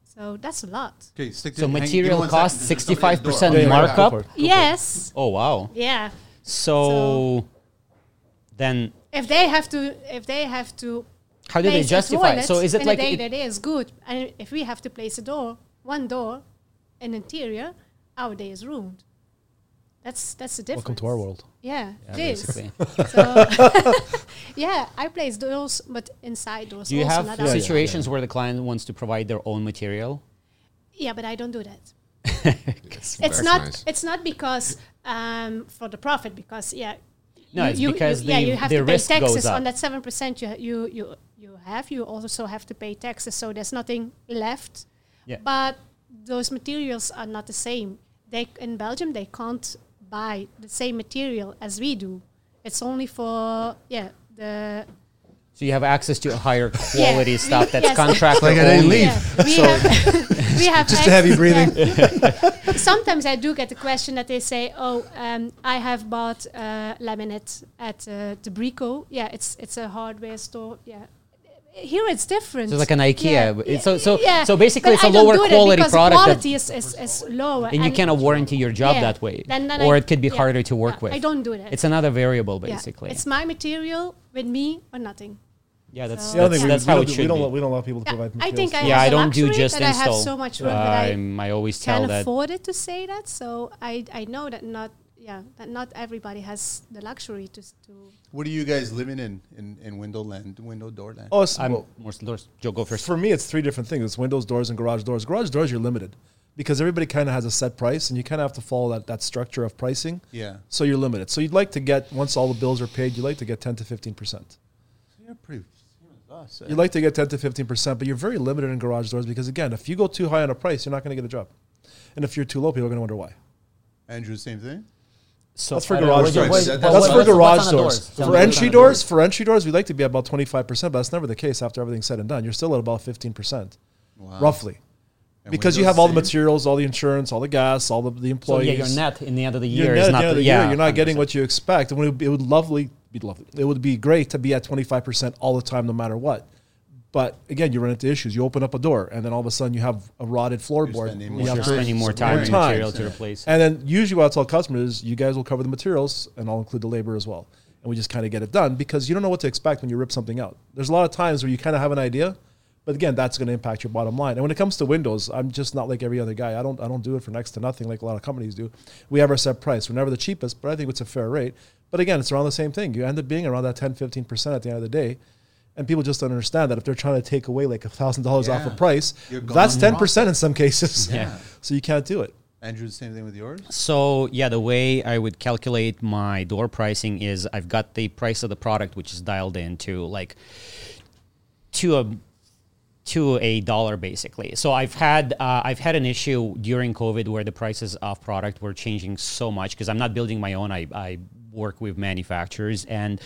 Speaker 1: So that's a lot.
Speaker 2: Okay, stick to
Speaker 4: So
Speaker 2: hang- give me
Speaker 4: material
Speaker 2: one second.
Speaker 4: cost,
Speaker 2: There's somebody at the door. Oh,
Speaker 4: 65%
Speaker 3: yeah,
Speaker 4: markup?
Speaker 3: go for it.
Speaker 1: Yes.
Speaker 4: Oh wow.
Speaker 1: Yeah.
Speaker 4: So, then
Speaker 1: If they have to, if they have to
Speaker 4: how do they
Speaker 1: place a
Speaker 4: justify? it?
Speaker 1: toilet
Speaker 4: So is it
Speaker 1: in
Speaker 4: like
Speaker 1: a day
Speaker 4: it-
Speaker 1: that is good? And if we have to place a door, one door, an interior, our day is ruined. That's that's the difference.
Speaker 3: Welcome to our world.
Speaker 1: Yeah,
Speaker 4: Yeah,
Speaker 1: it is.
Speaker 4: basically.
Speaker 1: So yeah, I place doors, but inside doors.
Speaker 4: Do you
Speaker 1: also
Speaker 4: have
Speaker 1: not outside. yeah.
Speaker 4: situations where the client wants to provide their own material?
Speaker 1: but I don't do that.
Speaker 5: Yes,
Speaker 1: It's
Speaker 5: that's
Speaker 1: not.
Speaker 5: nice.
Speaker 1: It's not because um, for the profit. Because yeah.
Speaker 4: No, it's because
Speaker 1: yeah,
Speaker 4: the-
Speaker 1: you have
Speaker 4: the
Speaker 1: to pay
Speaker 4: risk goes
Speaker 1: taxes
Speaker 4: up.
Speaker 1: on that seven percent you you you you have. You also have to pay taxes, so there's nothing left.
Speaker 4: Yeah.
Speaker 1: But those materials are not the same. they in Belgium they can't buy the same material as we do. It's only for yeah the
Speaker 4: So you have access to higher quality
Speaker 1: we-
Speaker 4: stuff that's
Speaker 1: yes.
Speaker 4: contractor
Speaker 2: Like I didn't
Speaker 4: only.
Speaker 2: leave.
Speaker 1: yeah, we have we have
Speaker 3: Just heavy breathing.
Speaker 1: yeah. Sometimes I do get the question that they say, "Oh, um, I have bought uh, laminate at uh, the Brico. Yeah, it's it's a hardware store. Yeah, here it's different.
Speaker 4: So it's like an IKEA.
Speaker 1: Yeah,
Speaker 4: but it's so so
Speaker 1: yeah.
Speaker 4: so basically,
Speaker 1: But
Speaker 4: it's a
Speaker 1: I don't
Speaker 4: lower
Speaker 1: do that
Speaker 4: quality
Speaker 1: because
Speaker 4: product, that-
Speaker 1: Quality is, is, is lower,
Speaker 4: and you cannot warranty your job
Speaker 1: yeah.
Speaker 4: that way,
Speaker 1: Then- then
Speaker 4: or
Speaker 1: I-
Speaker 4: it could be
Speaker 1: yeah.
Speaker 4: harder to work
Speaker 1: No,
Speaker 4: with.
Speaker 1: I don't do that.
Speaker 4: It's another variable,
Speaker 1: Yeah.
Speaker 4: basically.
Speaker 1: It's my material with me or nothing.
Speaker 4: Yeah, that's
Speaker 1: So-
Speaker 3: The other
Speaker 4: that's,
Speaker 3: thing
Speaker 4: that's
Speaker 3: we,
Speaker 4: how
Speaker 3: we
Speaker 4: it
Speaker 3: don't,
Speaker 4: should
Speaker 3: we don't,
Speaker 4: be.
Speaker 3: allow- we don't allow people to
Speaker 1: Yeah,
Speaker 3: provide.
Speaker 1: I
Speaker 3: materials
Speaker 1: think
Speaker 3: to
Speaker 1: I
Speaker 3: us.
Speaker 4: yeah,
Speaker 1: have
Speaker 4: I
Speaker 1: the
Speaker 4: don't do
Speaker 1: luxury
Speaker 4: just
Speaker 1: that I have
Speaker 4: install.
Speaker 1: so much room, but I-
Speaker 4: I'm, I always tell
Speaker 1: Can't
Speaker 4: that.
Speaker 1: afford it to say that, so I I know that not yeah that not everybody has the luxury to s- to
Speaker 2: What are you guys living in in, in Windowland, Window Doorland?
Speaker 3: Oh, it's,
Speaker 4: I'm
Speaker 3: well,
Speaker 4: more doors. Joe, go first.
Speaker 3: for me, it's three different things. It's windows, doors, and garage doors. Garage doors, you're limited because everybody kind of has a set price, and you kind of have to follow that, that structure of pricing.
Speaker 2: Yeah,
Speaker 3: So you're limited. So you'd like to get once all the bills are paid, you'd like to get ten to fifteen percent.
Speaker 2: you're pretty. you're us, eh?
Speaker 3: You'd like to get ten to fifteen percent, but you're very limited in garage doors because again, if you go too high on a price, you're not going to get a job, and if you're too low, people are going to wonder why.
Speaker 2: Andrew, same thing.
Speaker 4: So
Speaker 3: That's for
Speaker 4: I don't
Speaker 3: garage
Speaker 4: know,
Speaker 3: doors.
Speaker 2: what's-
Speaker 3: That's,
Speaker 2: what's-
Speaker 3: for
Speaker 2: what's-
Speaker 3: garage
Speaker 7: what's on the
Speaker 3: doors.
Speaker 7: doors? Tell me
Speaker 3: For
Speaker 7: what's on
Speaker 3: entry
Speaker 7: the doors.
Speaker 3: doors, for entry doors, we'd like to be about twenty five percent, but that's never the case after everything's said and done. You're still at about fifteen percent,
Speaker 2: Wow.
Speaker 3: roughly,
Speaker 2: And
Speaker 3: because you
Speaker 2: Windows
Speaker 3: have all the
Speaker 2: same?
Speaker 3: materials, all the insurance, all the gas, all the, the
Speaker 4: So
Speaker 3: employees.
Speaker 4: yeah, your net in the end of the
Speaker 3: Your
Speaker 4: year
Speaker 3: net
Speaker 4: is
Speaker 3: at
Speaker 4: not.
Speaker 3: the end of the
Speaker 4: yeah,
Speaker 3: year, you're not getting
Speaker 4: 100%.
Speaker 3: what you expect. And it would, be- it would lovely be lovely. It would be great to be at 25% all the time, no matter what. But again, you run into issues. You open up a door, and then all of a sudden you have a rotted floorboard.
Speaker 2: spending
Speaker 3: You
Speaker 2: more
Speaker 3: have
Speaker 4: You're
Speaker 3: to-
Speaker 4: spending more time and
Speaker 3: time.
Speaker 4: material to replace.
Speaker 3: and then usually what I tell customers, you guys will cover the materials and I'll include the labor as well. And we just kind of get it done because you don't know what to expect when you rip something out. There's a lot of times where you kind of have an idea, but again, that's going to impact your bottom line. And when it comes to windows, I'm just not like every other guy. I don't I don't do it for next to nothing like a lot of companies do. We have our set price. We're never the cheapest, but I think it's a fair rate. But again, it's around the same thing. You end up being around that 10, 15% at the end of the day. And people just don't understand that if they're trying to take away like $1,000 off a
Speaker 2: Yeah.
Speaker 3: price,
Speaker 2: You're
Speaker 3: that's
Speaker 2: gone
Speaker 3: 10% in some cases.
Speaker 4: Yeah.
Speaker 3: So you can't do it.
Speaker 2: Andrew, same thing with yours.
Speaker 4: So yeah, the way I would calculate my door pricing is I've got the price of the product which is dialed in to like to a to a dollar basically. So I've had uh, I've had an issue during COVID where the prices of product were changing so much because I'm not building my own. I, I work with manufacturers and.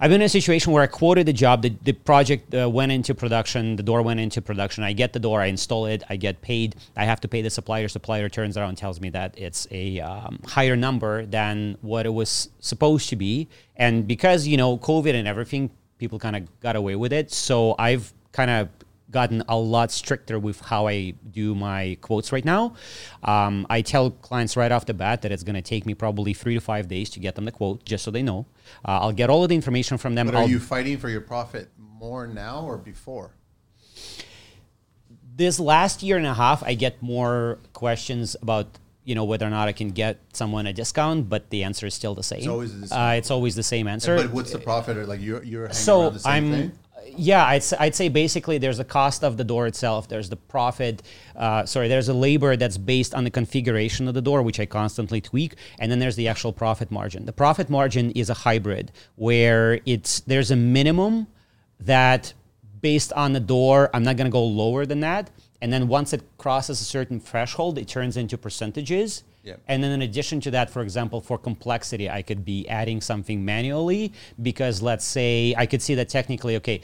Speaker 4: I've been in a situation where I quoted the job, the, the project uh, went into production, the door went into production. I get the door, I install it, I get paid. I have to pay the supplier. Supplier turns around and tells me that it's a um, higher number than what it was supposed to be. And because, you know, COVID and everything, people kind of got away with it. So I've kind of gotten a lot stricter with how I do my quotes right now. Um, I tell clients right off the bat that it's going to take me probably three to five days to get them the quote, just so they know. Uh, I'll get all of the information from them.
Speaker 2: But
Speaker 4: I'll-
Speaker 2: are you fighting for your profit more now or before?
Speaker 4: this last year and a half, I get more questions about you know whether or not I can get someone a discount, but the answer is still the same.
Speaker 2: always the same.
Speaker 4: Uh, it's always the same answer.
Speaker 2: but what's the profit? Or like you're you're hanging around
Speaker 4: so
Speaker 2: the same
Speaker 4: I'm.
Speaker 2: thing?
Speaker 4: Yeah, I'd, s- I'd say basically there's the cost of the door itself. There's the profit, uh, sorry, there's a labor that's based on the configuration of the door, which I constantly tweak, and then there's the actual profit margin. The profit margin is a hybrid where it's there's a minimum that based on the door, I'm not going to go lower than that, and then once it crosses a certain threshold, it turns into percentages.
Speaker 2: Yep.
Speaker 4: And then in addition to that, for example, for complexity, I could be adding something manually because let's say I could see that technically, okay,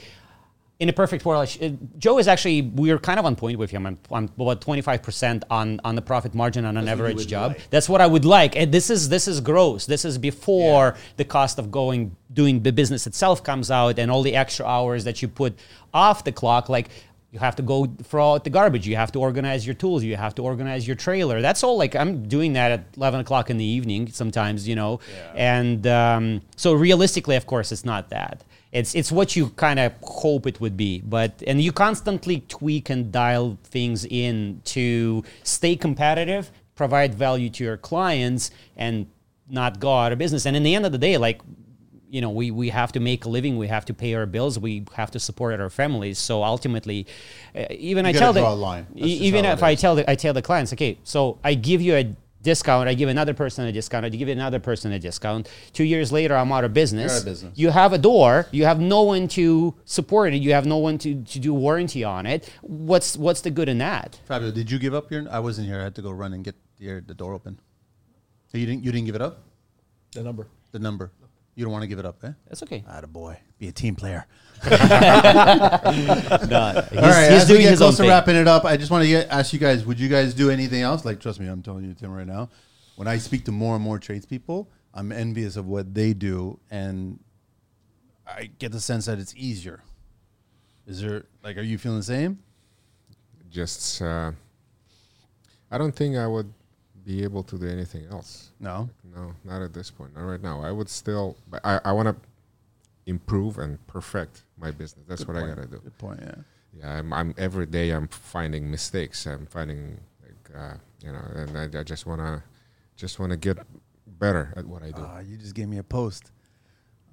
Speaker 4: in a perfect world, I sh- uh, Joe is actually we're kind of on point with him. I'm, I'm about 25% on, on the profit margin on an
Speaker 2: That's what you
Speaker 4: average
Speaker 2: would
Speaker 4: job.
Speaker 2: like.
Speaker 4: That's what I would like. And this is this is gross. This is before the cost of going doing the business itself comes out and all the extra hours that you put off the clock. Like you have to go throw out the garbage. You have to organize your tools. You have to organize your trailer. That's all. Like I'm doing that at 11 o'clock in the evening sometimes, you know. And um, so realistically, of course, it's not that. It's it's what you kind of hope it would be, but and you constantly tweak and dial things in to stay competitive, provide value to your clients, and not go out of business. And in the end of the day, like you know, we we have to make a living, we have to pay our bills, we have to support our families. So ultimately, uh, even I
Speaker 2: gotta
Speaker 4: tell the
Speaker 2: draw a line. That's
Speaker 4: e-
Speaker 2: just
Speaker 4: even
Speaker 2: how it
Speaker 4: if I
Speaker 2: is.
Speaker 4: tell the, I tell the clients, okay, so I give you a discount, I give another person a discount, I give another person a discount. Two years later, I'm out of
Speaker 2: You're
Speaker 4: business.
Speaker 2: out of business.
Speaker 4: You have a door, you have no one to support it, you have no one to, to do warranty on it. What's what's the good in that?
Speaker 2: Fabio, did you give up your? I wasn't here. I had to go run and get the, the door open. So you didn't you didn't give it up?
Speaker 3: The number.
Speaker 2: The number. You don't want to give it up, eh?
Speaker 4: That's okay.
Speaker 2: Atta boy. Be a team player.
Speaker 4: No, he's,
Speaker 2: All right,
Speaker 4: he's
Speaker 2: as we
Speaker 4: doing
Speaker 2: get
Speaker 4: his own
Speaker 2: close to
Speaker 4: thing.
Speaker 2: wrapping it up, I just want to get, ask you guys: Would you guys do anything else? Like, trust me, I'm telling you, Tim, right now. When I speak to more and more tradespeople, I'm envious of what they do, and I get the sense that it's easier. Is there like, are you feeling the same?
Speaker 5: Just, uh, I don't think I would be able to do anything else.
Speaker 2: No.
Speaker 5: No, not at this point. Not right now. I would still, but I, I want to improve and perfect my business. That's what I got to do.
Speaker 2: Good point. Yeah.
Speaker 5: Yeah, I'm, I'm every day I'm finding mistakes. I'm finding like uh, you know, and I, I just wanna just wanna get better at what I do.
Speaker 2: Ah, you just gave me a post.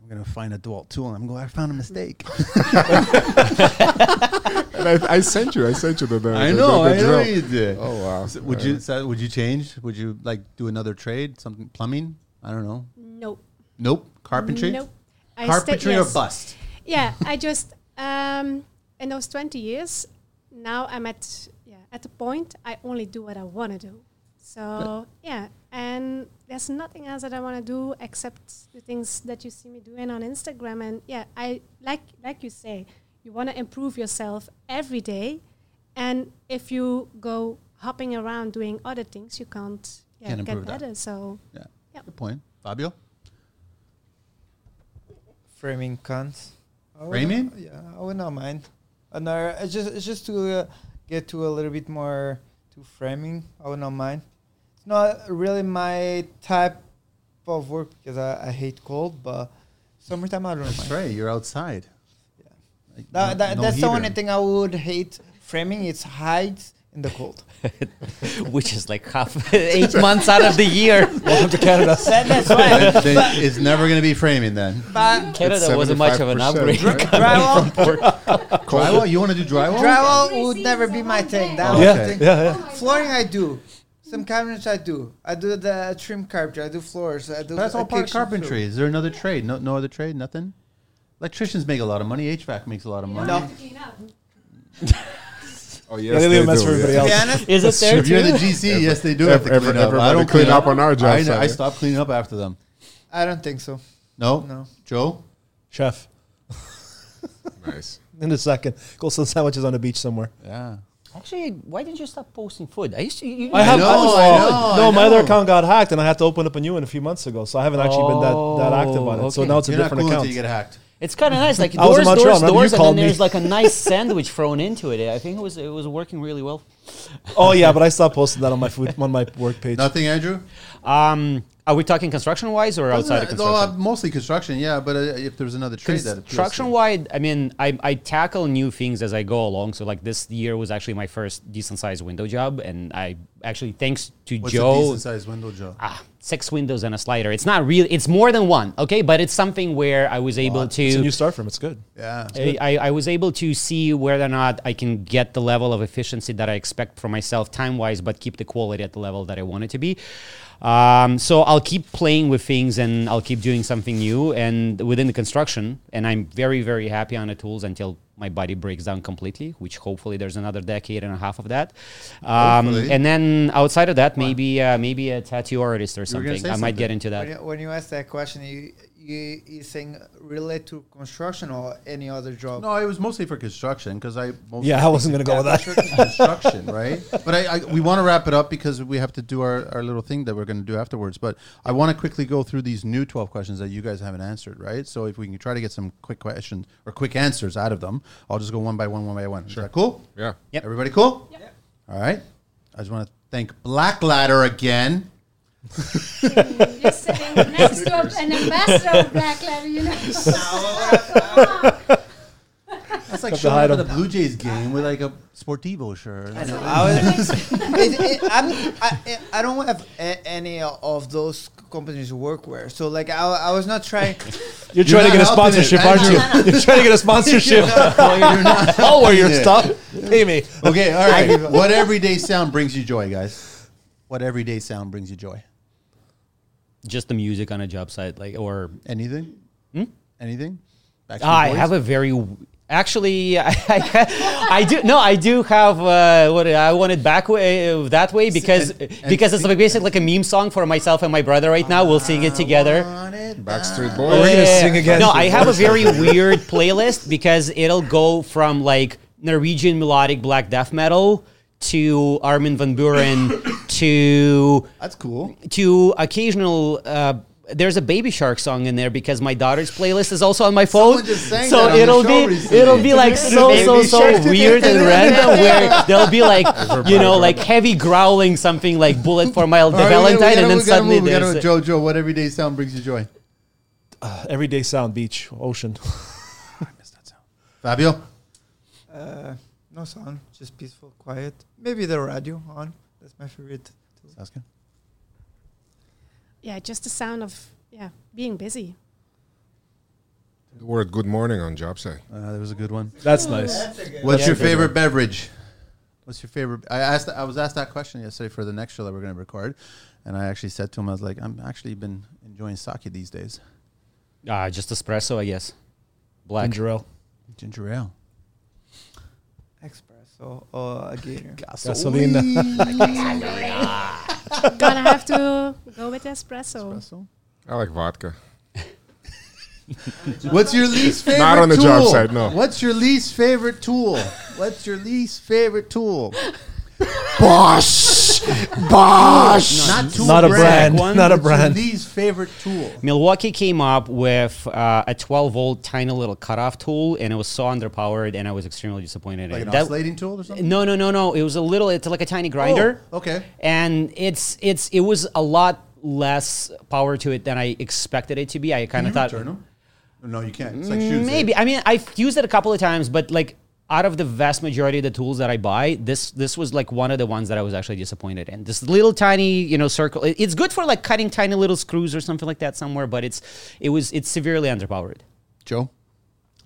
Speaker 2: I'm gonna find a Dewalt tool, and I'm going. I found a mistake.
Speaker 5: and I, I sent you. I sent you the. the
Speaker 2: I
Speaker 5: the-
Speaker 2: know.
Speaker 5: the
Speaker 2: I know
Speaker 5: drill.
Speaker 2: you did.
Speaker 5: Oh wow.
Speaker 2: So would you so would you change? Would you like do another trade? Something plumbing? I don't know.
Speaker 1: Nope.
Speaker 2: Nope. Carpentry.
Speaker 1: Nope. I stay-
Speaker 2: Carpentry
Speaker 1: yes.
Speaker 2: or bust.
Speaker 1: Yeah, I just um, in those twenty years, now I'm at yeah at the point I only do what I want to do. So yeah, and there's nothing else that I want to do except the things that you see me doing on Instagram. And yeah, I like like you say, you want to improve yourself every day, and if you go hopping around doing other things, you can't yeah,
Speaker 2: Can't
Speaker 1: get
Speaker 2: improve that.
Speaker 1: better. So
Speaker 2: Yeah.
Speaker 1: Yep.
Speaker 2: Good point. Fabio?
Speaker 6: framing cons. I would
Speaker 2: Framing?
Speaker 6: not- yeah, I would not mind. Another, it's just, it's just to uh, get to a little bit more to framing. I would not mind. It's not really my type of work because I, I hate cold, but summertime I don't mind.
Speaker 2: That's right. You're outside.
Speaker 6: Yeah.
Speaker 2: Like,
Speaker 6: That,
Speaker 2: no-
Speaker 6: that,
Speaker 2: no
Speaker 6: that's the
Speaker 2: heater.
Speaker 6: only thing I would hate framing. It's hides in the cold.
Speaker 4: which is like half eight months out of the year.
Speaker 3: Welcome to Canada.
Speaker 6: That- that's why.
Speaker 2: Then- then it's never going to be framing then.
Speaker 6: But
Speaker 4: Canada wasn't much of an
Speaker 5: 75%,
Speaker 4: upgrade.
Speaker 5: right?
Speaker 6: drywall,
Speaker 2: Drywall? You want to do drywall?
Speaker 6: drywall would never be my thing. That was
Speaker 2: Yeah,
Speaker 6: the
Speaker 2: Okay.
Speaker 6: thing.
Speaker 3: Yeah, yeah.
Speaker 6: Flooring I do. Some cabinets I do. I do the trim carpentry. I do floors. I do.
Speaker 2: But that's all part of
Speaker 6: kitchen
Speaker 2: carpentry.
Speaker 6: floor.
Speaker 2: Is there another trade? No, no other trade? Nothing? Electricians make a lot of money. HVAC makes a lot of money.
Speaker 6: No.
Speaker 5: Oh
Speaker 3: Yeah,
Speaker 5: yes,
Speaker 3: they leave a mess
Speaker 5: do,
Speaker 3: for everybody
Speaker 5: yes.
Speaker 6: To
Speaker 3: else.
Speaker 6: be honest,
Speaker 4: Is it there
Speaker 2: If you're the
Speaker 4: too?
Speaker 2: GC, yes, they do have
Speaker 5: Ev-
Speaker 2: to
Speaker 5: ev-
Speaker 2: clean up. I
Speaker 5: everybody
Speaker 2: don't
Speaker 5: clean
Speaker 2: clean
Speaker 5: up on our job
Speaker 2: I,
Speaker 5: site.
Speaker 2: I stopped cleaning up after them.
Speaker 6: I don't think so.
Speaker 2: No?
Speaker 6: No.
Speaker 2: Joe?
Speaker 3: Chef.
Speaker 5: Nice.
Speaker 3: In a second. Go sell sandwiches on the beach somewhere.
Speaker 2: Yeah.
Speaker 4: Actually, why didn't you stop posting food? I used to. You, you
Speaker 3: I have
Speaker 2: know,
Speaker 3: I was-
Speaker 2: I know,
Speaker 3: no,
Speaker 2: I
Speaker 3: my other
Speaker 2: know.
Speaker 3: account got hacked, and I had to open up a new one a few months ago. So I haven't actually been that, that active on it. So
Speaker 4: Oh,
Speaker 3: now it's a
Speaker 2: you're not
Speaker 3: different
Speaker 2: cool until
Speaker 3: account.
Speaker 2: you get hacked.
Speaker 4: It's kind of nice, like
Speaker 3: I was in
Speaker 4: doors, doors,
Speaker 3: Montreal, remember you
Speaker 4: doors, and
Speaker 3: called
Speaker 4: then
Speaker 3: me.
Speaker 4: there's like a nice sandwich thrown into it. I think it was it was working really well.
Speaker 3: oh yeah, but I stopped posting that on my food on my work page.
Speaker 2: Nothing, Andrew?
Speaker 4: Um, are we talking construction wise or outside of
Speaker 2: Doesn't- well, uh,
Speaker 4: construction?
Speaker 2: mostly construction, yeah. But uh, if there's another trade that appeals to
Speaker 4: Construction
Speaker 2: you.
Speaker 4: wide, I mean, I, I tackle new things as I go along. So like this year was actually my first decent sized window job, and I actually thanks to
Speaker 2: What's a
Speaker 4: Joe,
Speaker 2: decent sized window, Joe?
Speaker 4: ah, six windows and a slider. It's not really, it's more than one, okay? But it's something where I was able to.
Speaker 3: it's a new start from. It's good.
Speaker 2: yeah.
Speaker 4: I, I I was able to see whether or not I can get the level of efficiency that I expect for myself time wise, but keep the quality at the level that I want it to be. Um, so I'll keep playing with things and I'll keep doing something new and within the construction. And I'm very, very happy on the tools until my body breaks down completely, which hopefully there's another decade and a half of that. Um,
Speaker 2: Hopefully.
Speaker 4: and then outside of that, maybe uh, maybe a tattoo artist or
Speaker 2: were gonna
Speaker 4: something.
Speaker 2: say
Speaker 4: I might get
Speaker 2: something.
Speaker 4: into
Speaker 6: When
Speaker 4: that.
Speaker 6: you, when you ask that question, you you you saying relate to construction or any other job?
Speaker 2: No, it was mostly for construction because I mostly
Speaker 3: Yeah, I wasn't gonna go with that.
Speaker 2: construction, right? But I, I we want to wrap it up because we have to do our, our little thing that we're going to do afterwards. But I want to quickly go through these new twelve questions that you guys haven't answered, right? So if we can try to get some quick questions or quick answers out of them, I'll just go one by one, one by one. Is that cool?
Speaker 5: Yeah.
Speaker 4: Yep.
Speaker 2: Everybody cool? All right. I just want to thank Black Ladder again.
Speaker 7: You're sitting next to an ambassador of Black Ladder, you know.
Speaker 2: That's like
Speaker 3: Got to
Speaker 2: showing
Speaker 3: hide
Speaker 2: up at the
Speaker 3: 'em.
Speaker 2: Blue Jays game with like a Sportivo shirt.
Speaker 6: I know. I was. it, it, I'm, I, I don't have a, any of those companies workwear. So like I, I was not trying.
Speaker 2: You're
Speaker 3: You're, trying to
Speaker 2: not
Speaker 3: get a
Speaker 2: helping it,
Speaker 3: sponsorship, aren't
Speaker 2: Andrew.
Speaker 3: you? You're trying to get a sponsorship. oh, where you're stuff? Pay me.
Speaker 2: Okay, all right. what everyday sound brings you joy, guys? What everyday sound brings you joy?
Speaker 4: Just the music on a job site, like, or
Speaker 2: Anything? Anything? Backstreet
Speaker 4: I
Speaker 2: Boys?
Speaker 4: Hmm? have a very Actually, I, I, do no, I do have uh, what I want it back way uh, that way because
Speaker 2: and- and
Speaker 4: because it's like basically like a meme song for myself and my brother right now. We'll sing it together.
Speaker 5: Backstreet
Speaker 4: Yeah,
Speaker 5: Boys.
Speaker 3: gonna
Speaker 4: yeah,
Speaker 3: sing
Speaker 4: yeah.
Speaker 3: again.
Speaker 4: No, I have a very weird playlist because it'll go from like Norwegian melodic black death metal to Armin van Buren to
Speaker 2: That's cool.
Speaker 4: to occasional. Uh, there's a Baby Shark song in there because my daughter's playlist is also on my phone.
Speaker 2: Someone just sang
Speaker 4: so
Speaker 2: that on the
Speaker 4: it'll
Speaker 2: show
Speaker 4: be
Speaker 2: recently.
Speaker 4: it'll be like so
Speaker 2: Baby
Speaker 4: so so
Speaker 2: Shark.
Speaker 4: weird and random where there'll be like you know like heavy growling something like Bullet for My
Speaker 2: All right, we gotta- we
Speaker 4: Valentine
Speaker 2: gotta-
Speaker 4: and then
Speaker 2: we gotta
Speaker 4: suddenly
Speaker 2: move, we gotta
Speaker 4: there's.
Speaker 2: go. Jojo, what everyday sound brings you joy?
Speaker 3: Everyday sound, beach, ocean.
Speaker 2: Fabio,
Speaker 6: Uh, no sound, just peaceful, quiet. Maybe the radio on. That's my favorite.
Speaker 2: Saskia?
Speaker 1: Yeah, just the sound of yeah being busy.
Speaker 5: The word good morning on job site.
Speaker 2: Uh, there was a good one.
Speaker 3: That's nice.
Speaker 2: What's
Speaker 4: Yeah,
Speaker 2: your
Speaker 4: good one.
Speaker 2: favorite beverage? What's your favorite? I asked. I was asked that question yesterday for the next show that we're going to record, and I actually said to him, "I was like, I'm actually been enjoying sake these days.
Speaker 4: Ah, just espresso, I guess. Black.
Speaker 3: Ginger ale.
Speaker 2: Ginger ale,
Speaker 6: Espresso or a gator.
Speaker 3: Gasolina.
Speaker 1: Gonna have to go with espresso.
Speaker 2: espresso.
Speaker 5: I like vodka.
Speaker 2: What's your least favorite?
Speaker 5: Not on the
Speaker 2: tool?
Speaker 5: job site, no.
Speaker 2: What's your least favorite tool? What's your least favorite tool?
Speaker 5: Boss! Boss!
Speaker 2: Not tool.
Speaker 3: Not a brand.
Speaker 4: one.
Speaker 3: Not a
Speaker 2: What's your
Speaker 3: brand.
Speaker 2: least favorite tool.
Speaker 4: Milwaukee came up with uh, a 12 volt tiny little cutoff tool, and it was so underpowered, and I was extremely disappointed. in
Speaker 2: Like
Speaker 4: it.
Speaker 2: an
Speaker 4: That-
Speaker 2: oscillating tool or something.
Speaker 4: no, no, no, no. It was a little. It's like a tiny grinder.
Speaker 2: Oh, okay.
Speaker 4: And it's it's it was a lot less power to it than I expected it to be. I kind
Speaker 2: Can
Speaker 4: of
Speaker 2: you
Speaker 4: thought
Speaker 2: return 'em? No, you can't. It's like shoes. eh?
Speaker 4: maybe. I mean, I've used it a couple of times, but like out of the vast majority of the tools that I buy, this this was like one of the ones that I was actually disappointed in. This little tiny, you know, circle. it- It's good for like cutting tiny little screws or something like that somewhere, but it's it was it's severely underpowered.
Speaker 2: Joe.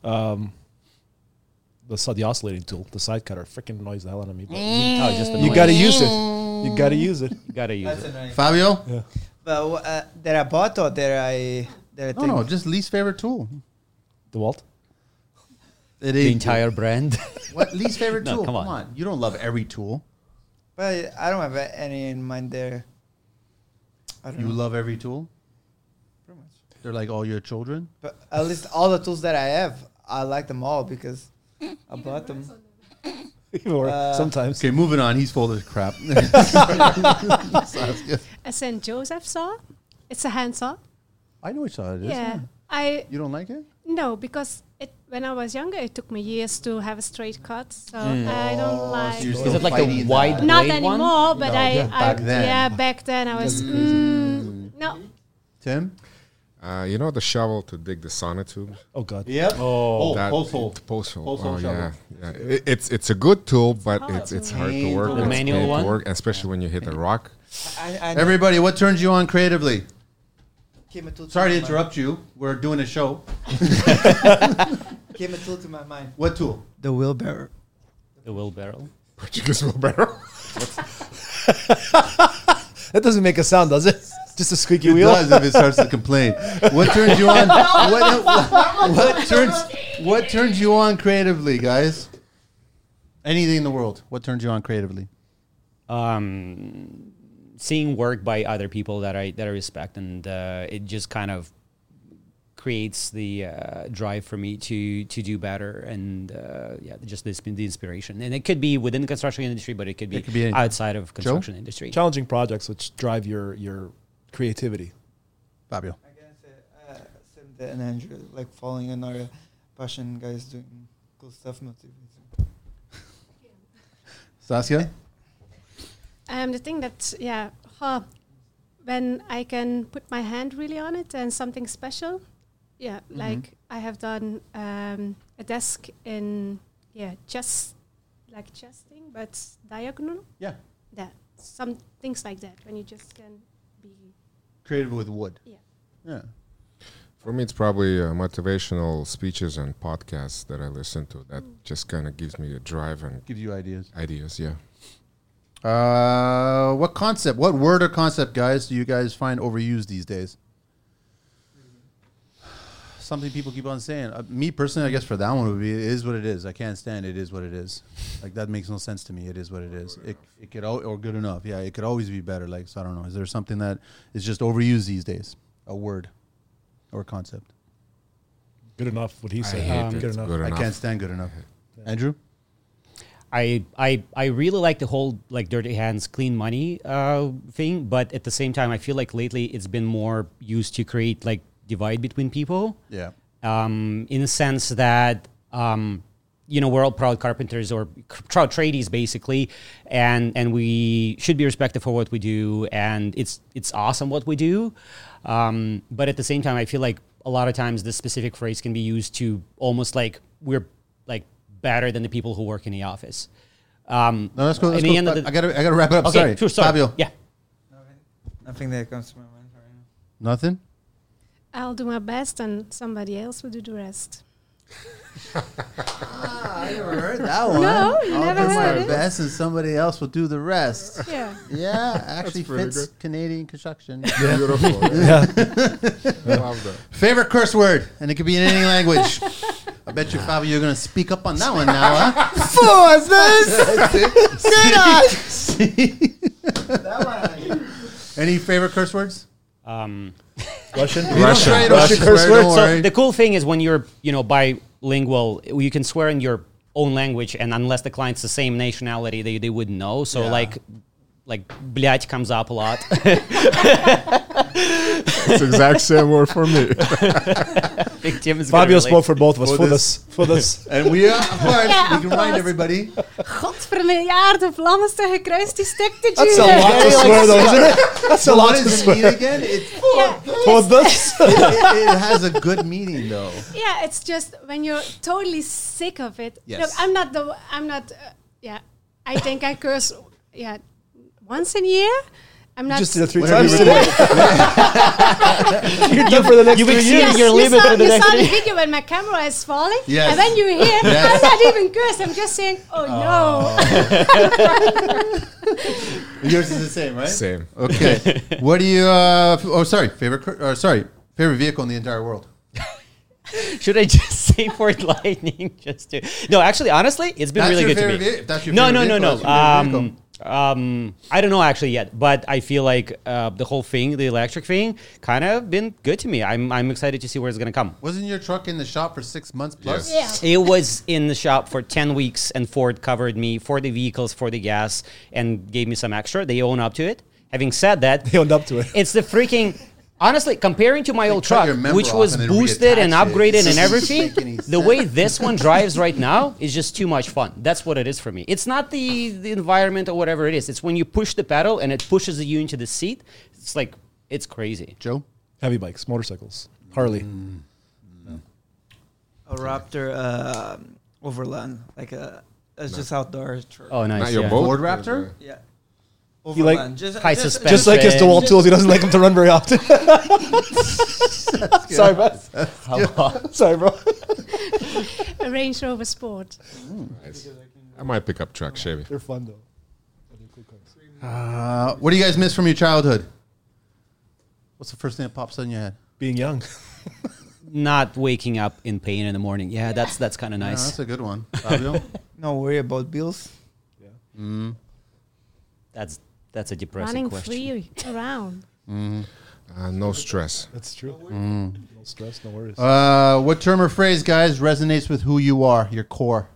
Speaker 3: The, so- the oscillating tool, the side cutter, freaking annoys the hell out of me. but
Speaker 2: Mm.
Speaker 4: Oh, just
Speaker 3: You gotta use it. You gotta use it.
Speaker 4: gotta use
Speaker 6: That's
Speaker 4: it.
Speaker 6: annoying.
Speaker 2: Fabio.
Speaker 6: But wha- uh, that I bought or that I that I
Speaker 2: No,
Speaker 6: think
Speaker 2: no, just least favorite tool.
Speaker 3: The Walt.
Speaker 2: It
Speaker 4: The
Speaker 2: is-
Speaker 4: entire brand.
Speaker 2: What least favorite
Speaker 4: No,
Speaker 2: tool?
Speaker 4: come
Speaker 2: Come
Speaker 4: on.
Speaker 2: on. you don't love every tool.
Speaker 6: But I don't have a- any in mind there. I don't
Speaker 2: You
Speaker 4: Mm-hmm.
Speaker 6: know.
Speaker 2: love every tool.
Speaker 6: pretty much.
Speaker 2: They're like all your children.
Speaker 6: But at least all the tools that I have, I like them all because I bought them.
Speaker 3: or
Speaker 6: Uh,
Speaker 3: sometimes.
Speaker 2: Okay, moving on. He's full of crap.
Speaker 1: A St. Joseph saw. It's a hand saw.
Speaker 2: I know which saw it is.
Speaker 1: Yeah. I
Speaker 2: You don't like it?
Speaker 1: no because it when I was younger it took me years to have a straight cut, so I don't like.
Speaker 2: you're
Speaker 4: Is
Speaker 2: still
Speaker 4: it like the
Speaker 2: fighting
Speaker 4: wide
Speaker 2: that.
Speaker 1: not
Speaker 4: blade
Speaker 1: anymore,
Speaker 4: one?
Speaker 1: but
Speaker 2: No,
Speaker 1: I,
Speaker 2: yeah,
Speaker 1: I
Speaker 2: back then.
Speaker 1: yeah back then I was mm, no
Speaker 2: Tim.
Speaker 5: Uh, you know the shovel to dig the sonotube?
Speaker 3: Oh God.
Speaker 2: Yep. Oh,
Speaker 5: That-
Speaker 2: post hole.
Speaker 5: Post hole.
Speaker 2: Post hole
Speaker 5: oh,
Speaker 2: shovel.
Speaker 5: yeah. yeah. It- it's it's a good tool, but
Speaker 1: Oh,
Speaker 5: it's
Speaker 1: it's
Speaker 5: it's hard to work.
Speaker 2: The
Speaker 5: with. It's
Speaker 4: manual
Speaker 5: pain to
Speaker 4: one?
Speaker 5: work, especially when you hit a rock.
Speaker 6: I, I
Speaker 2: Everybody, what turns you on creatively?
Speaker 6: came a tool
Speaker 2: Sorry to
Speaker 6: my-
Speaker 2: interrupt you. We're doing a show.
Speaker 6: Came a tool to my mind.
Speaker 2: What tool?
Speaker 6: The wheelbarrow.
Speaker 4: The wheelbarrow.
Speaker 5: Portuguese wheelbarrow.
Speaker 3: That doesn't make a sound, does it? Just a squeaky
Speaker 2: It
Speaker 3: wheel.
Speaker 2: does if it starts to complain. What turns you on? What, what, what turns What turns you on creatively, guys? Anything in the world. What turns you on creatively?
Speaker 4: um, seeing work by other people that I that I respect, and uh, it just kind of creates the uh, drive for me to to do better, and uh, yeah, just this the inspiration. And it could be within the construction industry, but it could be,
Speaker 2: It could be any-
Speaker 4: outside of construction industry.
Speaker 3: Challenging projects which drive your your creativity.
Speaker 2: Fabio.
Speaker 6: I guess uh, uh, Cindy and Andrew like following another passion guys doing cool stuff motivates. me.
Speaker 2: Saskia?
Speaker 1: um the thing that yeah huh, when I can put my hand really on it and something special yeah like I have done um, a desk in yeah just like chesting but diagonal
Speaker 2: Yeah.
Speaker 1: that some things like that when you just can be
Speaker 2: Creative with wood.
Speaker 1: yeah
Speaker 2: Yeah.
Speaker 5: For me, it's probably uh, motivational speeches and podcasts that I listen to. That just kind of gives me a drive and
Speaker 2: Gives you ideas.
Speaker 5: ideas. Yeah.
Speaker 2: Uh, what concept, what word or concept, guys, do you guys find overused these days? something people keep on saying. Uh, me personally, I guess for that one would be it is what it is. I can't stand it is what it is. Like that makes no sense to me. It is what it is. It it could al- or good enough. Yeah, it could always be better. Like so, I don't know. Is there something that is just overused these days? A word or concept?
Speaker 3: Good enough, what he
Speaker 5: I
Speaker 3: said.
Speaker 5: hate
Speaker 3: Um,
Speaker 5: it.
Speaker 3: good
Speaker 5: It's
Speaker 3: enough.
Speaker 5: good
Speaker 2: I
Speaker 5: enough.
Speaker 2: can't stand good enough. Andrew,
Speaker 4: I, I I really like the whole like dirty hands, clean money uh, thing, but at the same time, I feel like lately it's been more used to create like divide between people.
Speaker 2: yeah,
Speaker 4: um, in the sense that um, you know we're all proud carpenters or c- proud tradies basically, and and we should be respected for what we do, and it's it's awesome what we do, um, but at the same time, I feel like a lot of times this specific phrase can be used to almost like we're like better than the people who work in the office. Um,
Speaker 2: no, that's cool. That's
Speaker 4: in the
Speaker 2: cool.
Speaker 4: end of
Speaker 2: I-
Speaker 4: the-
Speaker 2: I gotta I gotta wrap it up.
Speaker 4: okay,
Speaker 2: sorry.
Speaker 4: sure, sorry.
Speaker 2: Fabio.
Speaker 4: Yeah.
Speaker 6: Nothing, nothing that comes to my mind right now.
Speaker 2: Nothing.
Speaker 1: I'll do my best, and somebody else will do the rest.
Speaker 2: I never heard that one.
Speaker 1: No, you
Speaker 2: I'll
Speaker 1: never
Speaker 2: do
Speaker 1: heard
Speaker 2: my
Speaker 1: it.
Speaker 2: best, and somebody else will do the rest.
Speaker 1: Yeah.
Speaker 2: Yeah, actually
Speaker 5: pretty
Speaker 2: fits
Speaker 5: good.
Speaker 2: Canadian construction.
Speaker 5: Beautiful. Yeah. Love that.
Speaker 2: Favorite curse word, and it could be in any language. I bet you, Fabio, you're gonna speak up on that one now, huh?
Speaker 6: What's this?
Speaker 2: See? Any favorite curse words?
Speaker 4: Um,
Speaker 3: Russian.
Speaker 5: Russian.
Speaker 2: Don't
Speaker 3: Russian
Speaker 2: swear,
Speaker 3: curse
Speaker 2: don't
Speaker 3: words.
Speaker 2: worry.
Speaker 4: the cool thing is when you're you know bilingual you can swear in your own language and unless the client's the same nationality they, they wouldn't know so
Speaker 2: Yeah.
Speaker 4: like like блядь comes up a lot
Speaker 5: It's exact same word for me.
Speaker 4: Big Tim is gonna
Speaker 3: Fabio
Speaker 4: relate.
Speaker 3: spoke for both of us.
Speaker 2: For
Speaker 3: For
Speaker 2: this.
Speaker 3: this. For this.
Speaker 2: And we are, of course,
Speaker 7: Yeah,
Speaker 2: we
Speaker 7: of
Speaker 2: can remind
Speaker 7: course.
Speaker 2: everybody.
Speaker 7: Godvermiljaarde vlammen staan gekruist, die stekte
Speaker 3: That's a lot to swear, though, isn't it? That's a
Speaker 2: So
Speaker 3: lot
Speaker 2: what
Speaker 3: to
Speaker 2: does it mean
Speaker 3: swear.
Speaker 2: again? It, it,
Speaker 3: For this.
Speaker 2: it has a good meaning, though.
Speaker 1: Yeah, it's just when you're totally sick of it. Look,
Speaker 2: Yes.
Speaker 1: I'm not the. I'm not. Uh, yeah, I think I curse. Yeah, once in a year. I'm not.
Speaker 3: Just did it three
Speaker 2: Whatever
Speaker 3: times
Speaker 2: you
Speaker 3: today. You're done for the next
Speaker 4: you've
Speaker 3: three
Speaker 4: exceeded
Speaker 3: years.
Speaker 4: your
Speaker 1: you
Speaker 4: limit
Speaker 1: saw,
Speaker 4: for the
Speaker 1: you
Speaker 4: next
Speaker 1: saw the
Speaker 4: day.
Speaker 1: video when my camera is falling,
Speaker 2: Yes.
Speaker 1: and when you hear,
Speaker 2: Yes.
Speaker 1: I'm not even cursed. I'm just saying, oh, no.
Speaker 2: Yours is the same, right?
Speaker 5: Same.
Speaker 2: Okay. what do you? Uh, f- oh, sorry. Favorite? cur- Or sorry. Favorite vehicle in the entire world?
Speaker 4: should I just say Ford Lightning just to no actually honestly it's been
Speaker 2: That's
Speaker 4: really
Speaker 2: your
Speaker 4: good to me
Speaker 2: favorite vehi- that's your
Speaker 4: no
Speaker 2: favorite
Speaker 4: no no
Speaker 2: vehicle,
Speaker 4: no
Speaker 2: that's your favorite
Speaker 4: um, um, I don't know actually yet but I feel like uh, the whole thing the electric thing kind of been good to me I'm, I'm excited to see where it's gonna come
Speaker 2: Wasn't your truck in the shop for six months plus?
Speaker 5: Yes.
Speaker 4: It was in the shop for 10 weeks, and Ford covered me for the vehicles, for the gas, and gave me some extra. They own up to it. Having said that,
Speaker 3: They owned up to it.
Speaker 4: It's the freaking. Honestly, comparing to my old
Speaker 2: cut
Speaker 4: truck,
Speaker 2: your member
Speaker 4: which
Speaker 2: off
Speaker 4: was
Speaker 2: and then
Speaker 4: boosted and
Speaker 2: reattach it.
Speaker 4: upgraded
Speaker 2: Doesn't
Speaker 4: and everything,
Speaker 2: make any
Speaker 4: the
Speaker 2: sense.
Speaker 4: way this one drives right now is just too much fun. That's what it is for me. It's not the, the environment or whatever it is. It's when you push the pedal and it pushes you into the seat. It's like, it's crazy.
Speaker 2: Joe.
Speaker 3: Heavy bikes, motorcycles, Harley.
Speaker 6: A Raptor uh, overland, like a. It's just outdoor. Truck.
Speaker 4: Oh, nice.
Speaker 5: Not your
Speaker 4: yeah.
Speaker 5: boat.
Speaker 2: Ford Raptor?
Speaker 6: Yeah.
Speaker 3: You like
Speaker 6: Overland. just,
Speaker 4: high
Speaker 6: just,
Speaker 4: suspense.
Speaker 3: Just like his DeWalt tools, he doesn't like them to run very often. Sorry, bro. Sorry, bro.
Speaker 1: A Range Rover Sport.
Speaker 5: Nice. I might pick up truck Chevy.
Speaker 3: They're fun though.
Speaker 2: Uh, what do you guys miss from your childhood? What's the first thing that pops in your head?
Speaker 3: Being young.
Speaker 4: not waking up in pain in the morning. Yeah, that's that's kind of
Speaker 2: Yeah,
Speaker 4: nice.
Speaker 2: Oh, that's a good one. Fabio?
Speaker 6: no worry about bills.
Speaker 4: that's that's a depressing
Speaker 1: Running
Speaker 4: question.
Speaker 1: free around.
Speaker 5: Uh, no stress.
Speaker 3: That's true. No stress, no worries.
Speaker 2: uh, what term or phrase, guys, resonates with who you are, your core?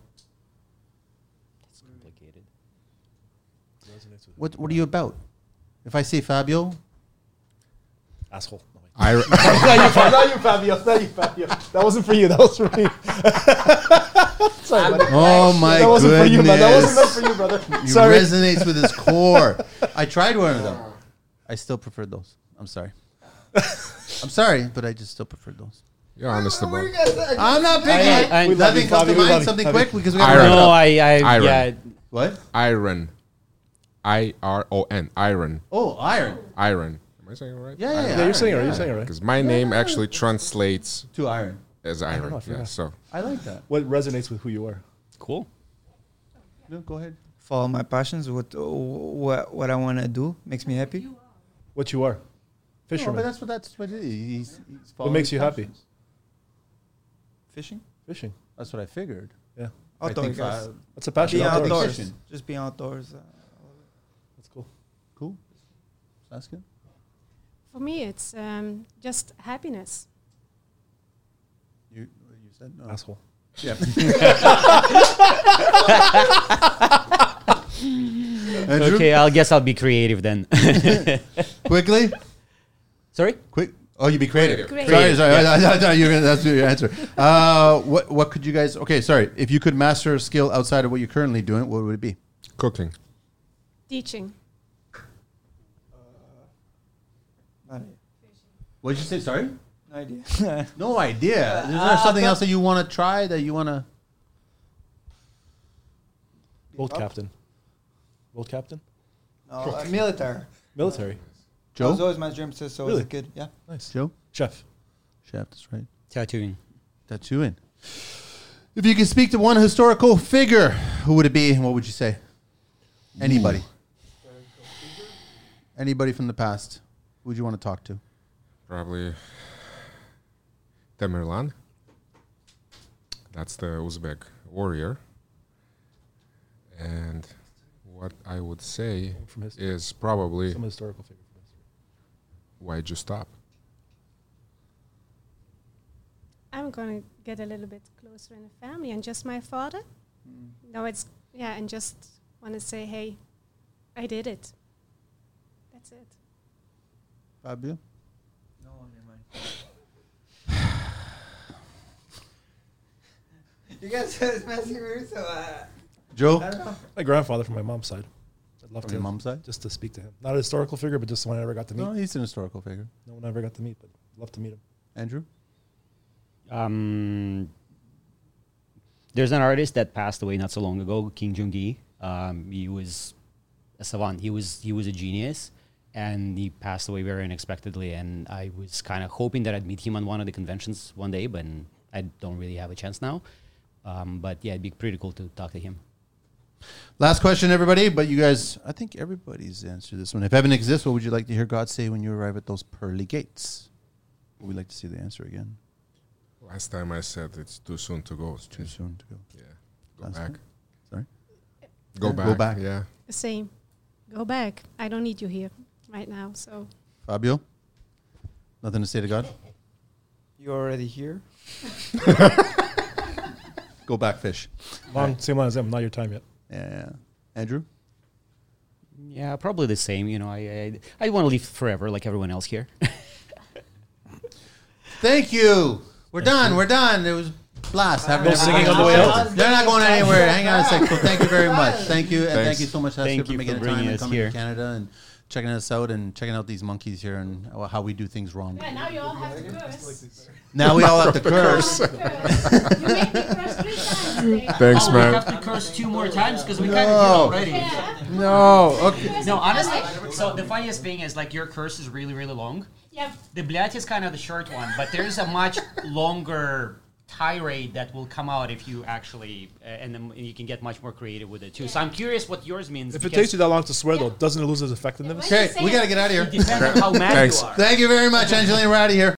Speaker 4: It's complicated.
Speaker 2: What What are you about? If I say Fabio,
Speaker 3: Asshole.
Speaker 5: I,
Speaker 3: not you, Fabio. Not you, Fabio. Not you, Fabio. That wasn't for you. That was for me. Sorry, buddy.
Speaker 2: oh my
Speaker 3: that wasn't
Speaker 2: goodness,
Speaker 3: for you, man. That wasn't meant for you, brother.
Speaker 2: It
Speaker 3: Sorry.
Speaker 2: resonates with his core. I tried one of them. I still preferred those. I'm sorry. I'm sorry, but I just still preferred those.
Speaker 5: you're honest about it.
Speaker 2: I'm not picking.
Speaker 4: I- I- We
Speaker 3: love
Speaker 2: nothing
Speaker 3: you,
Speaker 2: comes to
Speaker 3: Fabio. We love
Speaker 2: mind.
Speaker 3: you,
Speaker 2: Something
Speaker 3: Fabio.
Speaker 2: quick because we
Speaker 5: I
Speaker 2: got to
Speaker 5: don't
Speaker 2: wrap it up.
Speaker 4: No, I, I
Speaker 5: Iron.
Speaker 4: yeah.
Speaker 2: What?
Speaker 5: Iron. I R O N. Iron.
Speaker 2: Oh, iron.
Speaker 5: Iron. Am I saying it right?
Speaker 2: Yeah, yeah, yeah.
Speaker 3: Yeah, you're saying it right.
Speaker 2: iron,
Speaker 3: You're
Speaker 2: yeah.
Speaker 3: saying it right.
Speaker 5: Because my name actually translates
Speaker 2: To iron.
Speaker 5: as iron.
Speaker 3: know if you're
Speaker 5: yeah,
Speaker 3: not-
Speaker 5: so
Speaker 2: I like that.
Speaker 3: What resonates with who you are?
Speaker 4: Cool.
Speaker 2: No, go ahead.
Speaker 6: Follow my passions. What what what I want to do makes me happy.
Speaker 3: What you are.
Speaker 2: No, but
Speaker 3: Fisherman.
Speaker 2: that's what that's what it is. He's, he's following
Speaker 3: makes you
Speaker 2: his passions.
Speaker 6: Fishing?
Speaker 3: Fishing.
Speaker 2: That's what I figured.
Speaker 6: Outdoor,
Speaker 2: I think
Speaker 6: guys.
Speaker 2: I-
Speaker 3: That's a passion.
Speaker 6: Being
Speaker 2: Yeah,
Speaker 3: outdoors.
Speaker 2: outdoor
Speaker 6: outdoors.
Speaker 2: fishing.
Speaker 6: Just being outdoors. Uh,
Speaker 3: That's cool.
Speaker 2: cool. That's good.
Speaker 1: For me, it's um, just happiness.
Speaker 2: You you said no.
Speaker 3: Asshole.
Speaker 2: Yeah. Andrew,
Speaker 4: Okay, I'll guess I'll be creative then.
Speaker 2: quickly,
Speaker 4: Sorry?
Speaker 2: quick. Oh, you be creative.
Speaker 1: Creative.
Speaker 2: Sorry, sorry. I, I, I thought you were gonna, that's your answer. Uh, what what could you guys? Okay, sorry. If you could master a skill outside of what you're currently doing, what would it be?
Speaker 5: Cooking.
Speaker 1: Teaching.
Speaker 6: not a-
Speaker 2: What did you say? Sorry.
Speaker 6: no idea.
Speaker 2: No idea. Is there
Speaker 6: Uh,
Speaker 2: something
Speaker 6: but-
Speaker 2: else that you want to try that you want to?
Speaker 3: Boat
Speaker 6: Up?
Speaker 3: captain. Boat captain.
Speaker 6: No, uh, military.
Speaker 3: Military.
Speaker 6: That was
Speaker 2: Joe.
Speaker 6: always my dream since so I was
Speaker 3: Really?
Speaker 6: a kid. Yeah.
Speaker 3: Nice.
Speaker 2: Joe.
Speaker 3: Chef.
Speaker 2: Chef. That's right.
Speaker 4: Tattooing.
Speaker 2: Tattooing. If you could speak to one historical figure, who would it be, and what would you say? Anybody. Anybody from the past? Who would you want to talk to?
Speaker 5: Probably Tamerlan. That's the Uzbek warrior. And what I would say
Speaker 3: From his,
Speaker 5: is probably
Speaker 3: some historical figure. From history.
Speaker 5: why'd you stop?
Speaker 1: I'm going to get a little bit closer in the family and just my father.
Speaker 6: Mm.
Speaker 1: No, it's, yeah, and just want to say, hey, I did it. That's it.
Speaker 2: Fabio.
Speaker 6: No one in mind. you guys are messing with me, so uh, I
Speaker 2: Joe.
Speaker 6: don't know.
Speaker 3: My grandfather from my mom's side. I'd love
Speaker 2: From
Speaker 3: to
Speaker 2: your mom's side.
Speaker 3: just to speak to him. Not a historical figure, but just someone I never got to meet.
Speaker 2: No,
Speaker 3: No,
Speaker 2: he's an historical figure.
Speaker 3: one I ever got to meet, but I'd love to meet him.
Speaker 2: Andrew.
Speaker 4: Um, there's an artist that passed away not so long ago, King Jong Gi. Um, he was a savant. He was he was a genius, and he passed away very unexpectedly. And I was kind of hoping that I'd meet him on one of the conventions one day, but I don't really have a chance now. Um, but yeah, it'd be pretty cool to talk to him.
Speaker 2: Last question, everybody. But you guys, I think everybody's answered this one. If heaven exists, what would you like to hear God say when you arrive at those pearly gates? Would we like to see the answer again?
Speaker 5: Last time I said it's too soon to go.
Speaker 2: It's too soon to go.
Speaker 5: Yeah. Go
Speaker 2: Last
Speaker 5: back.
Speaker 2: time? Sorry?
Speaker 5: Go
Speaker 2: Yeah,
Speaker 5: back.
Speaker 2: go back.
Speaker 5: Yeah.
Speaker 1: The same. Go back. I don't need you here right now. So
Speaker 2: Fabio, nothing to say to God.
Speaker 6: You're already here.
Speaker 2: Go back, fish.
Speaker 3: Long, same line as him. Not your time yet.
Speaker 2: Yeah, yeah. Andrew.
Speaker 4: Yeah, probably the same. You know, I I, I want to live forever like everyone else here.
Speaker 2: Thank you. We're done. We're done. It was a blast. Having
Speaker 3: No
Speaker 2: everybody
Speaker 3: singing on the way out.
Speaker 2: They're not going anywhere. Hang on a second. Well, thank you very much. Thank you, and thank
Speaker 5: Thanks.
Speaker 2: you so much, Hester,
Speaker 4: Thank
Speaker 2: for
Speaker 4: you
Speaker 2: making
Speaker 4: for
Speaker 2: the time
Speaker 4: bringing
Speaker 2: and
Speaker 4: us
Speaker 2: coming
Speaker 4: here.
Speaker 2: to Canada and checking us out and checking out these monkeys here and how we do things wrong.
Speaker 7: now you all have to curse.
Speaker 2: Now we all have to curse.
Speaker 7: You made me curse three times today.
Speaker 5: Thanks, man.
Speaker 4: to curse two more times because we
Speaker 2: kinda did already.
Speaker 7: Yeah.
Speaker 2: No. Okay.
Speaker 4: No, honestly. So the funniest thing is like your curse is really, really long.
Speaker 7: Yeah.
Speaker 4: The blat is kind of the short one, but there's a much longer tirade that will come out if you actually, uh, and then you can get much more creative with it too. So I'm curious what yours means.
Speaker 3: If it
Speaker 4: because
Speaker 3: takes you that long to swear, though, doesn't it lose its effectiveness?
Speaker 7: Why
Speaker 2: Okay.
Speaker 7: you say
Speaker 2: We
Speaker 7: it?
Speaker 2: gotta get out of here.
Speaker 4: depends on how mad
Speaker 5: Thanks.
Speaker 4: you are.
Speaker 2: Thank you very much, Angelina. We're out of here.